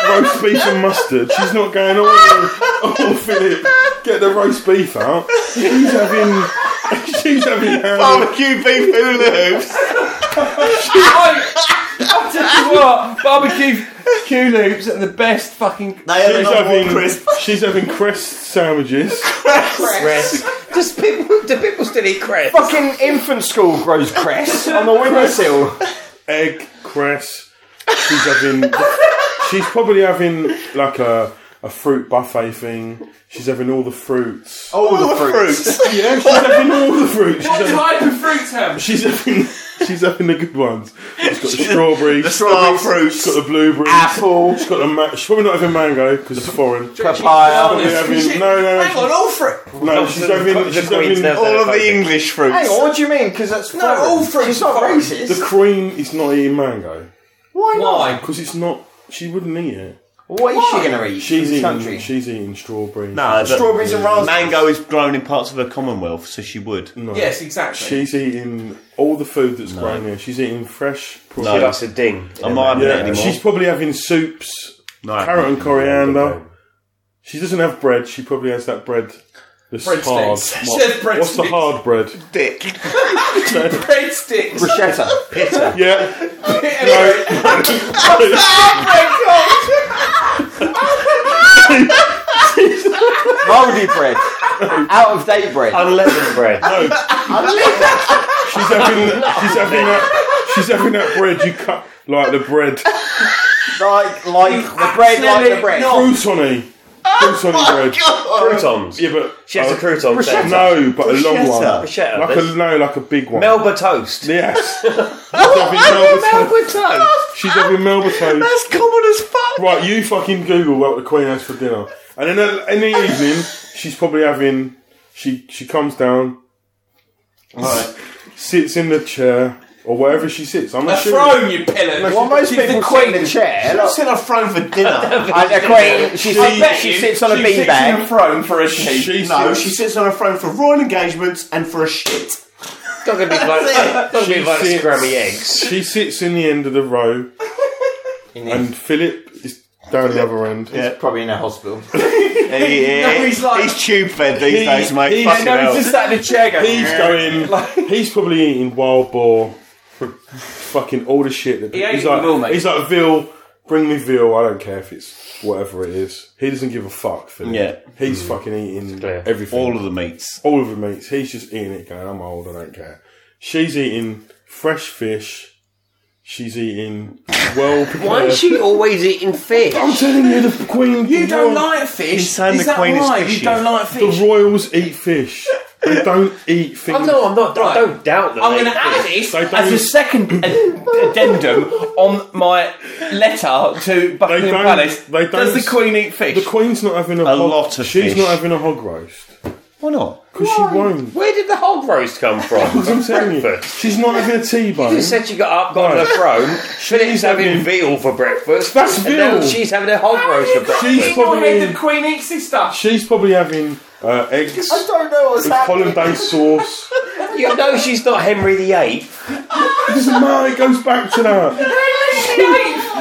roast beef and mustard. She's not going. Oh, oh Philip, get the roast beef out. She's having. She's having. Oh, ham. Barbecue beef hula hoops. I I tell you what, barbecue Q loops are the best fucking. she's having. She's having crest sandwiches. Rest. Does people, do people still eat crepes? Fucking infant school grows cress on the windowsill. egg cress. She's having. she's probably having like a a fruit buffet thing. She's having all the fruits. All Oh the fruits. yeah, she's having all the fruits. She's What having, type of fruit have? she's having. She's having the good ones. She's got the strawberries. The star fruits. She's got the blueberries. Apple. She's got the ma- she's probably not having mango because it's foreign. Papaya. Probably having, no, no, no. Hang on, all fruit. no, she's having, she's having All of the English fruits. Hang on, what do you mean? Because that's No, all fruits She's not are foreign. racist. the queen is not eating mango Why not? Why? because it's not. She wouldn't eat it. What is she going to eat? She's in this eating. country. She's eating strawberries. Uh, No, but Strawberries and raspberries. Mango is grown in parts of the Commonwealth, so she would. Yes, exactly. She's eating all the food that's grown here. She's eating fresh No. produce. That's a ding. I'm not having Yeah, that anymore. she's probably having soups, no, carrot and coriander. She doesn't have bread. She probably has that bread. That's Breadsticks. hard. She What- has breadsticks. What's the hard bread? dick. Breadsticks. Bruschetta. Yeah. Mouldy bread. Out of date bread. Unleavened bread. She's having. she's having that. She's having that bread. You cut like the bread. Like, like the bread, like the bread. Croutony. Croutony bread. Croutons. Yeah, but uh, She has a crouton. Bruschetta. no, but a long one. Bruschetta. Bruschetta. Like That's- a no, like a big one. Melba toast. Yes. she's having Melba toast. toast. She's having Melba toast. That's common as fuck. Right, you fucking Google what the Queen has for dinner, and in the, in the evening she's probably having. She she comes down, right, sits in the chair or wherever she sits. I'm A not sure. throne, you pillar. Well, most She's the people queen. sit in a chair. Look, Sit on a throne for dinner. and the queen, she, I bet sits, she you sits on a she sits in a beanbag. throne for a sheep. She no, sits- she sits on a throne for royal engagements and for a shit. Not gonna be like, not gonna be like sits- scrammy eggs. she sits in the end of the row, and Philip is down the other end. Yeah. Probably in a hospital. No, he's like- he's tube fed these He- days, mate. he- Fucking No, hell. he's just sat in a chair going. He's going. He's probably eating wild boar, for fucking all the shit that ain't he's eating like. veal, mate. He's like veal. Bring me veal. I don't care if it's whatever it is. He doesn't give a fuck. Philip. Yeah. he's fucking eating clear. everything. all of the meats. all of the meats. He's just eating it, going, "I'm old. I don't care." She's eating fresh fish. She's eating well prepared. Why is she always eating fish? I'm telling you, the Queen. You the don't royal- like fish. Is saying the that Queen is why you fishy. don't like fish? The royals eat fish. They don't eat fish. Oh, no, I'm not. I don't doubt that. Ah, I'm they- going to add this They as don't- a second ad- addendum on my letter to Buckingham don't- Palace. they don't Does s- the Queen eat fish? The Queen's not having a, hog, lot of She's fish. not having a hog roast Why not? because she won't. Where did the hog roast come from? I'm telling you, Breakfast. she's not having a T-bone. You said she got up, got on Right. her throne. Philip's having having- veal for breakfast. That's and now veal. she's having a hog roast for breakfast. She's probably Queen eats this stuff. she's probably having uh, eggs I don't know what's with happening. hollandaise sauce. You know she's not Henry VIII. No, it goes back to that.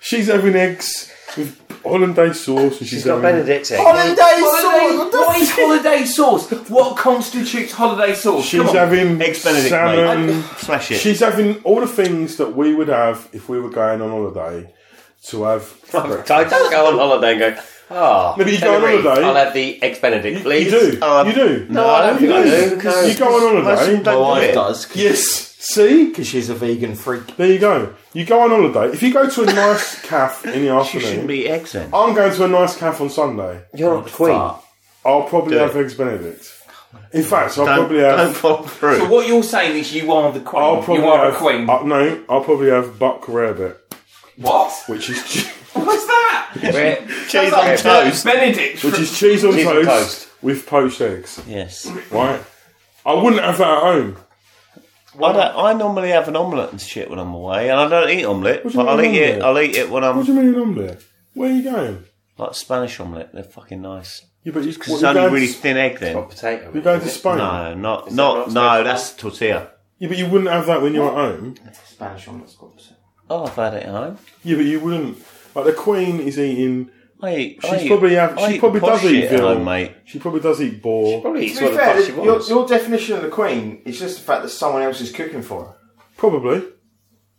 She's having eggs with hollandaise sauce, and she's, She's not having Benedict. Holiday sauce. Holiday, what is holiday sauce? What constitutes holiday sauce? she's Come on. having Eggs Benedict, salmon. mate. Smash it. She's having all the things that we would have if we were going on holiday to have. I don't go on holiday and go, ah. Maybe you go on Henry, holiday. I'll have the eggs Benedict, You please. do. Oh, you do. No, I don't think I do. No. You go on holiday. My wife it. does. Cause, Yes. See, 'cause she's a vegan freak. there you go. You go on holiday. If you go to a nice cafe in the She shouldn't afternoon, be eggs then. I'm going to a nice cafe on Sunday. You're not the queen. I'll probably Do Oh, have eggs Benedict. In fact, I'll Don't, probably have. don't follow through. So what you're saying is you are the queen. I'll probably you are have, a queen. uh, no, I'll probably have buck rarebit, what? which is che- What's that? We're- Cheese on toast. Benedict. which is cheese on Cheese on toast, toast. with poached eggs. Yes. Right. I wouldn't have that at home. I, don't, I normally have an omelette and shit when I'm away, and I don't eat omelette, What but do you I'll mean eat it. omelette? I'll eat it when What I'm do you mean on there? Where are you going? like Spanish omelette. They're fucking nice. Yeah, but you, what, Because it's you're only going really to- thin egg then. Got potato. You're going to Spain. No, not not not Spanish no. That's tortilla. Yeah, but you wouldn't have that when you're at home. Spanish omelette's called. Oh, I've had it at home. Yeah, but you wouldn't. Like the Queen is eating. I eat. I She's eat- probably have, I she probably posh does eat shit at veal, home, mate. She probably does eat boar. Probably To eats be what the fuck fair, she your, wants. your definition of the queen is just the fact that someone else is cooking for her. Probably.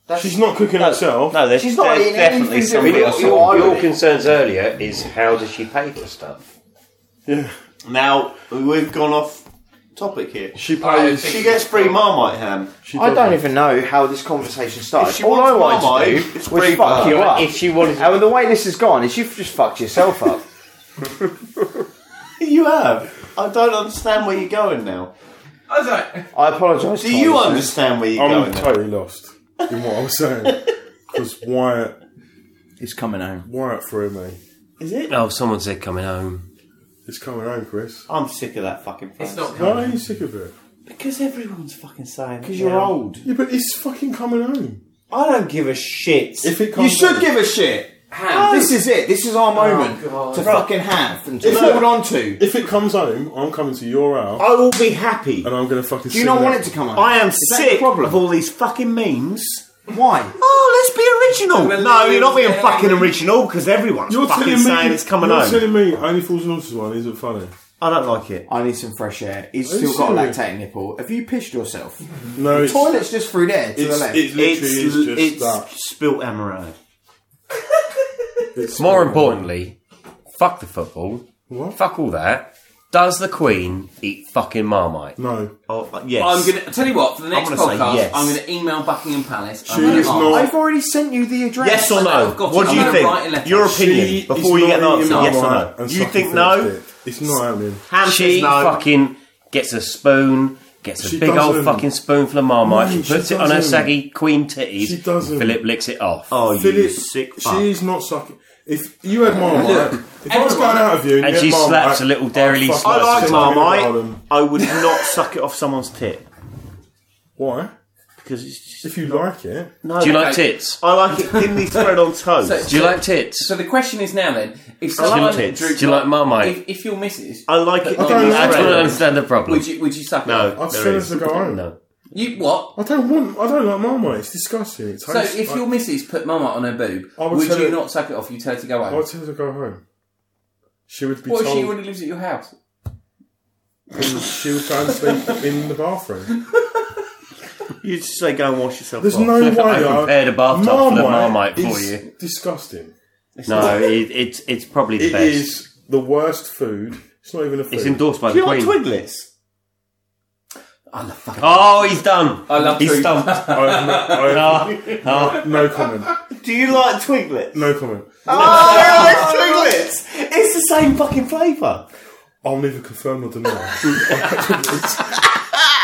That's, She's not cooking herself. No, Oh, there's, She's not there's eating definitely anything I something mean, different. else. your, Somebody your, else. your concerns earlier is how does she pay for stuff? Yeah. Now we've gone off topic here. She pays. She gets free Marmite ham. she I does don't that. even know how this conversation started. If she All I wants wanted to Marmite, it's do was free fuck bar. you up. If she wanted to and the way this has gone is you've just fucked yourself up. You have. I don't understand where you're going now. I don't. I apologise. Do you understand where you're I'm going? now? totally lost in what I'm saying. Because Wyatt, It's coming home. Wyatt threw me. Oh, someone said coming home. It's coming home, Chris. I'm sick of that fucking. Phrase. It's not Why are you sick of it? because everyone's fucking saying. Because You're old. Yeah, but it's fucking coming home. I don't give a shit. If it You comes should home- give a shit. How? This is it. This is Oh, our moment God. to fucking have and to No. hold on to. If it comes home, I'm coming to your house I will be happy. and I'm going to fucking. Do you not want it to come on? I am Is that the sick problem? of all these fucking memes. Why? Oh, let's be original. Well, No, you're not being yeah. fucking original because everyone's You're fucking telling saying me it's coming you're home. telling me only Fools and Horses one isn't funny. I don't like it. I need some fresh air. He's Are you still got a serious? lactating nipple. Have you pissed yourself? No, it's, Toilet's just through there to the it's, left. it literally It's is l- just it's that. spilt amaretto. It's More importantly, fuck the football. What? Fuck all that. Does the Queen eat fucking Marmite? No, Oh uh, yes. I'm gonna tell you what. For the next I'm gonna say podcast, yes. I'm gonna email Buckingham Palace. She I'm gonna is ask. not- I've already sent you the address. Yes or I know, no? I've got What it. do I'm you gonna write a think? letter. Your She opinion She before is you get an not eating answer. my Yes or right no? and You sucking think no? Phil's dick. It's not happening. Ham She says no. fucking gets a spoon, gets a She big doesn't. old fucking spoonful of Marmite, No, she puts she it on her doesn't. saggy queen titties. She doesn't. Philip licks it off. Oh, you Philip, sick fuck. she's not sucking. If you had Marmite, if I was going out of you and, And you had she Marmite, slaps a little Dairy I'd Lee fucking I slice like That's suck it out of Marmite. them. I would not suck it off someone's tit Why? because it's just, If you like it, no. Do you like Okay. tits? I like it thinly spread on toast. So- Do you like tits? So the question is now then: If like someone tits. drew- Do you like Marmite? If, if your missus, I like it. I thinly don't I like don't spread. understand the problem. would you would you suck it? No, I'd there send is. us to go home. No. You what? I don't want. I don't like Marmite. It's disgusting. It tastes. So if like, your missus put Marmite on her boob, I would would tell you her- not suck it off? You tell her to go I home. would tell her to go home. She would be What if told she already lives at your house? she would go and sleep in the bathroom. You just say go and wash yourself. There's off. no way. I prepared a bathtub full of Marmite for is you. Disgusting. No, it, it's it's probably the It best. is the worst food. It's not even a food. It's endorsed by Do the you like Queen. Twiglets? I love fucking. Oh, he's done. I love He's Twix. done. I have no, I have no comment. Do you like Twiglets? No comment. Oh, it's Twiglets! It's the same fucking flavour. I'll neither confirm nor deny.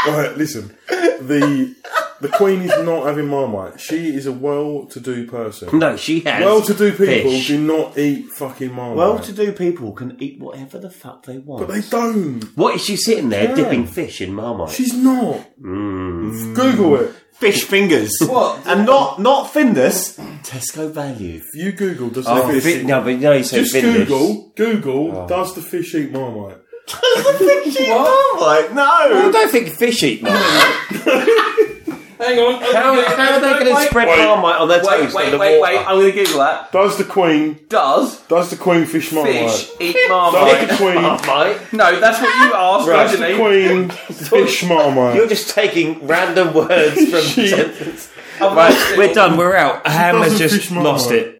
Alright, listen. The the Queen is not having Marmite. She is a well to do person. No, she has. Well to do people fish. do not eat fucking Marmite. Well to do people can eat whatever the fuck they want. But they don't. What is she sitting there dipping fish in Marmite? She's not. Mm. Google it. Fish fingers. What? And not not thinness. Tesco value. If you Google does Oh, the fish fi- no, but no, you say Just finish. Google. Google Oh. does the fish eat Marmite? Marmite, I no! don't think fish eat Marmite. Hang on. how, how are they going to spread Marmite on their Wait, toast wait, under wait, water? wait. I'm going to Google that. Does the Queen? Does Does the Queen fish Marmite? fish eat Does the marmite? Queen? Marmite? no, that's what you asked Does the originally. Queen fish Marmite? You're just taking random words from She- sentences. I'm Right, asking- we're done. We're out. Ham has doesn't just fish Marmite. lost it.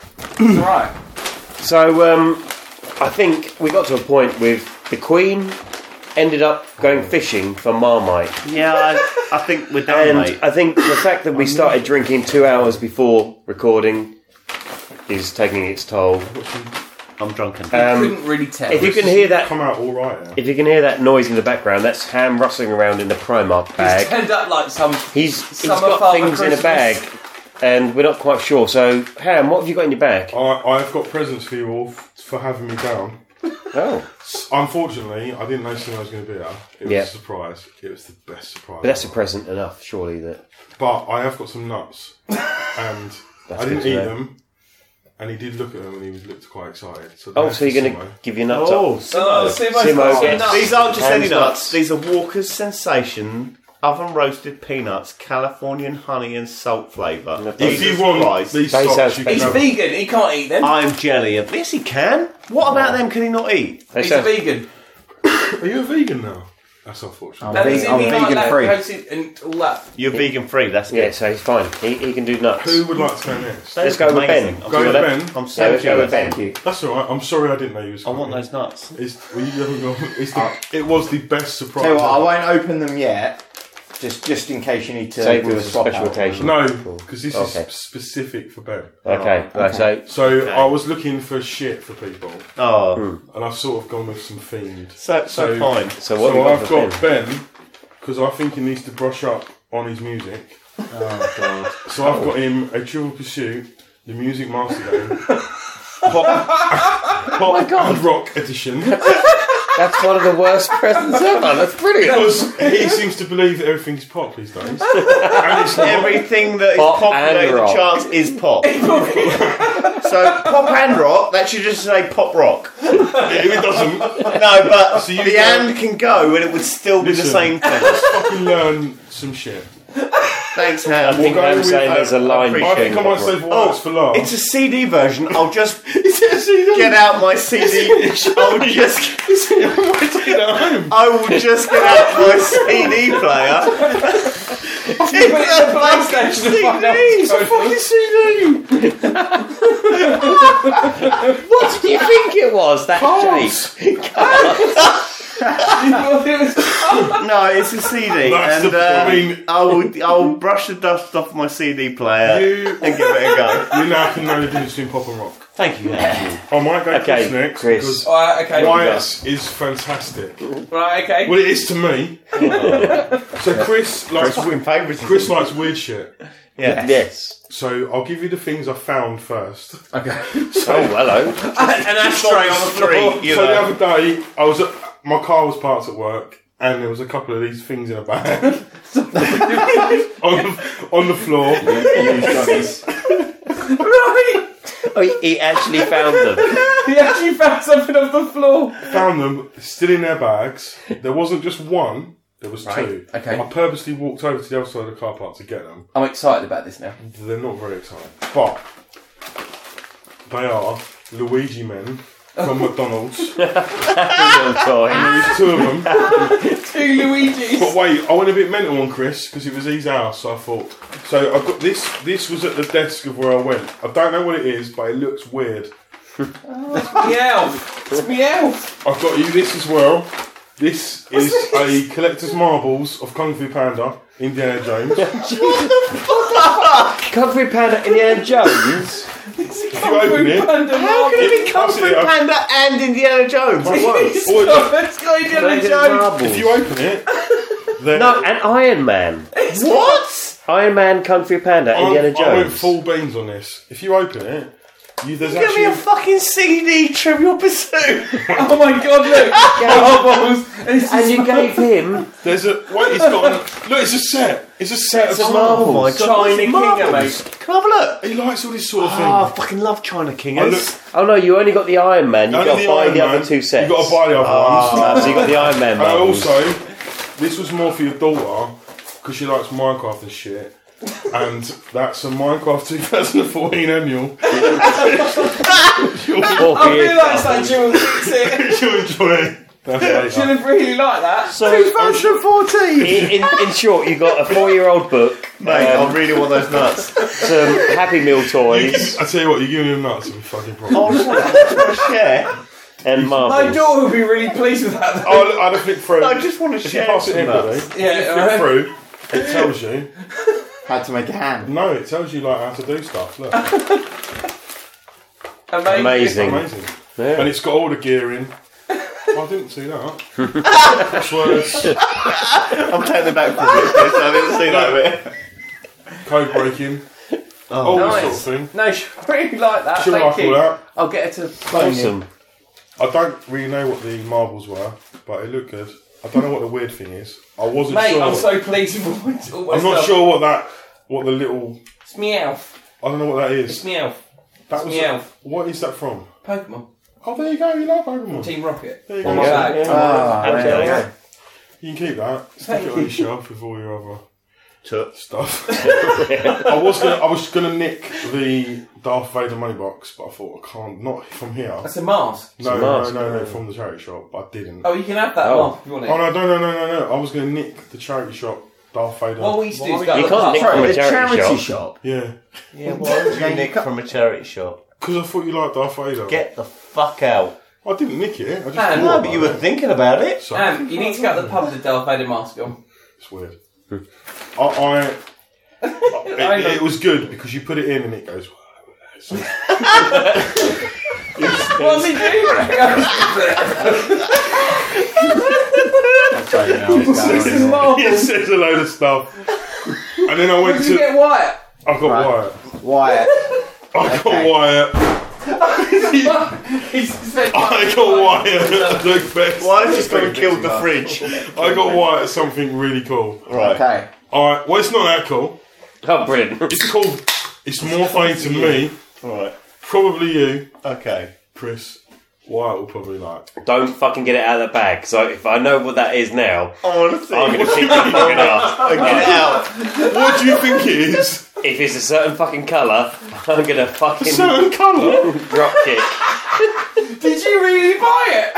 It's all right. So um, I think we got to a point with the Queen ended up going fishing for Marmite. Yeah, I, I think we're done, And mate. I think the fact that we started drinking two hours before recording is taking its toll. I'm drunken. Um, Couldn't really tell. if you can hear that, Come out all right now. if you can hear that noise in the background, that's Ham rustling around in the Primark He's bag. turned up like some. He's he's Summer got Father things in a Christmas. bag, and we're not quite sure. So Ham, what have you got in your bag? I, I've got presents for you all f- for having me down. Oh, Unfortunately, I didn't know Simo was going to be here. It was Yeah. a surprise. It was the best surprise. but that's a present enough, surely. That But I have got some nuts, and I good didn't to eat know. them. And he did look at them, and he was looked quite excited. So oh, there's so you're going Simo. to give your nuts up? oh, Oh, Simo's got Simo some gets- nuts. These aren't just any Hands nuts. nuts. These are Walker's Sensation oven roasted peanuts, Californian honey and salt flavour. If you Jesus want Christ. these They sound socks, you can He's have them. vegan. He can't eat them. I'm jelly. of- Yes, he can. What about Oh. them? Can he not eat? They He's sound- a vegan. Are you a vegan now? That's unfortunate. That is vegan- I'm in the vegan like, free. lactose and all that. You're vegan free. That's yeah, good. so he's fine. He, he can do nuts. Who would like to go next? Let's go with Ben. Amazing. I'm Go with sorry. I'm Ben. Yeah, so let's go with jealous. Ben. That's all right. I'm sorry I didn't know you was. I want coming. those nuts. It's, well, you haven't got- it's Uh, the, it was the best surprise. Tell you what, I ever. won't open them yet. Just, just in case you need to Save do it a for swap special out. occasion. No, because this Okay. is specific for Ben. Okay, right, so So I was looking for shit for people, Hmm. Oh, and I've sort of gone with some themed. so so So- kind. so what so have I've you got got for Ben because I think he needs to brush up on his music. Oh God! So I've got him a Trivial Pursuit, the Music Master Game, pop, pop and rock edition. That's one of the worst presents ever. That's brilliant. Because he seems to believe that everything's pop these days. and it's not. Everything that is Pop popular in and the rock. charts is pop. so pop and rock. That should just say pop rock. It doesn't. No, but So you the go- and can go, and it would still be the Listen. same thing. Fucking learn some shit. Thanks, Ham. I think We'll go I'm with, saying uh, there's a line I think I between. might save all words for last. It's a CD version. I'll just get out my CD. I'll just. I will just get out my CD player. Put it in the PlayStation and find out what's going on. What did you think it was? That shape? You thought it was- No, it's a CD, That's and the- uh, I mean- I will. I'll brush the dust off my CD player You- and give it a go. You now can know the difference between pop and rock. Thank you. I might go Okay, Chris next Chris. Oh, because Alright, okay. Wyatt is fantastic. Right, okay. Well, it is to me. so Chris likes Win favourites. Chris likes weird shit. Yeah. Yes. So I'll give you the things I found first. Oh, hello. An ashtray on the floor. You so the know. other day, I was at, my car was parked at work, and there was a couple of these things in a bag on, the, on the floor. Right! Oh, he, he actually found them. He actually found something off the floor. Found them still in their bags. There wasn't just one. There was two. okay. I purposely walked over to the other side of the car park to get them. I'm excited about this now. They're not very exciting, but they are Luigi men from McDonald's. There's two of them. Two Luigi's. But wait, I went a bit mental on Chris because it was his house. So I thought, so I got this. This was at the desk of where I went. I don't know what it is, but it looks weird. Meowth. It's Meowth. I've got you this as well. This is a collector's marbles of Kung Fu Panda, Indiana Jones. if Kung Fu Panda, Indiana Jones. you open it, How can it be Kung Fu Panda and Indiana Jones. my words. Or if- It's got Indiana Indiana Jones. Marbles. if you open it, then No, and Iron Man. What? Iron Man, Kung Fu Panda, I, Indiana I went Jones. full beans on this. If you open it, you, there's Give me actually a fucking CD, Trivial Pursuit. Oh my god, look. Marbles. And it's and you gave him there's a wait. It's got an, look. It's a set. It's a set of marbles. my China King, Marbles. mate. Come have a look. He likes all this sort of thing. Oh, I fucking love China I Kingers. look, Oh no, you only got the Iron Man. You only got to buy Iron the Man. other two sets. You got to buy the other ones. Ah, so you got the Iron Man. And Marbles. also, this was more for your daughter because she likes Minecraft and shit. And that's a Minecraft 2014 annual. Oh, I here. realised that Jill thinks it. She'll enjoy it. That's She'll later. have really liked that. So, um, in, in, in short, you got a four-year-old book, Mate, um, I really want those nuts. some Happy Meal toys, I tell you what, you're giving him nuts. It'll be fucking problem. Oh, Yeah. and My Marvel. daughter would be really pleased with that. though. I'll, I'll flick through. I just want to if you share pass it some in, nuts. buddy, Yeah, flick alright. through. It tells you. Had to make a hand. No, it tells you like how to do stuff. Look, Amazing. Amazing. amazing. Yeah. And it's got all the gear in. I didn't see that. Crosswords, I'm taking them back from you. I didn't see that bit. code breaking, all this nice. sort of thing. No, she really liked that. She'll Thank like all you. that. I'll get her to. Awesome. I don't really know what the marbles were, but it looked good. I don't know what the weird thing is. I wasn't Mate, sure. I'm so pleased with what it's I'm always not done. sure what that, what the little, It's Meowth. I don't know what that is. It's Meowth. That was meow. what is that from? Pokemon. Oh, there you go. You like Pokemon. Team Rocket. There you On go. my Yeah, bag. Ah, Okay. there you go. You can keep that. Stick it on your shelf with all your other Tut. stuff. I was gonna, I was gonna nick the Darth Vader money box, but I thought I can't. Not from here. That's a mask. No, no, mask, no, no, from the charity shop. But I didn't. Oh, you can have that Oh. mask if you want it. Oh no, no, no, no, no, no! I was going to nick the charity shop Darth Vader. What we used to do is go You to can't the nick pub. from a The charity, charity shop. shop. Yeah, Yeah, why would you nick from a charity shop? because I thought you liked Darth Vader. Get the fuck out. I didn't nick it. I just Man. thought No, about but you were it. thinking about it. So, Um, you need to go to the pub with a Darth Vader mask on. It's weird. I, I I it, know. it was good because you put it in and it goes. What's he doing? it It's marble. says a load of stuff. And then I went Did you to. get Wyatt? I got Wyatt. Wyatt. I got Okay. Wyatt. He's spent I got Wyatt. at the best. Why did you go and kill the fridge? I got Wyatt at something really cool. Right. Okay. All right. Well, it's not that cool. Oh, brilliant. It's cool. It's more funny to me. Right. Probably you, Okay. Chris. Wyatt will probably like. Don't fucking get it out of the bag. So if I know what that is now, I want to see. I'm going to kick your fucking ass. Get out. What do you think it is? If it's a certain fucking colour, I'm going to fucking Certain colour. drop kick. Did you really buy it?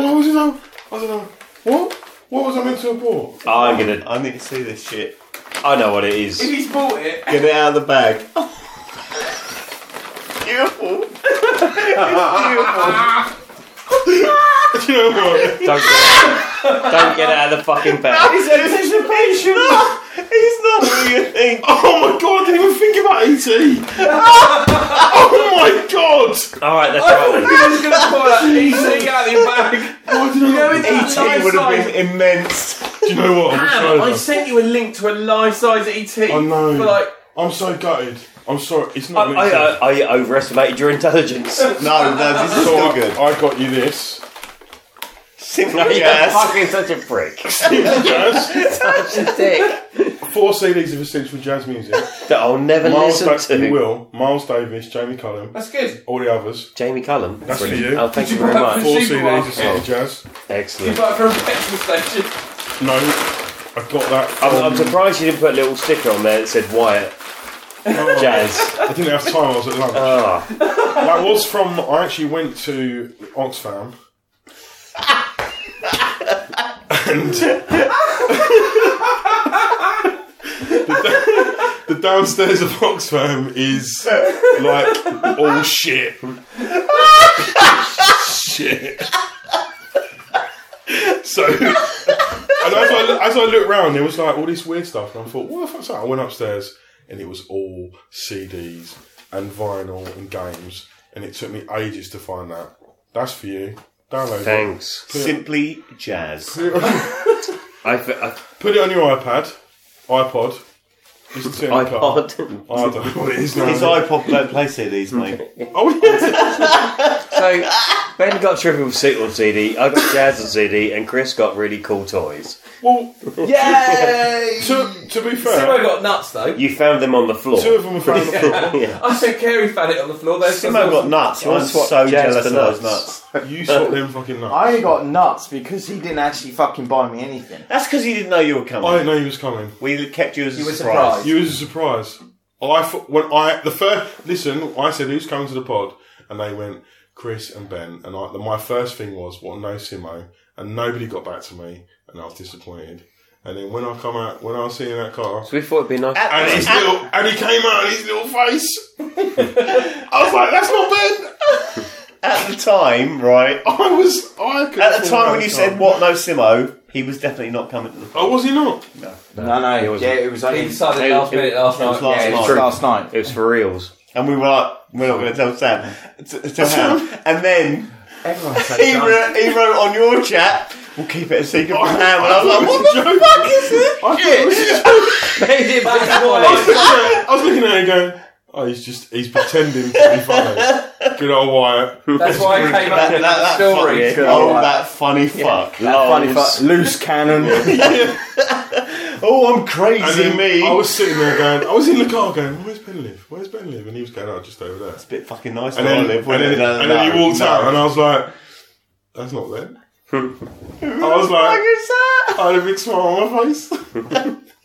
Why was it? on- I don't know. What? What was I meant to have bought? I'm going to. I need to see this shit. I know what it is. If he's bought it, Get it out of the bag. Beautiful. Do you know what? Don't get, don't get it out of the fucking bag. his anticipation. He's not who you think. Oh my god! I didn't even think about ET. oh my god! Alright, that's right. He was going to pull that PC out of your bag. Why did I You know, not? it's that He would have life-size- been immense. Do you know what? Damn, I'm I so sent you a link to a life-size ET. I know. For like, I'm so gutted. I'm sorry. It's I, not. I, uh, I, I overestimated your intelligence. No, no, this is so still I, good. I got you this. Simple You're jazz. fucking such a prick. Jazz. Dick. Four CDs of essential jazz music. That I'll never Miles listen Davis, to. you will. Miles Davis, Jamie Cullum, that's good. all the others. Jamie Cullen. That's for Brilliant. you. Oh, thank you you very work much. for- Four Supermarket. CDs of essential jazz. He's Excellent. like from a petrol station. No, I got that. From, I'm, I'm surprised you didn't put a little sticker on there that said Wyatt Oh, Jazz. I didn't have time. I was at lunch. Ah, that was from. I actually went to Oxfam. and the, da- the downstairs of Oxfam is like all shit. Shit. So, and as I, as I looked round, there was like all this weird stuff, and I thought, what the fuck's that? I went upstairs, and it was all CDs and vinyl and games, and it took me ages to find that. That's for you. Download Thanks. Simply jazz. I, I, it. Put it on your iPad, iPod. Listen to it in the car. iPod. I don't know what it is now. His iPod don't play CDs, mate. oh, yeah. So Ben got Trivial Suit on CD, I got Jazz on CD, and Chris got really cool toys. Well, Yay! to, to be See where I fair, got nuts though. You found them on the floor. two of them were found on the floor. I said Kerry found it on the floor. Those Simo guys- got nuts. I was swap so jealous jazz for of those nuts. nuts. You sort them fucking nuts. I only got nuts because he didn't actually fucking buy me anything. That's because you didn't know you were I coming. didn't know he was coming. we kept you as a You were surprise. surprised. You was a surprise. I thought- when I the first listen, I said who's coming to the pod, and they went Chris and Ben, and I, my first thing was what no Simo, and nobody got back to me, and I was disappointed. And then when I come out, when I was seeing that car, So we thought it'd be nice. and his little, and he came out in his little face, I was like, that's not Ben. At the time, right? I was I couldn't At the afford time when that you car. said what no Simo, he was definitely not coming to the Oh, was he not? No, no, yeah, it was He only decided last minute last night. last yeah, it was night. last night. It was for reals. And we were like, we're not going to tell Sam. T- tell Ham. And then Everyone said he, it. wrote, he wrote on your chat, we'll keep it a secret from Ham. And I was like, what the joke. fuck is this? I, thought it was just- That's I why. was looking at- I was looking at it going, oh, he's just he's pretending to be funny. Good old Wyatt. That's why I came up That, that, with that that funny, story. oh, that funny fuck. Oh, That funny fuck. Loose cannon. Oh, I'm And crazy, then me. I was sitting there going, I was in the car going, where's Ben live? Where's Ben live? And he was going, oh, just over there. It's a bit fucking nice And where I then, live, and wouldn't it? then, No, and then no, he walked no. out and I was like, that's not Ben. I was like, I had a big smile on my face.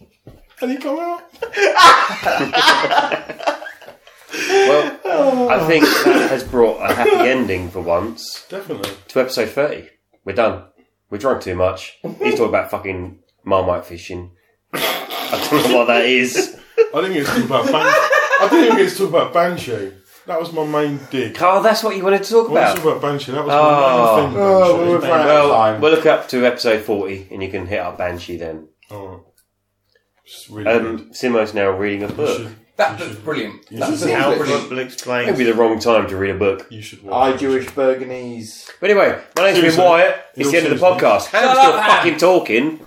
and he come out. Well, I think that has brought a happy ending for once Definitely. to episode 30. We're done. We drank too much. He's talking about fucking marmite fishing. I don't know what that is. I didn't get to talk about Ban- I didn't even get to talk about Banshee. That was my main dig. Carl, that's what you wanted to talk I wanted about. to talk about Banshee. That was Oh. my main thing. Banshee. Well, we'll look up to episode 40 and you can hit up Banshee then. Alright. Oh, It's really good. Um, Simo's now reading a You book. should, That looks brilliant. That should looks see Albert brilliant. will It'd be explain. the wrong time to read a book. you should watch I it. Jewish Burgunese. But anyway, my name's been Seriously. Wyatt. It's You're the end of the seriously. podcast. Ham's Shut still up, Ham. fucking talking.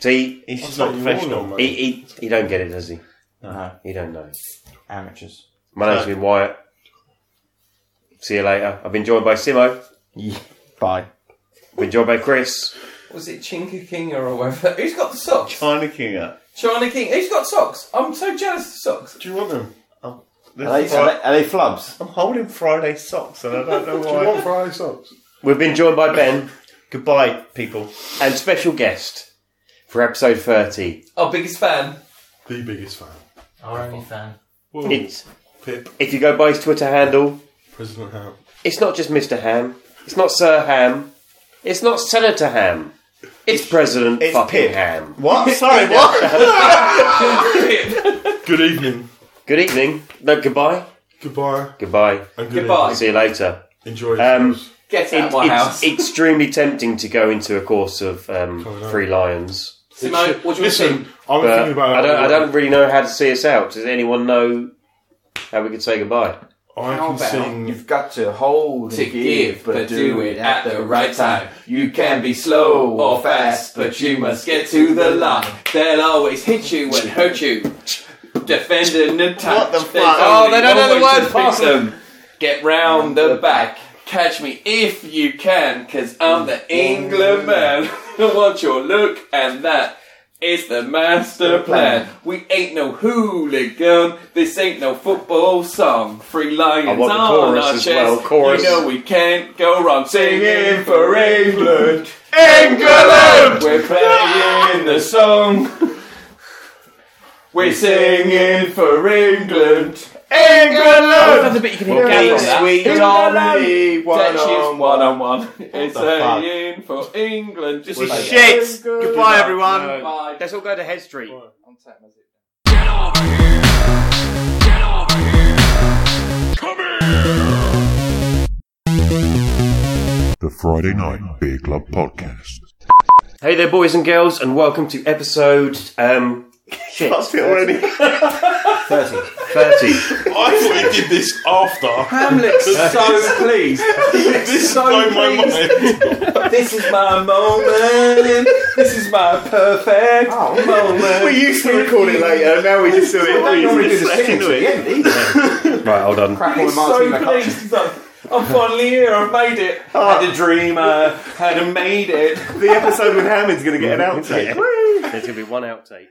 See, He's just Like not you all professional. know, he, mate. he, he don't get it, does he? No, He don't know. amateurs. My name's been Wyatt. See you later. I've been joined by Simo. Bye. I've been joined by Chris. Was it Chinka King or whatever? Who's got the socks? China King up. China King. Who's got socks? I'm so jealous of socks. Do you want them? Are they, are they, are they flubs? I'm holding Friday socks and I don't know Do you want why. Friday socks? We've been joined by Ben Goodbye, people. and special guest for episode 30. Our biggest fan. The biggest fan. Our only fan. Well, It's, Pip, if you go by his Twitter handle, President Ham. it's not just Mr. Ham. It's not Sir Ham. It's not Senator Ham. It's, President it's fucking Pip. Ham. What? Sorry, what? Good evening. Good evening. No, goodbye. Goodbye Goodbye. and good Goodbye. evening. See you later. Enjoy Um, yourselves. Get out of my It's house. extremely tempting to go into a course of um, on. Three Lions. Simo, what do you Listen, think? I'm But thinking about I don't. that. I don't really know how to see us out. Does anyone know how we could say goodbye? I How can about sing. You've got to hold To and give, but do it at the right time. You can be slow or fast, but you must get to the line. They'll always hit you and hurt you. Defend and What attack. the There's fuck? only Oh, they don't know the one way words, to pass beat Get round the back. Catch me if you can, cause I'm the England man. Watch your look and that. It's the master plan. We ain't no hooligan. This ain't no football song. Free lions I want the on chorus our as chest. well, chorus. You know we can't go wrong. Singing for England, England! we're playing the song. We're singing for England. England! bit you can hear Okay, out of that. Sweet Dolly, one on one one. on one. It's fuck? singing for England. Just This is shit. Goodbye, everyone. Bye. Let's all go to Head Street. Come here! The Friday Night Beer Club Podcast. Hey there, boys and girls, and welcome to episode um, shit, already. 30. 30. I thought you did this after. Hamlet's so pleased. This So blown my mind. This is my moment. This is my perfect Oh, moment. we used to record it later, now we just do it. I don't normally do the Second singing to week. the end either. Right, hold on. Crap on He's Martin so McCutcheon. pleased. He's like, I'm finally here. I've made it. Oh. Had a dream. I had a made it. The episode with Hammond's going to get an outtake. There's going to be one outtake.